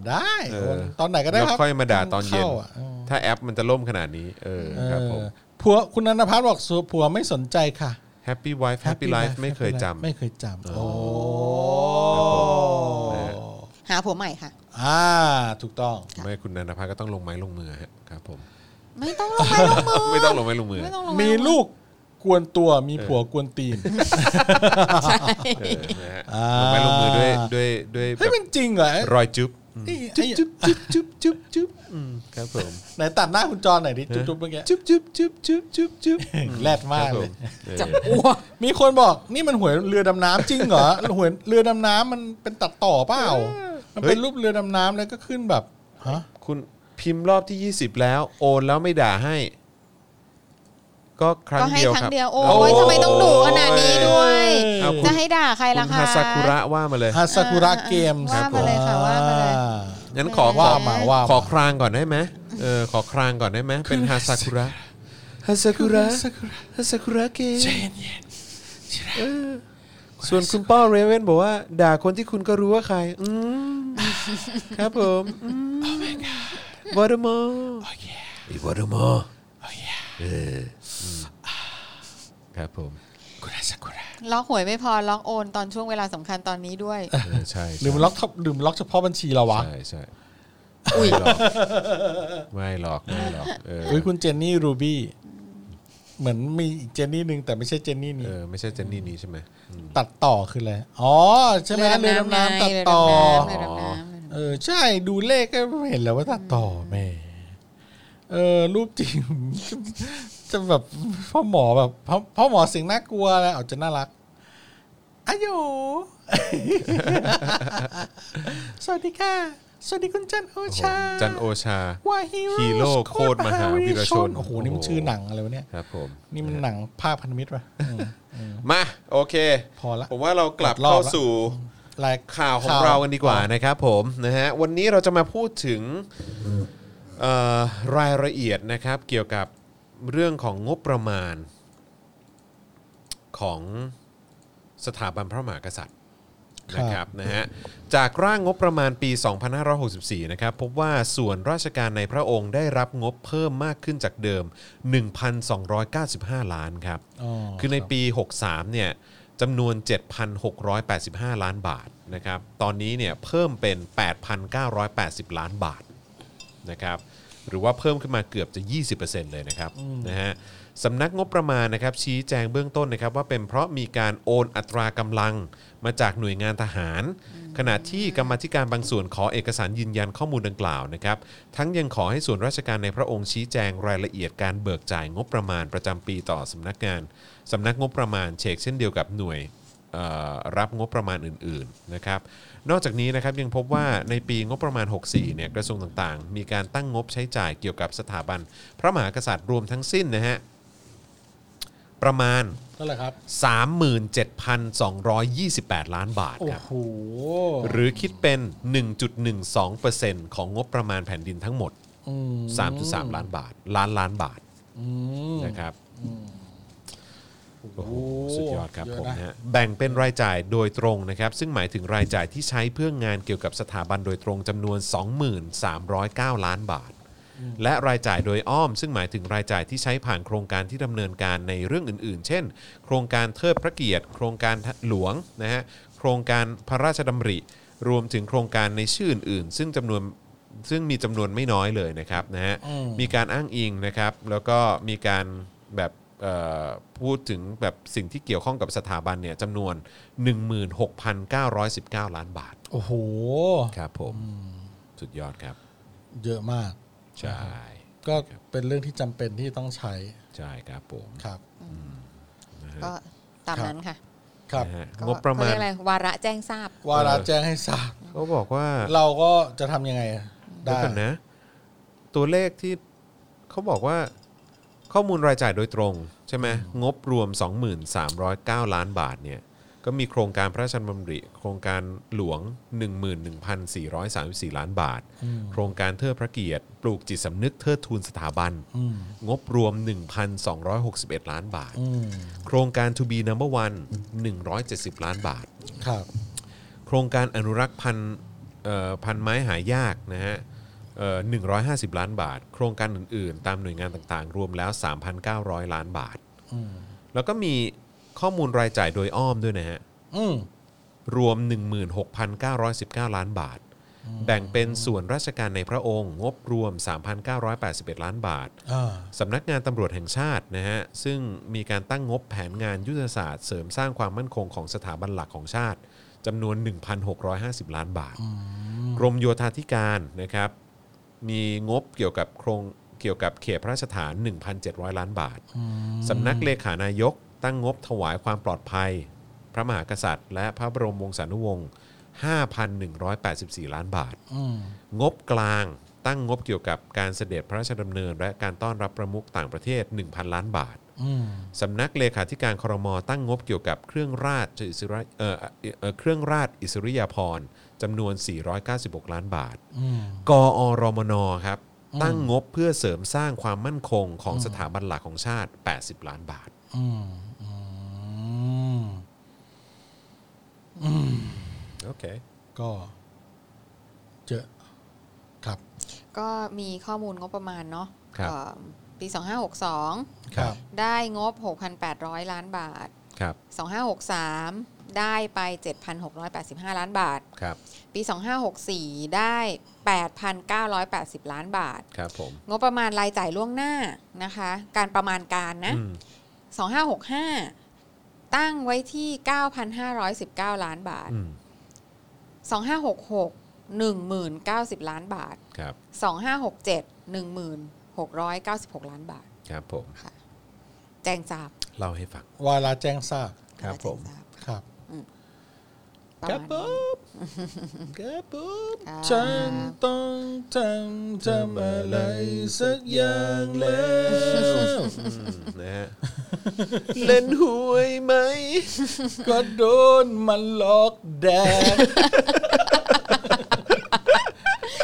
C: ได้
B: เออ
C: โอนตอนไหนก็ได้
B: แล้ว
C: ครับ
B: ค่อยมาด่าตอนเย็น
C: ข้าะออ
B: ถ้าแอปมันจะล่มขนาดนี้ เออครับผม
C: เออผัวคุณนันทพัฒน์บอกสัวผัวไม่สนใจค่ะ
B: Happy Wife Happy Life ไม่เคย
C: Happy Life
B: จำ
C: ไม่เคยจำโอ้
B: ครับผม
D: หาผัวใหม่ค่ะ
C: อ่าถูกต้อง
B: ไม่คุณนันทพัฒน์ก็ต้องลงไม้ลงมือฮะครับผม
D: ไม่ต้องลงไม้ลงมือ
B: ไม่ต้องลงไม้ลงมือ
D: ไม่ต้องลงไ
C: มีลูกกวนตัวมีผัวกวนตีน
B: เออนะฮะลงไม้ลงมือด้วยด้วยด้วย
C: เฮ้ย
B: แบ
C: มั
B: บ
C: นจริงเหรอ
B: รอยจุ๊บ
C: เอ้ย
B: จุ๊
C: ไอ้
B: บจุ๊บจุ๊บจุ๊บจุ๊บจุ๊บอืมครับผม
C: ไหนตัดหน้าคุณจรหน่อยดิจุ๊บๆเมื่อกี้
B: จุ๊บจุ๊บจุ๊บจุ๊บจุ๊บจุ๊บ
C: แรดมา
B: ค
C: ก
B: รับผ
C: เลย
B: เออ
D: จับอ้วก
C: มีคนบอกนี่มันหวยเรือดำน้ำจริงเหรอ หวยเรือดำน้ำมันเป็นตัดต่อเปล่า มันเป็นรูปเรือดำน้ำแล้วก็ขึ้นแบบฮะ
B: คุณพิมพ์รอบที่ 20 แล้ว โอนแล้วไม่ด่าให้ ก็ครั้
D: ก็
B: ง
D: ให้
B: เดียว
D: ค
B: ค
D: รั้ง
B: รับ
D: เดียวโอ้ยทำไมต้องดุขนาดนี้ด้วย
B: เอาคุณ
D: จะให้ด่าใครล่ะ
B: คุณ
D: คะ
B: ฮาซากุระว่ามาเลย
C: ฮาซากุระเกม
D: ว่ามาเลยค่ะว่ามาเลย
B: งั้นขอขอ
C: ว่ามาว่า
B: ข
C: มา
B: อครางก่อนได้ไหมเออ ขอครางก่อนได้ไหม เป็นฮาซากุระ ฮาซากุระ ฮาซากุระเกมเออส่วนคุณป้อเรเวนบอกว่า ด่าคนที่คุณก็รู้ว่าใคร อื
C: [LAUGHS]
B: ม ครับผมวอร์มออีวอร์มอเอออืมครับผม
D: ล็อกหวยไม่พอล็อกโอนตอนช่วงเวลาสำคัญตอนนี้ด้วย
B: เออใช่ใช่
C: หรือมันล็อกทับหรือมันล็อกเฉพาะบัญชีเราวะ
B: ใช่ใช่ไม่หรอกไม่หรอกไม่หรอกเออ
C: เฮ้ยคุณเจนนี่รูบี้เหมือนมีอีกเจนนี่หนึ่งแต่ไม่ใช่เจนนี่
B: เอ
C: นี้
B: อไม่ใช่เจนนี่นี้ใช่ไหมอืม
C: ตัดต่อคืออะไรอ๋อใช่ไหมเรือดำน้ำตัดต่อ
D: เรือดำน้ำเรือดำน้
C: เออใช่ดูเลขก็เห็นแล้วว่าตัดต่อแหม่เออรูปจริง [LAUGHS] จะจะแบบพ่อหมอแบบพ่อพ่อหมอเสียงน่ากลัวอะไรเอาจะน่ารักอายุ [LAUGHS] สวัสดีค่ะ สวัสดีคุณจันโอชา
B: จันโอชา
C: ว่าฮี
B: ฮีโร่โคตรมหาวีรชน
C: โอ้โหนี่มันชื่อหนังอะไรวะเนี่ย
B: ครับผม
C: นี่มันหนังภาคพันธมิตรป่ะอืมอืม
B: มาโอเค
C: พอละ
B: ผมว่าเรากลับ
C: รอบ
B: เข้า
C: ละ
B: สู่
C: ราย
B: ข่าวของเรากันดีกว่านะครับผมนะฮะวันนี้เราจะมาพูดถึงเอ่อรายละเอียดนะครับ เกี่ยวกับเรื่องของงบประมาณของสถาบันพระมหากษัตริย์
C: ครับ
B: นะครับนะฮะจากร่างงบประมาณปี 2564 นะครับพบว่าส่วนราชการในพระองค์ได้รับงบเพิ่มมากขึ้นจากเดิม 1,295 ล้านครับ
C: อ๋อ
B: คือใน
C: รับ
B: ปี 63 เนี่ยจำนวน 7,685 ล้านบาทนะครับ ตอนนี้เนี่ยเพิ่มเป็น 8,980 ล้านบาทนะครับ หรือว่าเพิ่มขึ้นมาเกือบจะ 20%เลยนะครับนะฮะสำนักงบประมาณนะครับชี้แจงเบื้องต้นนะครับว่าเป็นเพราะมีการโอนอัตรากำลังมาจากหน่วยงานทหาร ขณะที่กรรมาธิการบางส่วนขอเอกสารยืนยันข้อมูลดังกล่าวนะครับ ทั้งยังขอให้ส่วนราชการในพระองค์ชี้แจงรายละเอียดการเบิกจ่ายงบประมาณประจำปีต่อสำนักงาน สำนักงบประมาณเชกเช่นเดียวกับหน่วยเอ่อรับงบประมาณอื่นๆนะครับนอกจากนี้นะครับยังพบว่าในปีงบประมาณ 64เนี่ยกระทรวงต่างๆ มีการตั้งงบใช้จ่ายเกี่ยวกับสถาบัน พระมหากษัตริย์รวมทั้งสิ้นนะฮะประมาณ
C: เท่าไหร่ครับ
B: 37,228 ล้านบาท
C: โอ้
B: ครับ
C: โห
B: หรือคิดเป็น 1.12%ของงบประมาณแผ่นดินทั้งหมด
C: อืม
B: 3.3 ล้านบาท ล้านล้านบาท
C: อืม
B: นะครับ โอ้โห
C: โอ้โห
B: สุดยอดครับ
C: เยอะ
B: ผม
C: นะ
B: นะฮะแบ่งเป็นรายจ่ายโดยตรงนะครับ ซึ่งหมายถึงรายจ่ายที่ใช้เพื่องานเกี่ยวกับสถาบันโดยตรงจำนวน 2309 ล้านบาท และรายจ่ายโดยอ้อม ซึ่งหมายถึงรายจ่ายที่ใช้ผ่านโครงการที่ดำเนินการในเรื่องอื่นๆ เช่น โครงการเทิดพระเกียรติ โครงการหลวงนะฮะโครงการพระราชดำริ รวมถึงโครงการในชื่ออื่นๆซึ่งจำนวนซึ่งมีจำนวนไม่น้อยเลยนะครับนะฮะ
C: อืม
B: มีการอ้างอิงนะครับ แล้วก็มีการแบบเอ่อพูดถึงแบบสิ่งที่เกี่ยวข้องกับสถาบันเนี่ยจำนวน 16,919 ล้านบาท
C: โอ้โห
B: ครับผม สุดยอดครับ
C: เยอะมาก
B: ใช่
C: ก็เป็นเรื่องที่จำเป็นที่ต้องใช้
B: ใช่ครับผม
C: ครับ
D: ำก็ตามนั้นค่ะ
C: ครับ
B: นะฮะ
D: ก็
B: งบประมาณ
D: เขเยกอไวาระแจ้งทราบ
C: วาระแจ้งให้ทราบ
B: เขาบอกว่า
C: เราก็จะทำยังไง
B: เดี๋ยว
C: ได้
B: กันนะ ตัวเลขที่เขาบอกว่าข้อมูลรายจ่ายโดยตรง ใช่ไหมงบรวม 23,309 ล้านบาทเนี่ย ก็มีโครงการพระราชดำริ โครงการหลวง 11,434 ล้านบาท
C: อืม
B: โครงการเทิดพระเกียรติ ปลูกจิตสำนึกเทิดทูนสถาบัน
C: อืม
B: งบรวม 1,261 ล้านบาท
C: อืม
B: โครงการ To be number one 170 ล้านบาท
C: ครับ
B: โครงการอนุรักษ์พันธุ์เอ่อพันธุ์ไม้หายากนะฮะเอ่อ150 ล้านบาท โครงการอื่นๆ ตามหน่วยงานต่างๆ รวมแล้ว 3,900 ล้านบาท
C: อืม
B: แล้วก็มีข้อมูลรายจ่ายโดยอ้อมด้วยนะฮะ
C: อืม
B: รวม 16,919 ล้านบาท แบ่งเป็นส่วนราชการในพระองค์ งบรวม 3,981 ล้านบาท
C: อ่า
B: สำนักงานตำรวจแห่งชาตินะฮะ ซึ่งมีการตั้งงบแผนงานยุทธศาสตร์เสริมสร้างความมั่นคงของสถาบันหลักของชาติจำนวน 1,650 ล้านบาท ก รมโยธาธิการนะครับ มีงบเกี่ยวกับโครงเกี่ยวกับเขตพระราชฐาน 1,700 ล้านบาท สำนักเลขานายกตั้งงบถวายความปลอดภัย พระมหากษัตริย์ และพระบรมวงศานุวงศ์ 5,184 ล้านบาท
C: อืม
B: งบกลางตั้งงบเกี่ยวกับการเสด็จพระราชดำเนิน และการต้อนรับประมุขต่างประเทศ 1,000 ล้านบาท
C: อืม
B: สำนักเลขาธิการครมตั้งงบเกี่ยวกับเครื่องราชอิสริยเอ่อเอ่อเครื่องราชอิสริยาภรณ์จำนวน 496 ล้านบาท
C: อืม
B: กอรมนครับ ตั้งงบเพื่อเสริมสร้างความมั่นคงของสถาบันหลักของชาติ 80 ล้านบาท
C: อืมอืม
B: โอเค
C: ก็เจอครับ
D: ก็มีข้อมูลงบประมาณเนาะ
B: ครับ
D: เอ่อปี 2562
B: ครับ
D: ได้งบ 6,800 ล้านบาท
B: ครับ
D: 2563 ได้ไป 7,685 ล้านบาท
B: ครับ
D: ปี 2564 ได้ 8,980 ล้านบาท
B: ครับผม
D: งบประมาณรายจ่ายล่วงหน้านะคะ การประมาณการนะ
B: อืม
D: 2565 ตั้งไว้ที่ 9,519 ล้านบาท
B: อืม
D: 2566 1,090 ล้านบาท
B: ครับ
D: 2567 1,696 ล้านบาท
B: ครับผม
D: ค่ะแจงจับ
B: เล่าให้ฟัง
C: วาระแจ้งทราบ
B: ครับผม
D: แจงทา
C: ครับ
D: ประมาณนี้ [LAUGHS]
B: ครับผม
D: อ่า
C: ฉันต้องทำทำอะไรสักอย่างแล้ว
D: [LAUGHS]
B: นะฮะเล่นหวย
D: [LAUGHS]
B: ไหม
C: ก็โดนมันหลอก [LAUGHS] แดด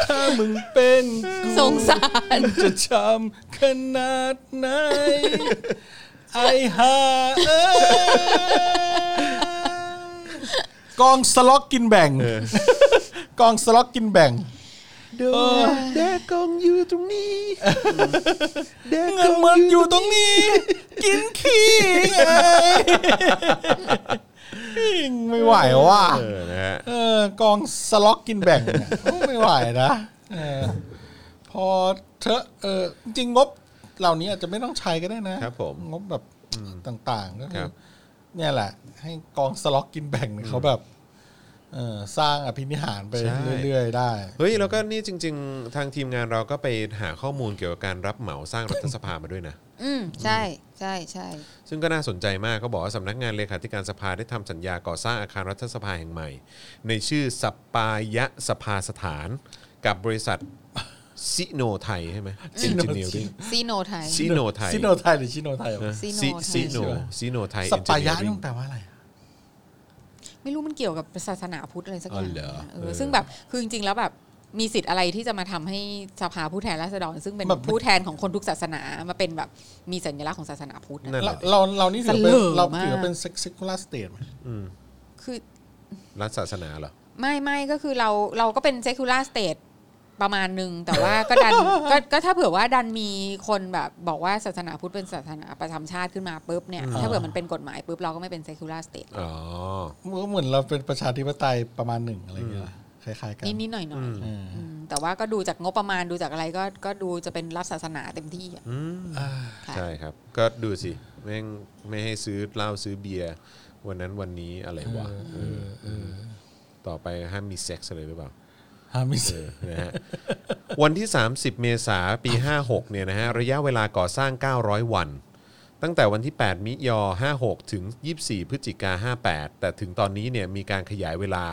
C: ถ้ามึงเป็นกู
D: สงสาร
C: จะช้ำขนาดไหน ไอ้ห่าเอ้ยกองสล็อกกินแบ่งกองสล็อกกินแบ่ง
B: เดินแดกกองอยู่ตรงนี้แดก
C: เงินมันอยู่ตรงนี้ กินขี้ไง [LAUGHS] ไม่ไหวว่ะ
B: เออนะฮะ
C: เออกองสล็อกกินแบ่งเนี่ยไม่ไหวนะเออพอเธอะเออจริงๆงบเหล่านี้อาจจะไม่ต้องใช้ก็ได้นะครับ
B: ผม
C: งบแบบต่างๆก็
B: ค
C: คื
B: รั
C: อบ เนี่ยแหละ ให้กองสล็อกกินแบ่งเนี่ยเขาแบบเออสร้างอภินิหารไปเรื่อยๆได้
B: เฮ้ยแล้วก็นี่จริง ๆ ทางทีมงานเราก็ไปหาข้อมูลเกี่ยวกับการรับเหมาสร้างรัฐสภามาด้วยนะ
D: อืมใช่ใช่ใช่
B: ซึ่งก็น่าสนใจมากเขาบอกว่าสำนักงานเลขาธิการสภาได้ทำสัญญาก่อสร้างอาคารรัฐสภาแห่งใหม่ ในชื่อสปายะสภาสถาน กับบริษัทซิโนไทยใช่ไหม
C: Sino
B: Engineering
D: ซีโนไทย
B: ซิโนไทย
C: ชิโนไทยหรือชิโนไทย
B: นะ
D: Sino
B: ซิ
D: Thai
B: ซิโนซิโนไทย
C: สปายะ
B: Engineering
C: นี่มันแปลว่าอะไรอะ
D: ไม่รู้มันเกี่ยวกับศาสนาพุทธอะไรสักอย่าง
B: อ๋อเหรอ
D: นะเอ
B: เอ
D: อ
B: อ
D: ซึ่งแบบคือจริงๆแล้วแบบมีสิทธิ์อะไรที่จะมาทำให้สภาผู้แทนราษฎร ซึ่งเป็น
C: แบบ
D: ผู้แทนของคนทุกศาสนามาเป็นแบบมีสัญลักษณ์ของศาสนาพุทธ
B: นั่
D: นะ
B: นแห
C: เรา
B: ละ
C: เราเรานี่ถือเป็น
D: สะเหร่อ
C: เรา
D: มาก
C: ถือเป็นเซ็กซิคูลาสเตทไหม
B: อืม
D: คือ
B: รัฐศาสนาเหรอ
D: ไม่ไม่ก็คือเราเราก็เป็นเซคูลาสเต e ประมาณหนึ่งแต่ว่าก็ดัน ก็ก็ถ้าเผื่อว่าดันมีคนแบบบอกว่าศาสนาพุทธเป็นศาสนาประจำชาติขึ้นมาปุ๊บเนี่ยถ้าเผื่อมันเป็นกฎหมายปุ๊บเราก็ไม่เป็นเซคูลาสเต e
B: อ๋อ
C: เหมือนเราเป็นประชาธิปไตยประมาณหนึ่งอะไรเงี้ยคล้ายๆกัน
D: นิดนิดๆหน่อยหน่อย
C: อืม
D: แต่ว่าก็ดูจากงบประมาณดูจากอะไรก็ก็ดูจะเป็นรัฐศาสนาเต็มที่อะ
B: อืม
C: อ่า
D: ค่ะ
B: ใช่ครับ ก็ดูสิแม่งไม่ให้ซื้อเหล้าซื้อเบียร์วันนั้นวันนี้อะไรวะเออเออต่อไปห้ามมีเซ็กซ์เลยหรือเปล่า
C: ฮามิส
B: เออนะฮะ วันที่ 30 เมษาปี 56 เนี่ยนะฮะ ระยะเวลาก่อสร้าง 900 วัน ตั้งแต่วันที่ 8 มิยอ56 ถึง 24 พฤศจิกา 58 แต่ถึงตอนนี้เนี่ย มีการขยายเวลา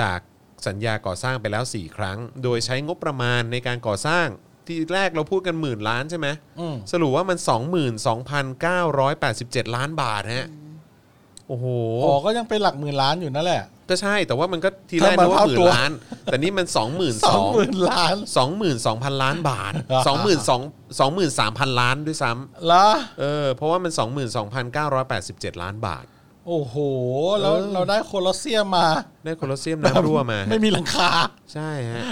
B: จากสัญญาก่อสร้างไปแล้ว 4 ครั้ง โดยใช้งบประมาณในการก่อสร้างที่แรกเราพูดกันหมื่นล้านใช่ไหม
C: อืม
B: สรุปว่ามัน 22,987 ล้านบาทฮะ โอ้โห
C: อ๋อก็ยังเป็นหลักหมื่นล้านอยู่นั่นแหละ
B: ก็ใช่ แต่ว่ามันก็ทีแรกนึกว่าหมื่นล้าน แต่นี่มัน 22,000
C: สองหมื่นล้าน
B: 22,000 ล้านบาท 22,000 23,000 ล้านด้วยซ้
C: ละ
B: ำเออเพราะว่ามัน 22,987 ล้านบาท
C: โอ้โห แล้วเราได้โคลอสเซียมมา
B: ได้โคลอสเซียมน้ำรั่ว
C: [LAUGHS]
B: มา
C: ไม่มีหลังคา
B: ใช่ฮะ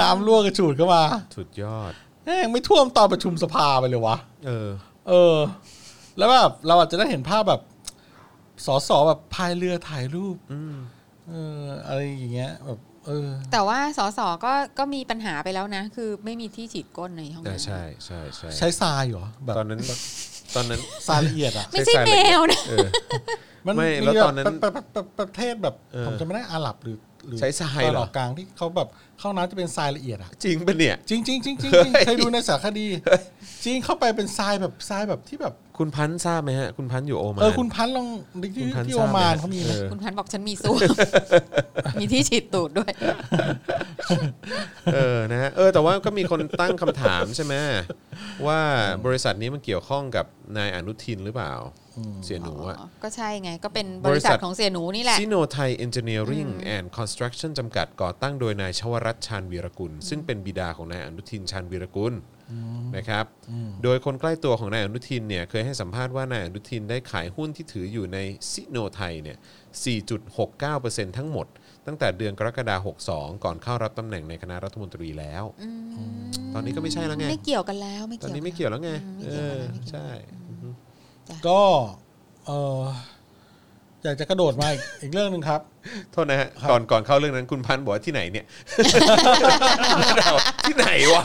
C: น้ำรั่วกระฉูดเข้ามา
B: สุดยอด
C: แม่งไม่ท่วมตอนประชุมสภาไปเลยวะ
B: เออ
C: เออ แล้วแบบเราอาจจะได้เห็นภาพแบบสอสอแบบพายเรือถ่ายรูป
B: อืม
C: เอออะไรอย่างเงี้ยแบบเออ
D: แต่ว่าสสก็ก็มีปัญหาไปแล้วนะ คือไม่มีที่ฉีดก้นในห้อง
B: แต่
D: น้ำ
B: ใช่ใช่ใช่
C: ใช้ทรายเหรอแบบ
B: ตอนนั้นตอนนั้น
C: ทรายละเอียดอ่ะ
D: ไม่ใช่แมวนะ
B: เออ
C: มัน
B: ไม่
C: มี
B: แล้ว
C: บบ
B: ตอนนั้น
C: ประประประประประเทศแบบ
B: เออ
C: ผมจะไม่ได้อาหรับหรือ หรือ
B: ใช้ทราย
C: ตะวัน
B: เหร
C: อ
B: อ
C: อกกลางที่เขาแบบเข้าน้ำจะเป็นทรายละเอียดอะ
B: จริงปะเนี่ย
C: จริงๆจริงๆจริงๆจริง
B: เฮ้ย
C: เคยดูในสารคดี จริงเข้าไปเป็นทรายแบบทรายแบบที่แบบ
B: คุณพันธ์ทราบไหมฮะ คุณพันธ์อยู่โอมาน
C: เออคุณพันธ์ลองที่
B: คุณพันธ์
C: ที่
B: ทรา
C: โอบ มาน
B: ไหม
C: เขามีไหม
B: เออ
D: คุณพันธุ์บอกฉันมีสู้ มีที่ฉีดตูดด้วย
B: เออนะฮะเออแต่ว่าก็มีคนตั้งคำถามใช่ไหมว่าบริษัทนี้มันเกี่ยวข้องกับนายอนุทินหรือเปล่า เสียหนูอะ
D: ก็ใช่ไง ก็เป็น
B: บบริ
D: ริ
B: ษั
D: ษั
B: ท
D: ทของเสียหนูนี่แหละ
B: ซิโนไทยเอนจิเนียริงแอนด์คอนสตรักชั่นจำกัดก่อตั้งโดยนายชวรัตน์ชานวีรกุล ซึ่งเป็นบิดาของนายอนุทินชานวีรกุลนะครับโดยคนใกล้ตัวของนายอนุทินเนี่ยเคยให้สัมภาษณ์ว่านายอนุทินได้ขายหุ้นที่ถืออยู่ในซิโนไทยเนี่ย 4.69%ทั้งหมด ตั้งแต่เดือนกรกฎาคม62 ก่อนเข้ารับตำแหน่งในคณะรัฐมนตรีแล้ว
D: อืม
B: ตอนนี้ก็ไม่ใช่แล้วไง
D: ไม่เกี่ยวกันแล้วไม่
B: ตอน
D: เกี่ยว
B: นี้ไม่เกี่ยวแล้วไง
D: อืมไม่
B: เอ
D: เกี่ยว
B: อ
D: กันแล้วไม่เกี่ยว
B: ใช่
C: ก็เอออยากจะกระโดดมาอีก อีกเรื่องหนึ่งครับ
B: โทษนะฮะก่อนก่อนเข้าเรื่องนั้นคุณพันธ์บอกว่าที่ไหน
C: [LAUGHS]
B: เนี่ย ที่ไหนวะ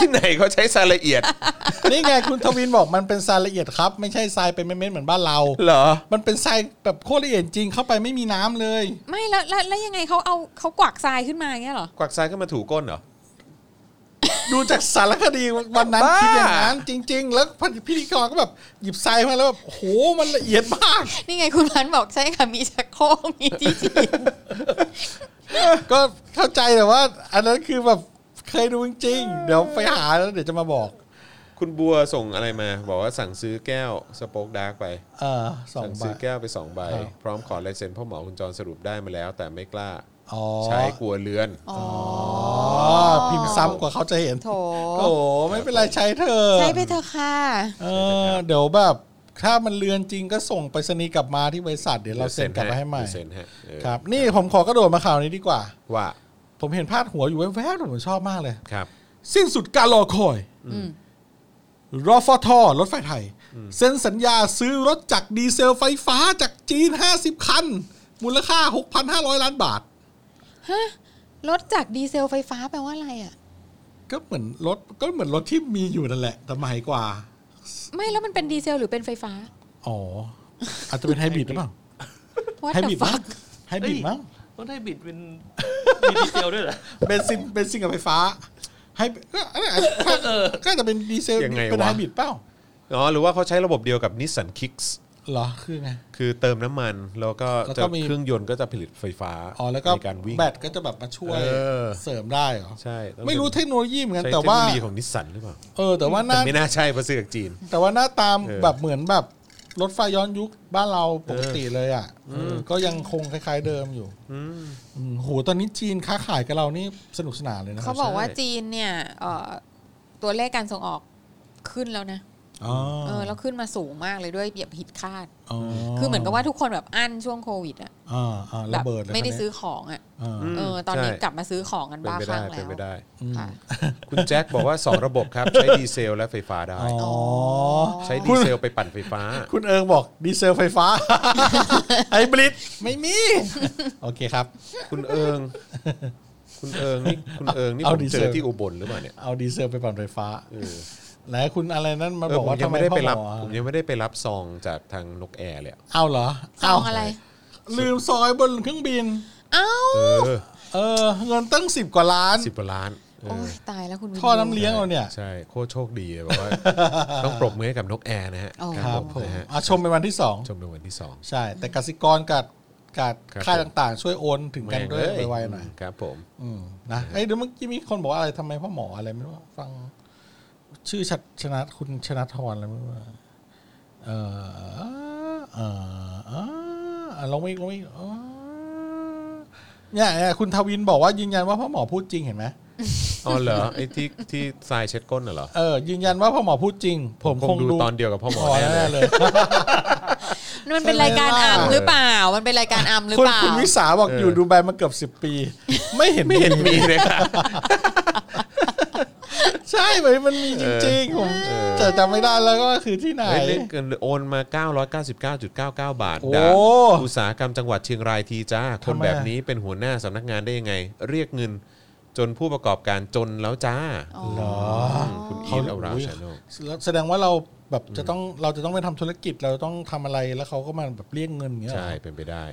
B: ที่ไหนเขาใช้สารละเอียด
C: นี่ไงคุณทวินบอกมันเป็นทรายละเอียดครับ ไม่ใช่ทรายเป็นเม็ดๆเหมือนบ้านเรา
B: เหรอ
C: มันเป็นทรายแบบโคตรละเอียดจริงเข้าไปไม่มีน้ำเลย
D: ไม่แล้วแล้วแล้วยังไงเขาเอาเขากวักทรายขึ้นมาอย่างเงี้ยเหรอ
B: กวักซ้ายก็มาถูก้นเหรอ
C: ดูจากสารคดีวันนั้น
B: บ้า
C: คิดอย่างนั้นจริง ๆ แล้วพิธีกรก็แบบหยิบทรายมาแล้วแบบโอ้โหมันละเอียดมาก [LAUGHS]
D: นี่ไงคุณพันธุ์บอกใช่ค่ะมีชักโครกมีที่ฉี
B: [LAUGHS]
D: ด
C: ก็เข้าใจแต่ว่า อันนั้นคือแบบเคยดูจริงๆเดี๋ยวไปหาแล้วเดี๋ยวจะมาบอก
B: คุณบัวส่งอะไรมา บอกว่าสั่งซื้อแก้วสโป๊กดาร์กไป
C: เออสอง
B: สั่ง
C: ใบ
B: ซื้อแก้วไปสองใบ
C: ครับ
B: พร้อมขอลายเซ็นพ่อหมอคุณจรสรุปได้มาแล้ว แต่ไม่กล้า
C: อ๋อ
B: ใช้กลัวเลือน
D: อ๋อ
C: อ๋อพิมพ์ซ้ำกว่าเขาจะเห็น
D: โถ
C: โอ้โหไม่เป็นไรใช้เธอะ
D: ใช่ไปเถอะค่ะ
C: เออเดี๋ยวแบบ ถ้ามันเลือนจริงก็ส่งไปรษณีย์กลับมาที่บริษัทเดี๋ยวเราเซ็นกลับมาให้ใหม่
B: เซ็นฮะเออ
C: ครับ นี่ผมขอกระโดดมาข่าวนี้ดีกว่า
B: ว่า
C: ผมเห็นพาดหัวอยู่แวบๆผมชอบมากเลย
B: ครับ
C: สิ้นสุดการรอคอย
D: อืม
C: รฟทรถไฟไทย เซ็นสัญญาซื้อรถจักรดีเซลไฟฟ้าจากจีน 50 คัน มูลค่า 6,500 ล้านบาท
D: ฮะรถจากดีเซลไฟฟ้าแปลว่าอะไรอ่ะ
C: ก็เหมือนรถก็เหมือนรถที่มีอยู่นั่นแหละแต่ใหม่กว่า
D: ไม่แล้วมันเป็นดีเซลหรือเป็นไฟฟ้า
C: อ๋อ อาจจะเป็นไฮบริดหรือเปล่า
D: What
C: ไฮบริ
D: the
C: ด
B: [LAUGHS]
D: fuck
C: ไฮบริดมั้ง
F: ก็ได้บิดเป็นมีดีเซลด้วยเหรอ
C: เบนซินเบนซินกับไฟฟ้าไฮก็อันนั้นอาจจะ [LAUGHS] ก็อาจจะเป็นดีเซล
B: ยังไงวะ
C: เป็นไฮบริดเปล่า
B: อ๋อหรือว่าเขาใช้ระบบเดียวกับนิสสันคิกส์
C: เหรอคือไง
B: คือเติมน้ำมัน แล้วก็
C: แล้ว
B: จะ
C: ก็มี
B: เครื่องยนต์ก็จะผลิตไฟฟ้า
C: อ๋อแล้วก็
B: ในการวิ่ง
C: แบตก็จะแบบมาช่วย
B: เออ
C: เสริมได้เหรอ
B: ใช่ต้อง
C: ไม่รู้เทคโนโลยีเหมือนกัน
B: ใช้เท
C: แต่
B: คโน
C: ว่า
B: โลยีของนิสสันหรือเปล่า
C: เออแต่ว่า
B: แต่
C: น่า
B: ไม่น่าใช่เพราะซื้อจากจีน
C: แต่ว่าหน้าตาม
B: เออ
C: แบบเหมือนแบบรถไฟย้อนยุคบ้านเราปกติเลยอ่ะเออก็ยังคงคล้ายๆเดิมอยู่อืมโหตอนนี้จีนค้าขายกับเรานี่สนุกสนานเลยนะ
D: เขาบอกว่า
B: ใช่
D: จีนเนี่ยเอ่อตัวเลขการส่งออกขึ้นแล้วนะ
C: อ๋อ
D: เออแล้วขึ้นมาสูงมากเลยด้วยแบบผิดคาด
C: อ๋อ
D: คือเหมือนกับว่าทุกคนแบบอั้นช่วงโควิดอ่ะ
C: อ่าอ่า
D: แบ
C: ระ
D: บ
C: เบิดเลย
D: ไม่ได้
C: คราวเนี้ย
D: ซื้อของอ่ะ
C: อ่า
D: เออตอนนี้
B: ใช่
D: กลับมาซื้อของกัน
B: เป็น
D: บ้า
B: ไป
D: ค
B: ได้
D: ลั่งแล้
B: เป็น
D: ว
B: ไปได้
D: ค่ะ
B: คุณแจ็คบอกว่า 2 ระบบครับ ใช้ดีเซลและไฟฟ้าได้
C: อ๋อ
B: ใช้ดีเซลไปปั่นไฟฟ้า
C: คุณเอิงบอกดีเซลไฟ
D: [LAUGHS]
C: ฟ้า ไฮบริดไม่มี โอเคครับ
B: คุณเอิง คุณเอิงนี่คุณเอิงนี่
C: เอา
B: ผม
C: ดี
B: เจ
C: เซล
B: อที่อุบลหรือเปล่าเนี่ย
C: เอาดีเซลไปปั่นไฟฟ้า
B: เออ
C: ไหนคุณอะไรนั่นมา
B: เออบผ
C: อก
B: ม
C: ว่า
B: ยั
C: ทำ
B: ง
C: ไม
B: ไม่ได้ไป
C: พ่อหมอ
B: รับ ผมยังไม่ได้ไปรับซองจากทางนกแอร์เลยอะ
C: เอาเหรอ
D: ซองอะไร
C: ลืมซอยบนเครื่องบิน
D: เอ้า
B: เออ
C: เออเงินตั้งสิบกว่าล้าน
B: สิบกว่าล้านเออ
D: โอ้ยตายแล้วคุณวิ
C: ท่อน้ำเลี้ยงเราเนี่ย
B: ใช่โคตรโชคดีเลยบอกว่า
C: [LAUGHS]
B: ต้องปรบมือให้กับนกแอร์นะฮะ
C: ครับผม
B: นะฮะ
C: อ่ะชมเป็นวันที่สอง
B: ชมในวันที่สอง
C: ใช่ แต่กสิกรกับกับ
B: ครับ
C: ค่ายต่างๆ ช่วยโอนถึงกันด้วย
B: แม่ง
C: ไวๆหน่อย
B: ครับผม
C: อืมนะไอ้ยเดี๋ยวเมื่อกี้มีคนบอกว่าอะไรทำไมพ่อหมออะไรไม่รู้ว่าฟัง ชื่อชัดชนะคุณชนะทรอะไรไม่รู้ว่าเออเออเอออ่ะลองอีกลองอีกเออเนี่ยเนี่ยคุณทวินบอกว่ายืนยันว่าพ่อหมอพูดจริงเห็นไหม
B: อ๋อเหรอไอ้ที่ที่ทรายเช็ดก้นน่ะเหรอ
C: เออยืนยันว่าพ่อหมอพูดจริง ผม
B: ค
C: ค
B: ง
C: ง
B: ดู
C: ดู
B: ตอนเดียวกับพ่อหมอ
C: หมอ
B: แน่เล
C: แน่
B: ย
C: เลย
D: มันเป็นรายการ
C: ใช่ไหม
D: อั
C: ล่ะ
D: มหรือเปล่า มันเป็นรายการอัมหรือ
C: คุณ
D: เปล่า
C: คุณวิสาบอก
B: เออ
C: อ
B: อ
C: ยู่ดูไบมาเกือบสิบ10 ปี ไม่เห็นไม่เห็นมี
B: มีเลยครับ
C: ใช่ไหมมันมีจริง ๆ ผม
B: เออ
C: จะจำไม่ได้แล้วก็คือที่ไหน
B: เฮ้ยเล่นเกินโอนมา 999.99 บาท
C: โอ้
B: ด่าอุตสาหกรรมจังหวัดเชียงรายทีจ้า คน
C: ทำไม
B: แบบนี้เป็นหัวหน้าสำนักงานได้ยังไง เรียกเงิน จนผู้ประกอบการจนแล้วจ้า
D: อ๋อ
C: เหรอ
B: คุณอีทเอารา
C: อุ๊ย
B: ชาโน
C: แล้วแสดงว่าเราแบบจะต้องเราจะต้องไปทำธุรกิจเราต้องทำอะไรแล้วเขาก็มาแบบเรียกเงินอย่างเงี้ยเหรอ
B: ใช่เป็นไปได้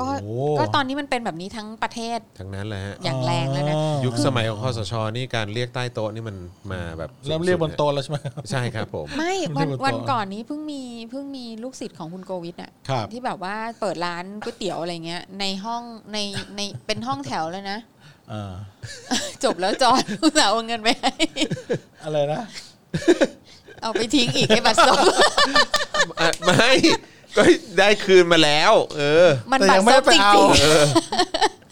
D: ก็
C: โ
D: ก็ตอนนี้มันเป็นแบบนี้ทั้งประเทศ
B: ทั้งนั้นแหละฮะ
D: อย่างแรงแล้วนะ
C: อ๋อ
B: ยุคสมัยของคอสชนี่การเรียกใต้โต๊ะนี่มันมาแบบ
C: เริ่มเรียกบนโต๊ะแล้วใช่ไหม
B: ใช่ครับผม
D: ไม่
C: ไม่
D: วัน
C: รู้ตัว
D: วันก่อนนี้เพิ่งมีเพิ่งมีลูกศิษย์ของคุณโกวิทน่ะ
C: ครับ
D: ที่แบบว่าเปิดร้านก๋วยเตี๋ยวอะไรเงี้ย ในห้องในในเป็นห้องแถวเลยนะ
C: อ่า
D: จบแล้วจอด [LAUGHS] อุตส่าห์เอาเงินไปให้
C: อะไรนะ
D: เอาไปทิ้งอีกให้บัตรซบ [LAUGHS]
B: อ่ะไม่ [LAUGHS] ก็ได้คืนมาแล้ว เออ
D: มัน
C: แต่
D: บัต
C: ยั
D: รซบ
C: ไม่ได้ไป
D: จริง
C: เอา
D: ๆ
B: เออ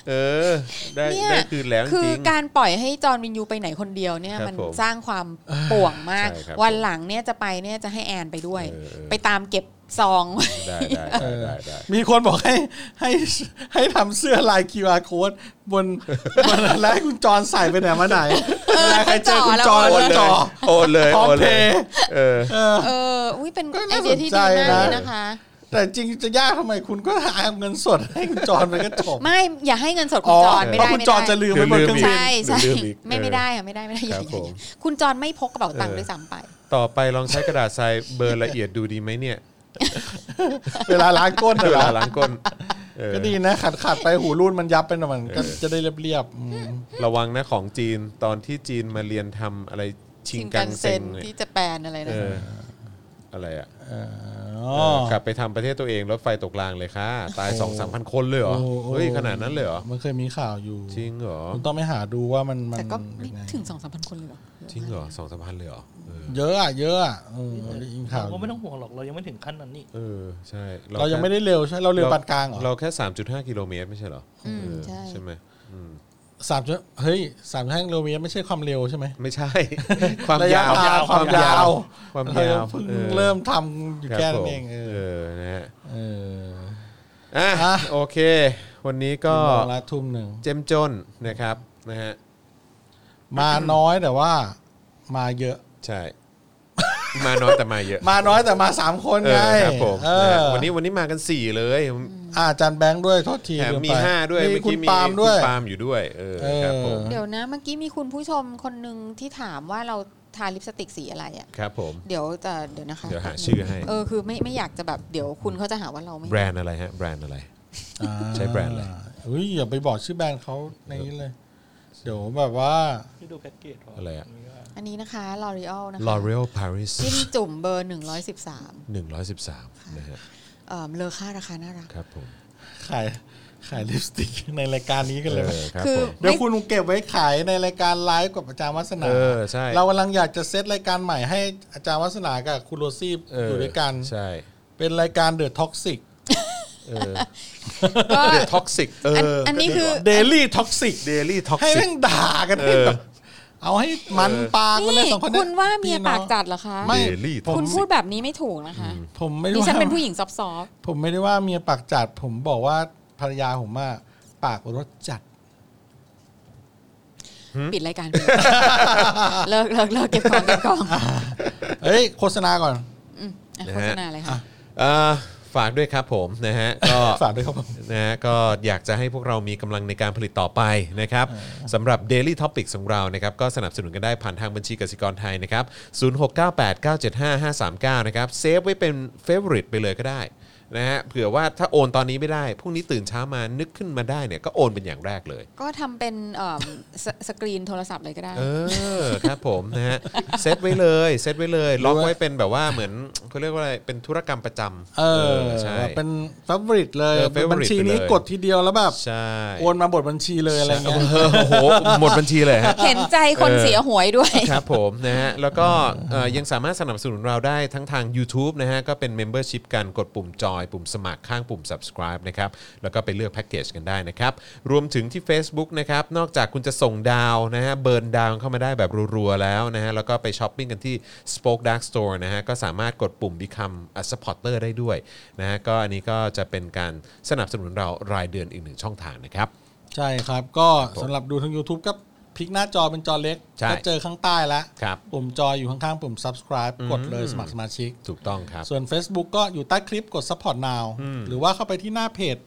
B: เออ ได้
D: เนี่ย
B: ได้คืนแล้วจ
D: คือ
B: ริง
D: การปล่อยให้จอร์นวินยูไปไหนคนเดียวเนี่
B: ค
D: ย
B: รับ
D: มัน
B: ผม
D: สร้างความป่วงมาก
B: ใช่ครับ
D: วันหลังเนี่ยจะไปเนี่ยจะให้แอนไปด้วย
B: เออ
D: ไปตามเก็บซอง
B: ๆได้ได้ได้ได้ได้
C: มีคนบอกให้ให้ให้ทำเสื้อลาย QR code บนบนแล้วให้คุณจอนใส่ไปไหนมาไหนเวลาใครเจอคุณจอน
D: โน
B: โอน
C: คุณ
B: เล
C: จ
B: ย
C: อ
B: โอนเลย
C: พร้อม
B: โอนเล
C: เพ
B: ย
C: ย์
B: เออ
C: เออ
D: เอ [LAUGHS] ออุ้ยเป็น
C: ก็
D: ไอ
C: น่า
D: เดียที่
C: สนใจ
D: ดีมากเลย
C: นะ
D: นะคะ
C: แต่จริงจะยากทำไมคุณก็หาเงินสดให้คุณจอนมันก็จบ
D: ไม่อย่าให้เงินสดคุณจอนไม่
C: เพราะ
D: ได้
C: คุณ
D: ไม่
C: จอนจะ
D: ได้
C: ลืมไว้บนเครื่องบิน
D: ใช่ใช่
B: เดี๋ยวลืมอีก
D: ไม่ไม่ได้ค่ะไม่ได้ไม่ได้อย่า
B: ครับ
D: อ
B: ผ
D: ย่าม คุณจอนไม่พกกระเป๋าตังค์ด้วยซ้ำไป
B: ต่อไปลองใช้กระดาษทรายเบอร์ละเอียดดูดีไหมเนี่ย
C: เวลาล้างก้น
B: เว
C: เว
B: ลา
C: ลา
B: ล้างก้นเออ
C: ก็ดีนะขัดขัดไปหูรูดมันยับไปหน่อยมันก็
B: เออ
C: จะได้เรียบเรียบๆอืม
B: ระวังนะของจีนตอนที่จีนมาเรียนทำอะไรชิ
D: ชิ
B: ง
D: ง
B: กั
D: กั
B: ง
D: ง
B: เซ
D: เซ
B: น
D: น
B: เนี่ย
D: ที่จะแปนอะไร
B: เอ
D: นะ
B: ออะไรอะ
C: เออ
B: เอ
C: อ๋อ
B: อกลับไปทำประเทศตัวเองรถไฟตกรางเลยค่ะ ตาย
C: โอ้
B: สองสามพันคนเลยเหรอ
C: โอ้โอ้
B: เฮ้ย ขนาดนั้นเลยเหรอ
C: มันเคยมีข่าวอยู่
B: จริงเหรอ
C: คุณต้องไปหาดูว่ามันมัน
D: แต่ก็ไม่
C: ยังไง
D: ถึงสองสามพันคนเลยเหรอ
B: จริงเหรอสองสามพันเลยเหรอ เออ
C: เยอะอ่ะเยอะอ่ะเออได้ยินข่าว
F: ก็ไม่ต้องห่วงหรอกเรายังไม่ถึงขั้นนั้นนี่
B: เออใช่
C: เรายังไม่ได้เร็วใช่ไหมเราเร็วปานกลางเหรอ
B: เราแค่สามจุดห้ากิโลเมตรไม่ใช่เหรอ
D: อืม
B: เออ
D: ใช่
B: ไหมอืม
C: สามชั่วเฮ้ยสามแท่งเร็วเมียไม่ใช่ความเร็วใช่ไหม
B: ไม่
C: [LAUGHS]
B: ใช่ ความ
C: ระ
B: ยาว
C: ทงความยาว
B: ความ
C: เรา
B: ยาว
C: เพิ่ง
B: ออ
C: เริ่มทำอยู่
B: รับ
C: แค่
B: ผ
C: นั้
B: ม
C: นเองเอ
B: เอ
C: อ
B: อนะฮะ
C: เออ
B: อ่ะ
C: อ่ะ
B: โอเค วันนี้ก็
C: ชั่วโมงละทุ่มหนึ่ง
B: เจมจนนะครับนะฮะ
C: มาน้อยแต่ว่ามาเยอะ
B: ใช่ มาน้อยแต่มาเยอะ
C: มาน้อยแต่มาสามคน
B: เอ
C: ไง
B: อครับผม
C: เอ
B: นะ
C: อ
B: ฮะวันนี้วันนี้มากันสี่เลย
C: อาอาจารย์แบงค์ด้วยโทษที
B: แถม
C: ลื
B: มี
C: ไป
B: ห้าด้วย
C: มี
B: เมื่อ
C: คุ
B: กี้
C: ณ
B: มี
C: ปาล์มด้วย
B: คุณปาล์มอยู่ด้วย เออ
C: เออ
B: ครับผม
D: เดี๋ยวนะเมื่อกี้มีคุณผู้ชมคนหนึ่งที่ถามว่าเราทาลิปสติกสีอะไรอ่ะ
B: ครับผม
D: เดี๋ยวจะเดี๋ยวนะคะ
B: เดี๋ยวหาชื่อให้
D: เออคือไม่ไม่อยากจะแบบเดี๋ยวคุณเขาจะหาว่าเราไม่
B: แบรนด์อะไรฮะแบรนด์อะไร
C: อ่า
B: ใช้แบรนด์อะไร
C: อุ้ยอย่าไปบอกชื่อแบรนด์เขาในนี้เลย เดี๋ยวแบบว่า
F: ที่ดูแพ็กเกจว่า
B: อะไรอะ
F: มีว่า
D: อันนี้นะคะ L'Oreal นะคะ
B: L'Oreal Paris
D: จิ้มจุ่มเบอร์ 113
B: 113นะฮะ
D: เอ่อเลอค่าราคาน่ารัก
B: ครับผม
C: ขายขายลิปสติกในรายการนี้กันเลยไหม
B: เออครับ
D: คือ
B: ผม
C: เดี๋ยวคุณเก็บไว้ขายในรายการไลฟ์กับอาจารย์วัฒนา
B: เออใช่
C: เรากำลังอยากจะเซตรายการใหม่ให้อาจารย์วัฒนากับคุณโรซี่
B: เ
C: อยู่ด้วยกัน
B: ใช่
C: เป็นรายการเดอะท็อกซิก
B: เออ
D: ก็
B: เดท็อกซิกเอ
D: อัน
B: อ
D: อันนี้คือ
C: เดลี่ท็อกซิก
B: เดลี่ท็อก
C: ให้
B: ซิ
C: แม่
B: ก
C: งด่ากันให้แบบเอาให้มันปากกันเลย
D: นี่
C: สองคน
D: คุ
C: เนี่
D: ณ
C: ย
D: ว่าเมียปากจัดเหรอคะ
C: ไม่
B: Daily
C: ผม
D: คุณพูดแบบนี้ไม่ถูกนะคะ
C: ผมไม่ได้
D: ดิฉันเป็นผู้
C: ว่า
D: หญิงซอฟต์
C: ผมไม่ได้ว่าเมียปากจัด ผมบอกว่าภรรยาผมว่าปากรสจัด
D: ๆปิดรายการไป
C: [LAUGHS]
D: เลยเลิกเลิกเลิกเก็บของเก็บของ
C: เอ้ยโฆษณาก่อน
D: อืมอ่ะโฆษณาเลยค่ะ
B: เอ่อฝากด้วยครับผมนะฮะก็
C: ฝากด้วยครับผม
B: นะฮะก็อยากจะให้พวกเรามีกำลังในการผลิตต่อไปนะครับสำหรับ Daily Topic ของเรานะครับก็สนับสนุนกันได้ผ่านทางบัญชีกสิกรไทยนะครับ 0698975539 นะครับเซฟไว้เป็น favorite ไปเลยก็ได้นะฮะเผื่อว่าถ้าโอนตอนนี้ไม่ได้พรุ่งนี้ตื่นเช้ามานึกขึ้นมาได้เนี่ยก็โอนเป็นอย่างแรกเลย
D: ก็ทำเป็นเอิ่มสสกรีนโทรศัพท์เลยก็ได้
B: เออครับผมนะฮะเซตไว้เลยเซตไว้เลยล็อกไว้เป็นแบบว่าเหมือนเขาเรียกว่าอะไรเป็นธุรกรรมประจำ
C: เออ
B: ใช่
C: เป็นฟ a v o r i t เลย
B: เออ favorite
C: บัญชีนี้
B: ไปเลย
C: กดทีเดียวแล้วแบบ
B: ใช่
C: โอนมาบทบัญชีเลยอะไรเงี้ย
B: เออโอ้โหหมดบัญชีเลยฮะ
D: เห็นใจคนเสียหวยด้วย
B: ครับผมนะ [LAUGHS] ฮะ แล้วก็เอ่อยังสามารถสนับสนุนเราได้ทั้งทาง YouTube นะฮะ ก็เป็น Membership กันกดปุ่มจอย ปุ่มสมัครข้างปุ่ม subscribe นะครับ แล้วก็ไปเลือกแพ็กเกจกันได้นะครับ รวมถึงที่ Facebook นะครับ นอกจากคุณจะส่งดาวนะฮะ เบิร์นดาวเข้ามาได้แบบรัวๆแล้วนะฮะ แล้วก็ไปช้อปปิ้งกันที่ Spoke Dark Store นะฮะ ก็สามารถกดปุ่ม Become a supporter ได้ด้วยนะฮะก็อันนี้ก็จะเป็นการสนับสนุนเรารายเดือนอีกหนึ่งช่องทางนะครับ
C: ใช่ครับ ก็สำหรับดูทาง YouTube ก็พลิกหน้าจอเป็นจอเล็ก
B: ใช่
C: ก็เจอข้างใต้แล้ว
B: ครับ
C: ปุ่มจอยอยู่ข้างๆปุ่ม subscribe กดเลยสมัครสมาชิก
B: ถูกต้องครับ
C: ส่วน Facebook ก็อยู่ใต้คลิปกด support now หรือว่าเข้าไปที่หน้าเพจ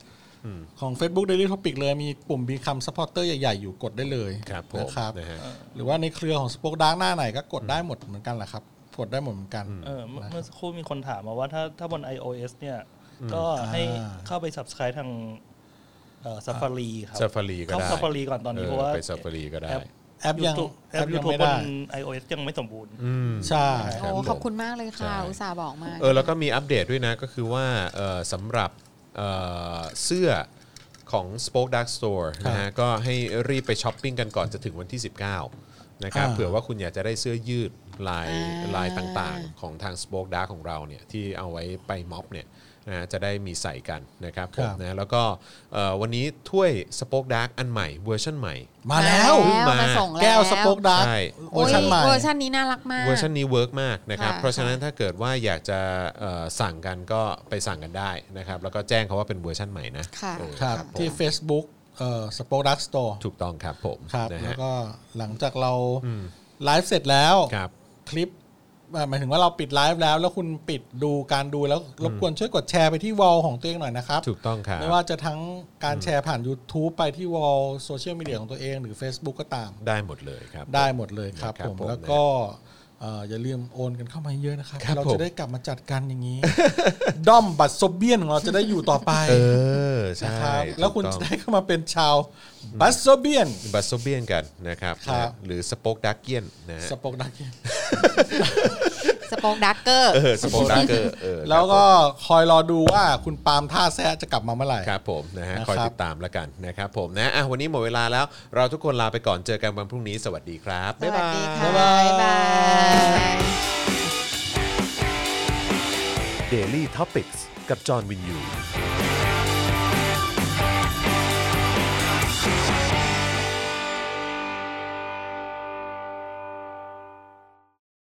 C: ของ Facebook Daily Topic เลยมีปุ่ม Become Supporter ใหญ่ๆ อยู่กดได้เลย
B: ครับผม
C: นะครับ
B: นะฮะ
C: หรือว่าในเครือของ Spoke Dark หน้าไหนก็กดได้หมดเหมือนกันแหละครับ กดได้หมดเหมือนกัน
F: เออเมื่อเมื่อสักครู่มีคนถามมาว่าถ้าถ้าบน iOS เนี่ย ก็ให้
C: อ่า
F: เข้าไป subscribe ทางเอ่อ Safari ครับ
B: Safari ก็ได้
F: เข้า Safari ก่อนตอนนี้
B: เ
F: เพราะว่า
B: ไป Safari ก็ได้
F: แอป
C: แอปยัง
F: YouTube
C: แอ
F: แอ
C: ปยั
F: ป
C: ง
F: YouTube
C: ไม่
F: บน
C: ได้
F: iOS ยังไม่สมบูรณ์
B: อืม
C: ใช่
B: ครับผ
D: โอ้
B: ม
D: ขอบคุณมากเลยค่ะ
B: ใช่
D: อุตส่าห์บอกมา
B: เออแล้วก็มีอัปเดตด้วยนะก็คือว่าเอ่อสำหรับเอ่อเสื้อของ Spoke Dark Store นะฮะก็ให้รีบไปช้อปปิ้งกันก่อนจะถึงวันที่ 19นะครับ
C: อ่า
B: เผื่อว่าคุณอยากจะได้เสื้อยืดลาย
D: อ่า
B: ลายต่างๆ ของทาง Spoke Dark ของเราเนี่ยที่เอาไว้ไปม็อบเนี่ยนะฮะจะได้มีใส่กันนะครับผมนะแล้วก็เอ่อวันนี้ถ้วย Spoke Dark อันใหม่เวอร์ชันใหม่
C: มาแล้ว
B: มา
D: มาส่งแล้ว
C: แก้ว Spoke Dark
B: ใช่
C: เวอร์ชันใหม่
D: โยเวอร์ชันนี้น่ารักมาก
B: เวอร์ชันนี้เวิร์กมากนะครับ
D: ค่ะ
B: เพราะฉะนั้นถ้าเกิดว่าอยากจะเอ่อสั่งกันก็ไปสั่งกันได้นะครับ แล้วก็แจ้งเขาว่าเป็นเวอร์ชันใหม่นะ
D: ค่ะ
B: เออ
C: ครับ ที่ Facebook เอ่อ Spoke Dark Store
B: ถูกต้องครับผม
C: ครับ
B: นะ
C: แล้ว
B: ฮะ
C: ก็หลังจากเรา
B: อืม
C: ไลฟ์เสร็จแล้ว
B: ครับ
C: คลิปอ่าหมายถึงว่าเราปิดไลฟ์แล้ว แล้วคุณปิดดูการดูแล้วรบกวนช่วยกดแชร์ไปที่วอลของตัวเองหน่อยนะครับ
B: ถูกต้องครับ
C: ไม่ว่าจะทั้งการแชร์ผ่าน YouTube ไปที่วอลโซเชียลมีเดียของตัวเองหรือ Facebook ก็ตาม
B: ได้หมดเลยครับ
C: ได้หมดเลยครับ
B: ครับ
C: ผม
B: ผม
C: แล้วก็เอ่ออย่าลืมโอนกันเข้ามาเยอะนะครับ
B: ครับ
C: เรา
B: ผ
C: จะ
B: ม
C: ได้กลับมาจัดการอย่างนี้ [LAUGHS] ด้อมบัตรซบเบียนของเราจะได้อยู่ต่อไป
B: เออ ใช่
C: นะครับแล้วคุณ
B: ถูก
C: จะ
B: ต้อง
C: ได้เข้ามาเป็นชาวบัตรซบเบียน
B: บัสโซเบียนกันนะครับ
C: ครับ
B: หรือสป็อกดักเกียนนะฮะ
C: สปอกดัก
D: สป็อกดักเกอร์
B: เออสป็อกดักเกอร์เออครับ
C: แล้วก็คอยรอดูว่าคุณปาล์มท่าแซะจะกลับมาเมื่อไหร่
B: ครับผมนะฮะ
C: นะครับ
B: คอยติดตามแล้วกันนะครับผมนะอ่ะวันนี้หมดเวลาแล้วเราทุกคนลาไปก่อนเจอกันวันพรุ่งนี้สวัสดีครับ
D: สวัสดีค่ะ
C: บ๊ายบาย
D: บ๊ายบาย
A: Daily t o p i c กกับจอห์นวินยู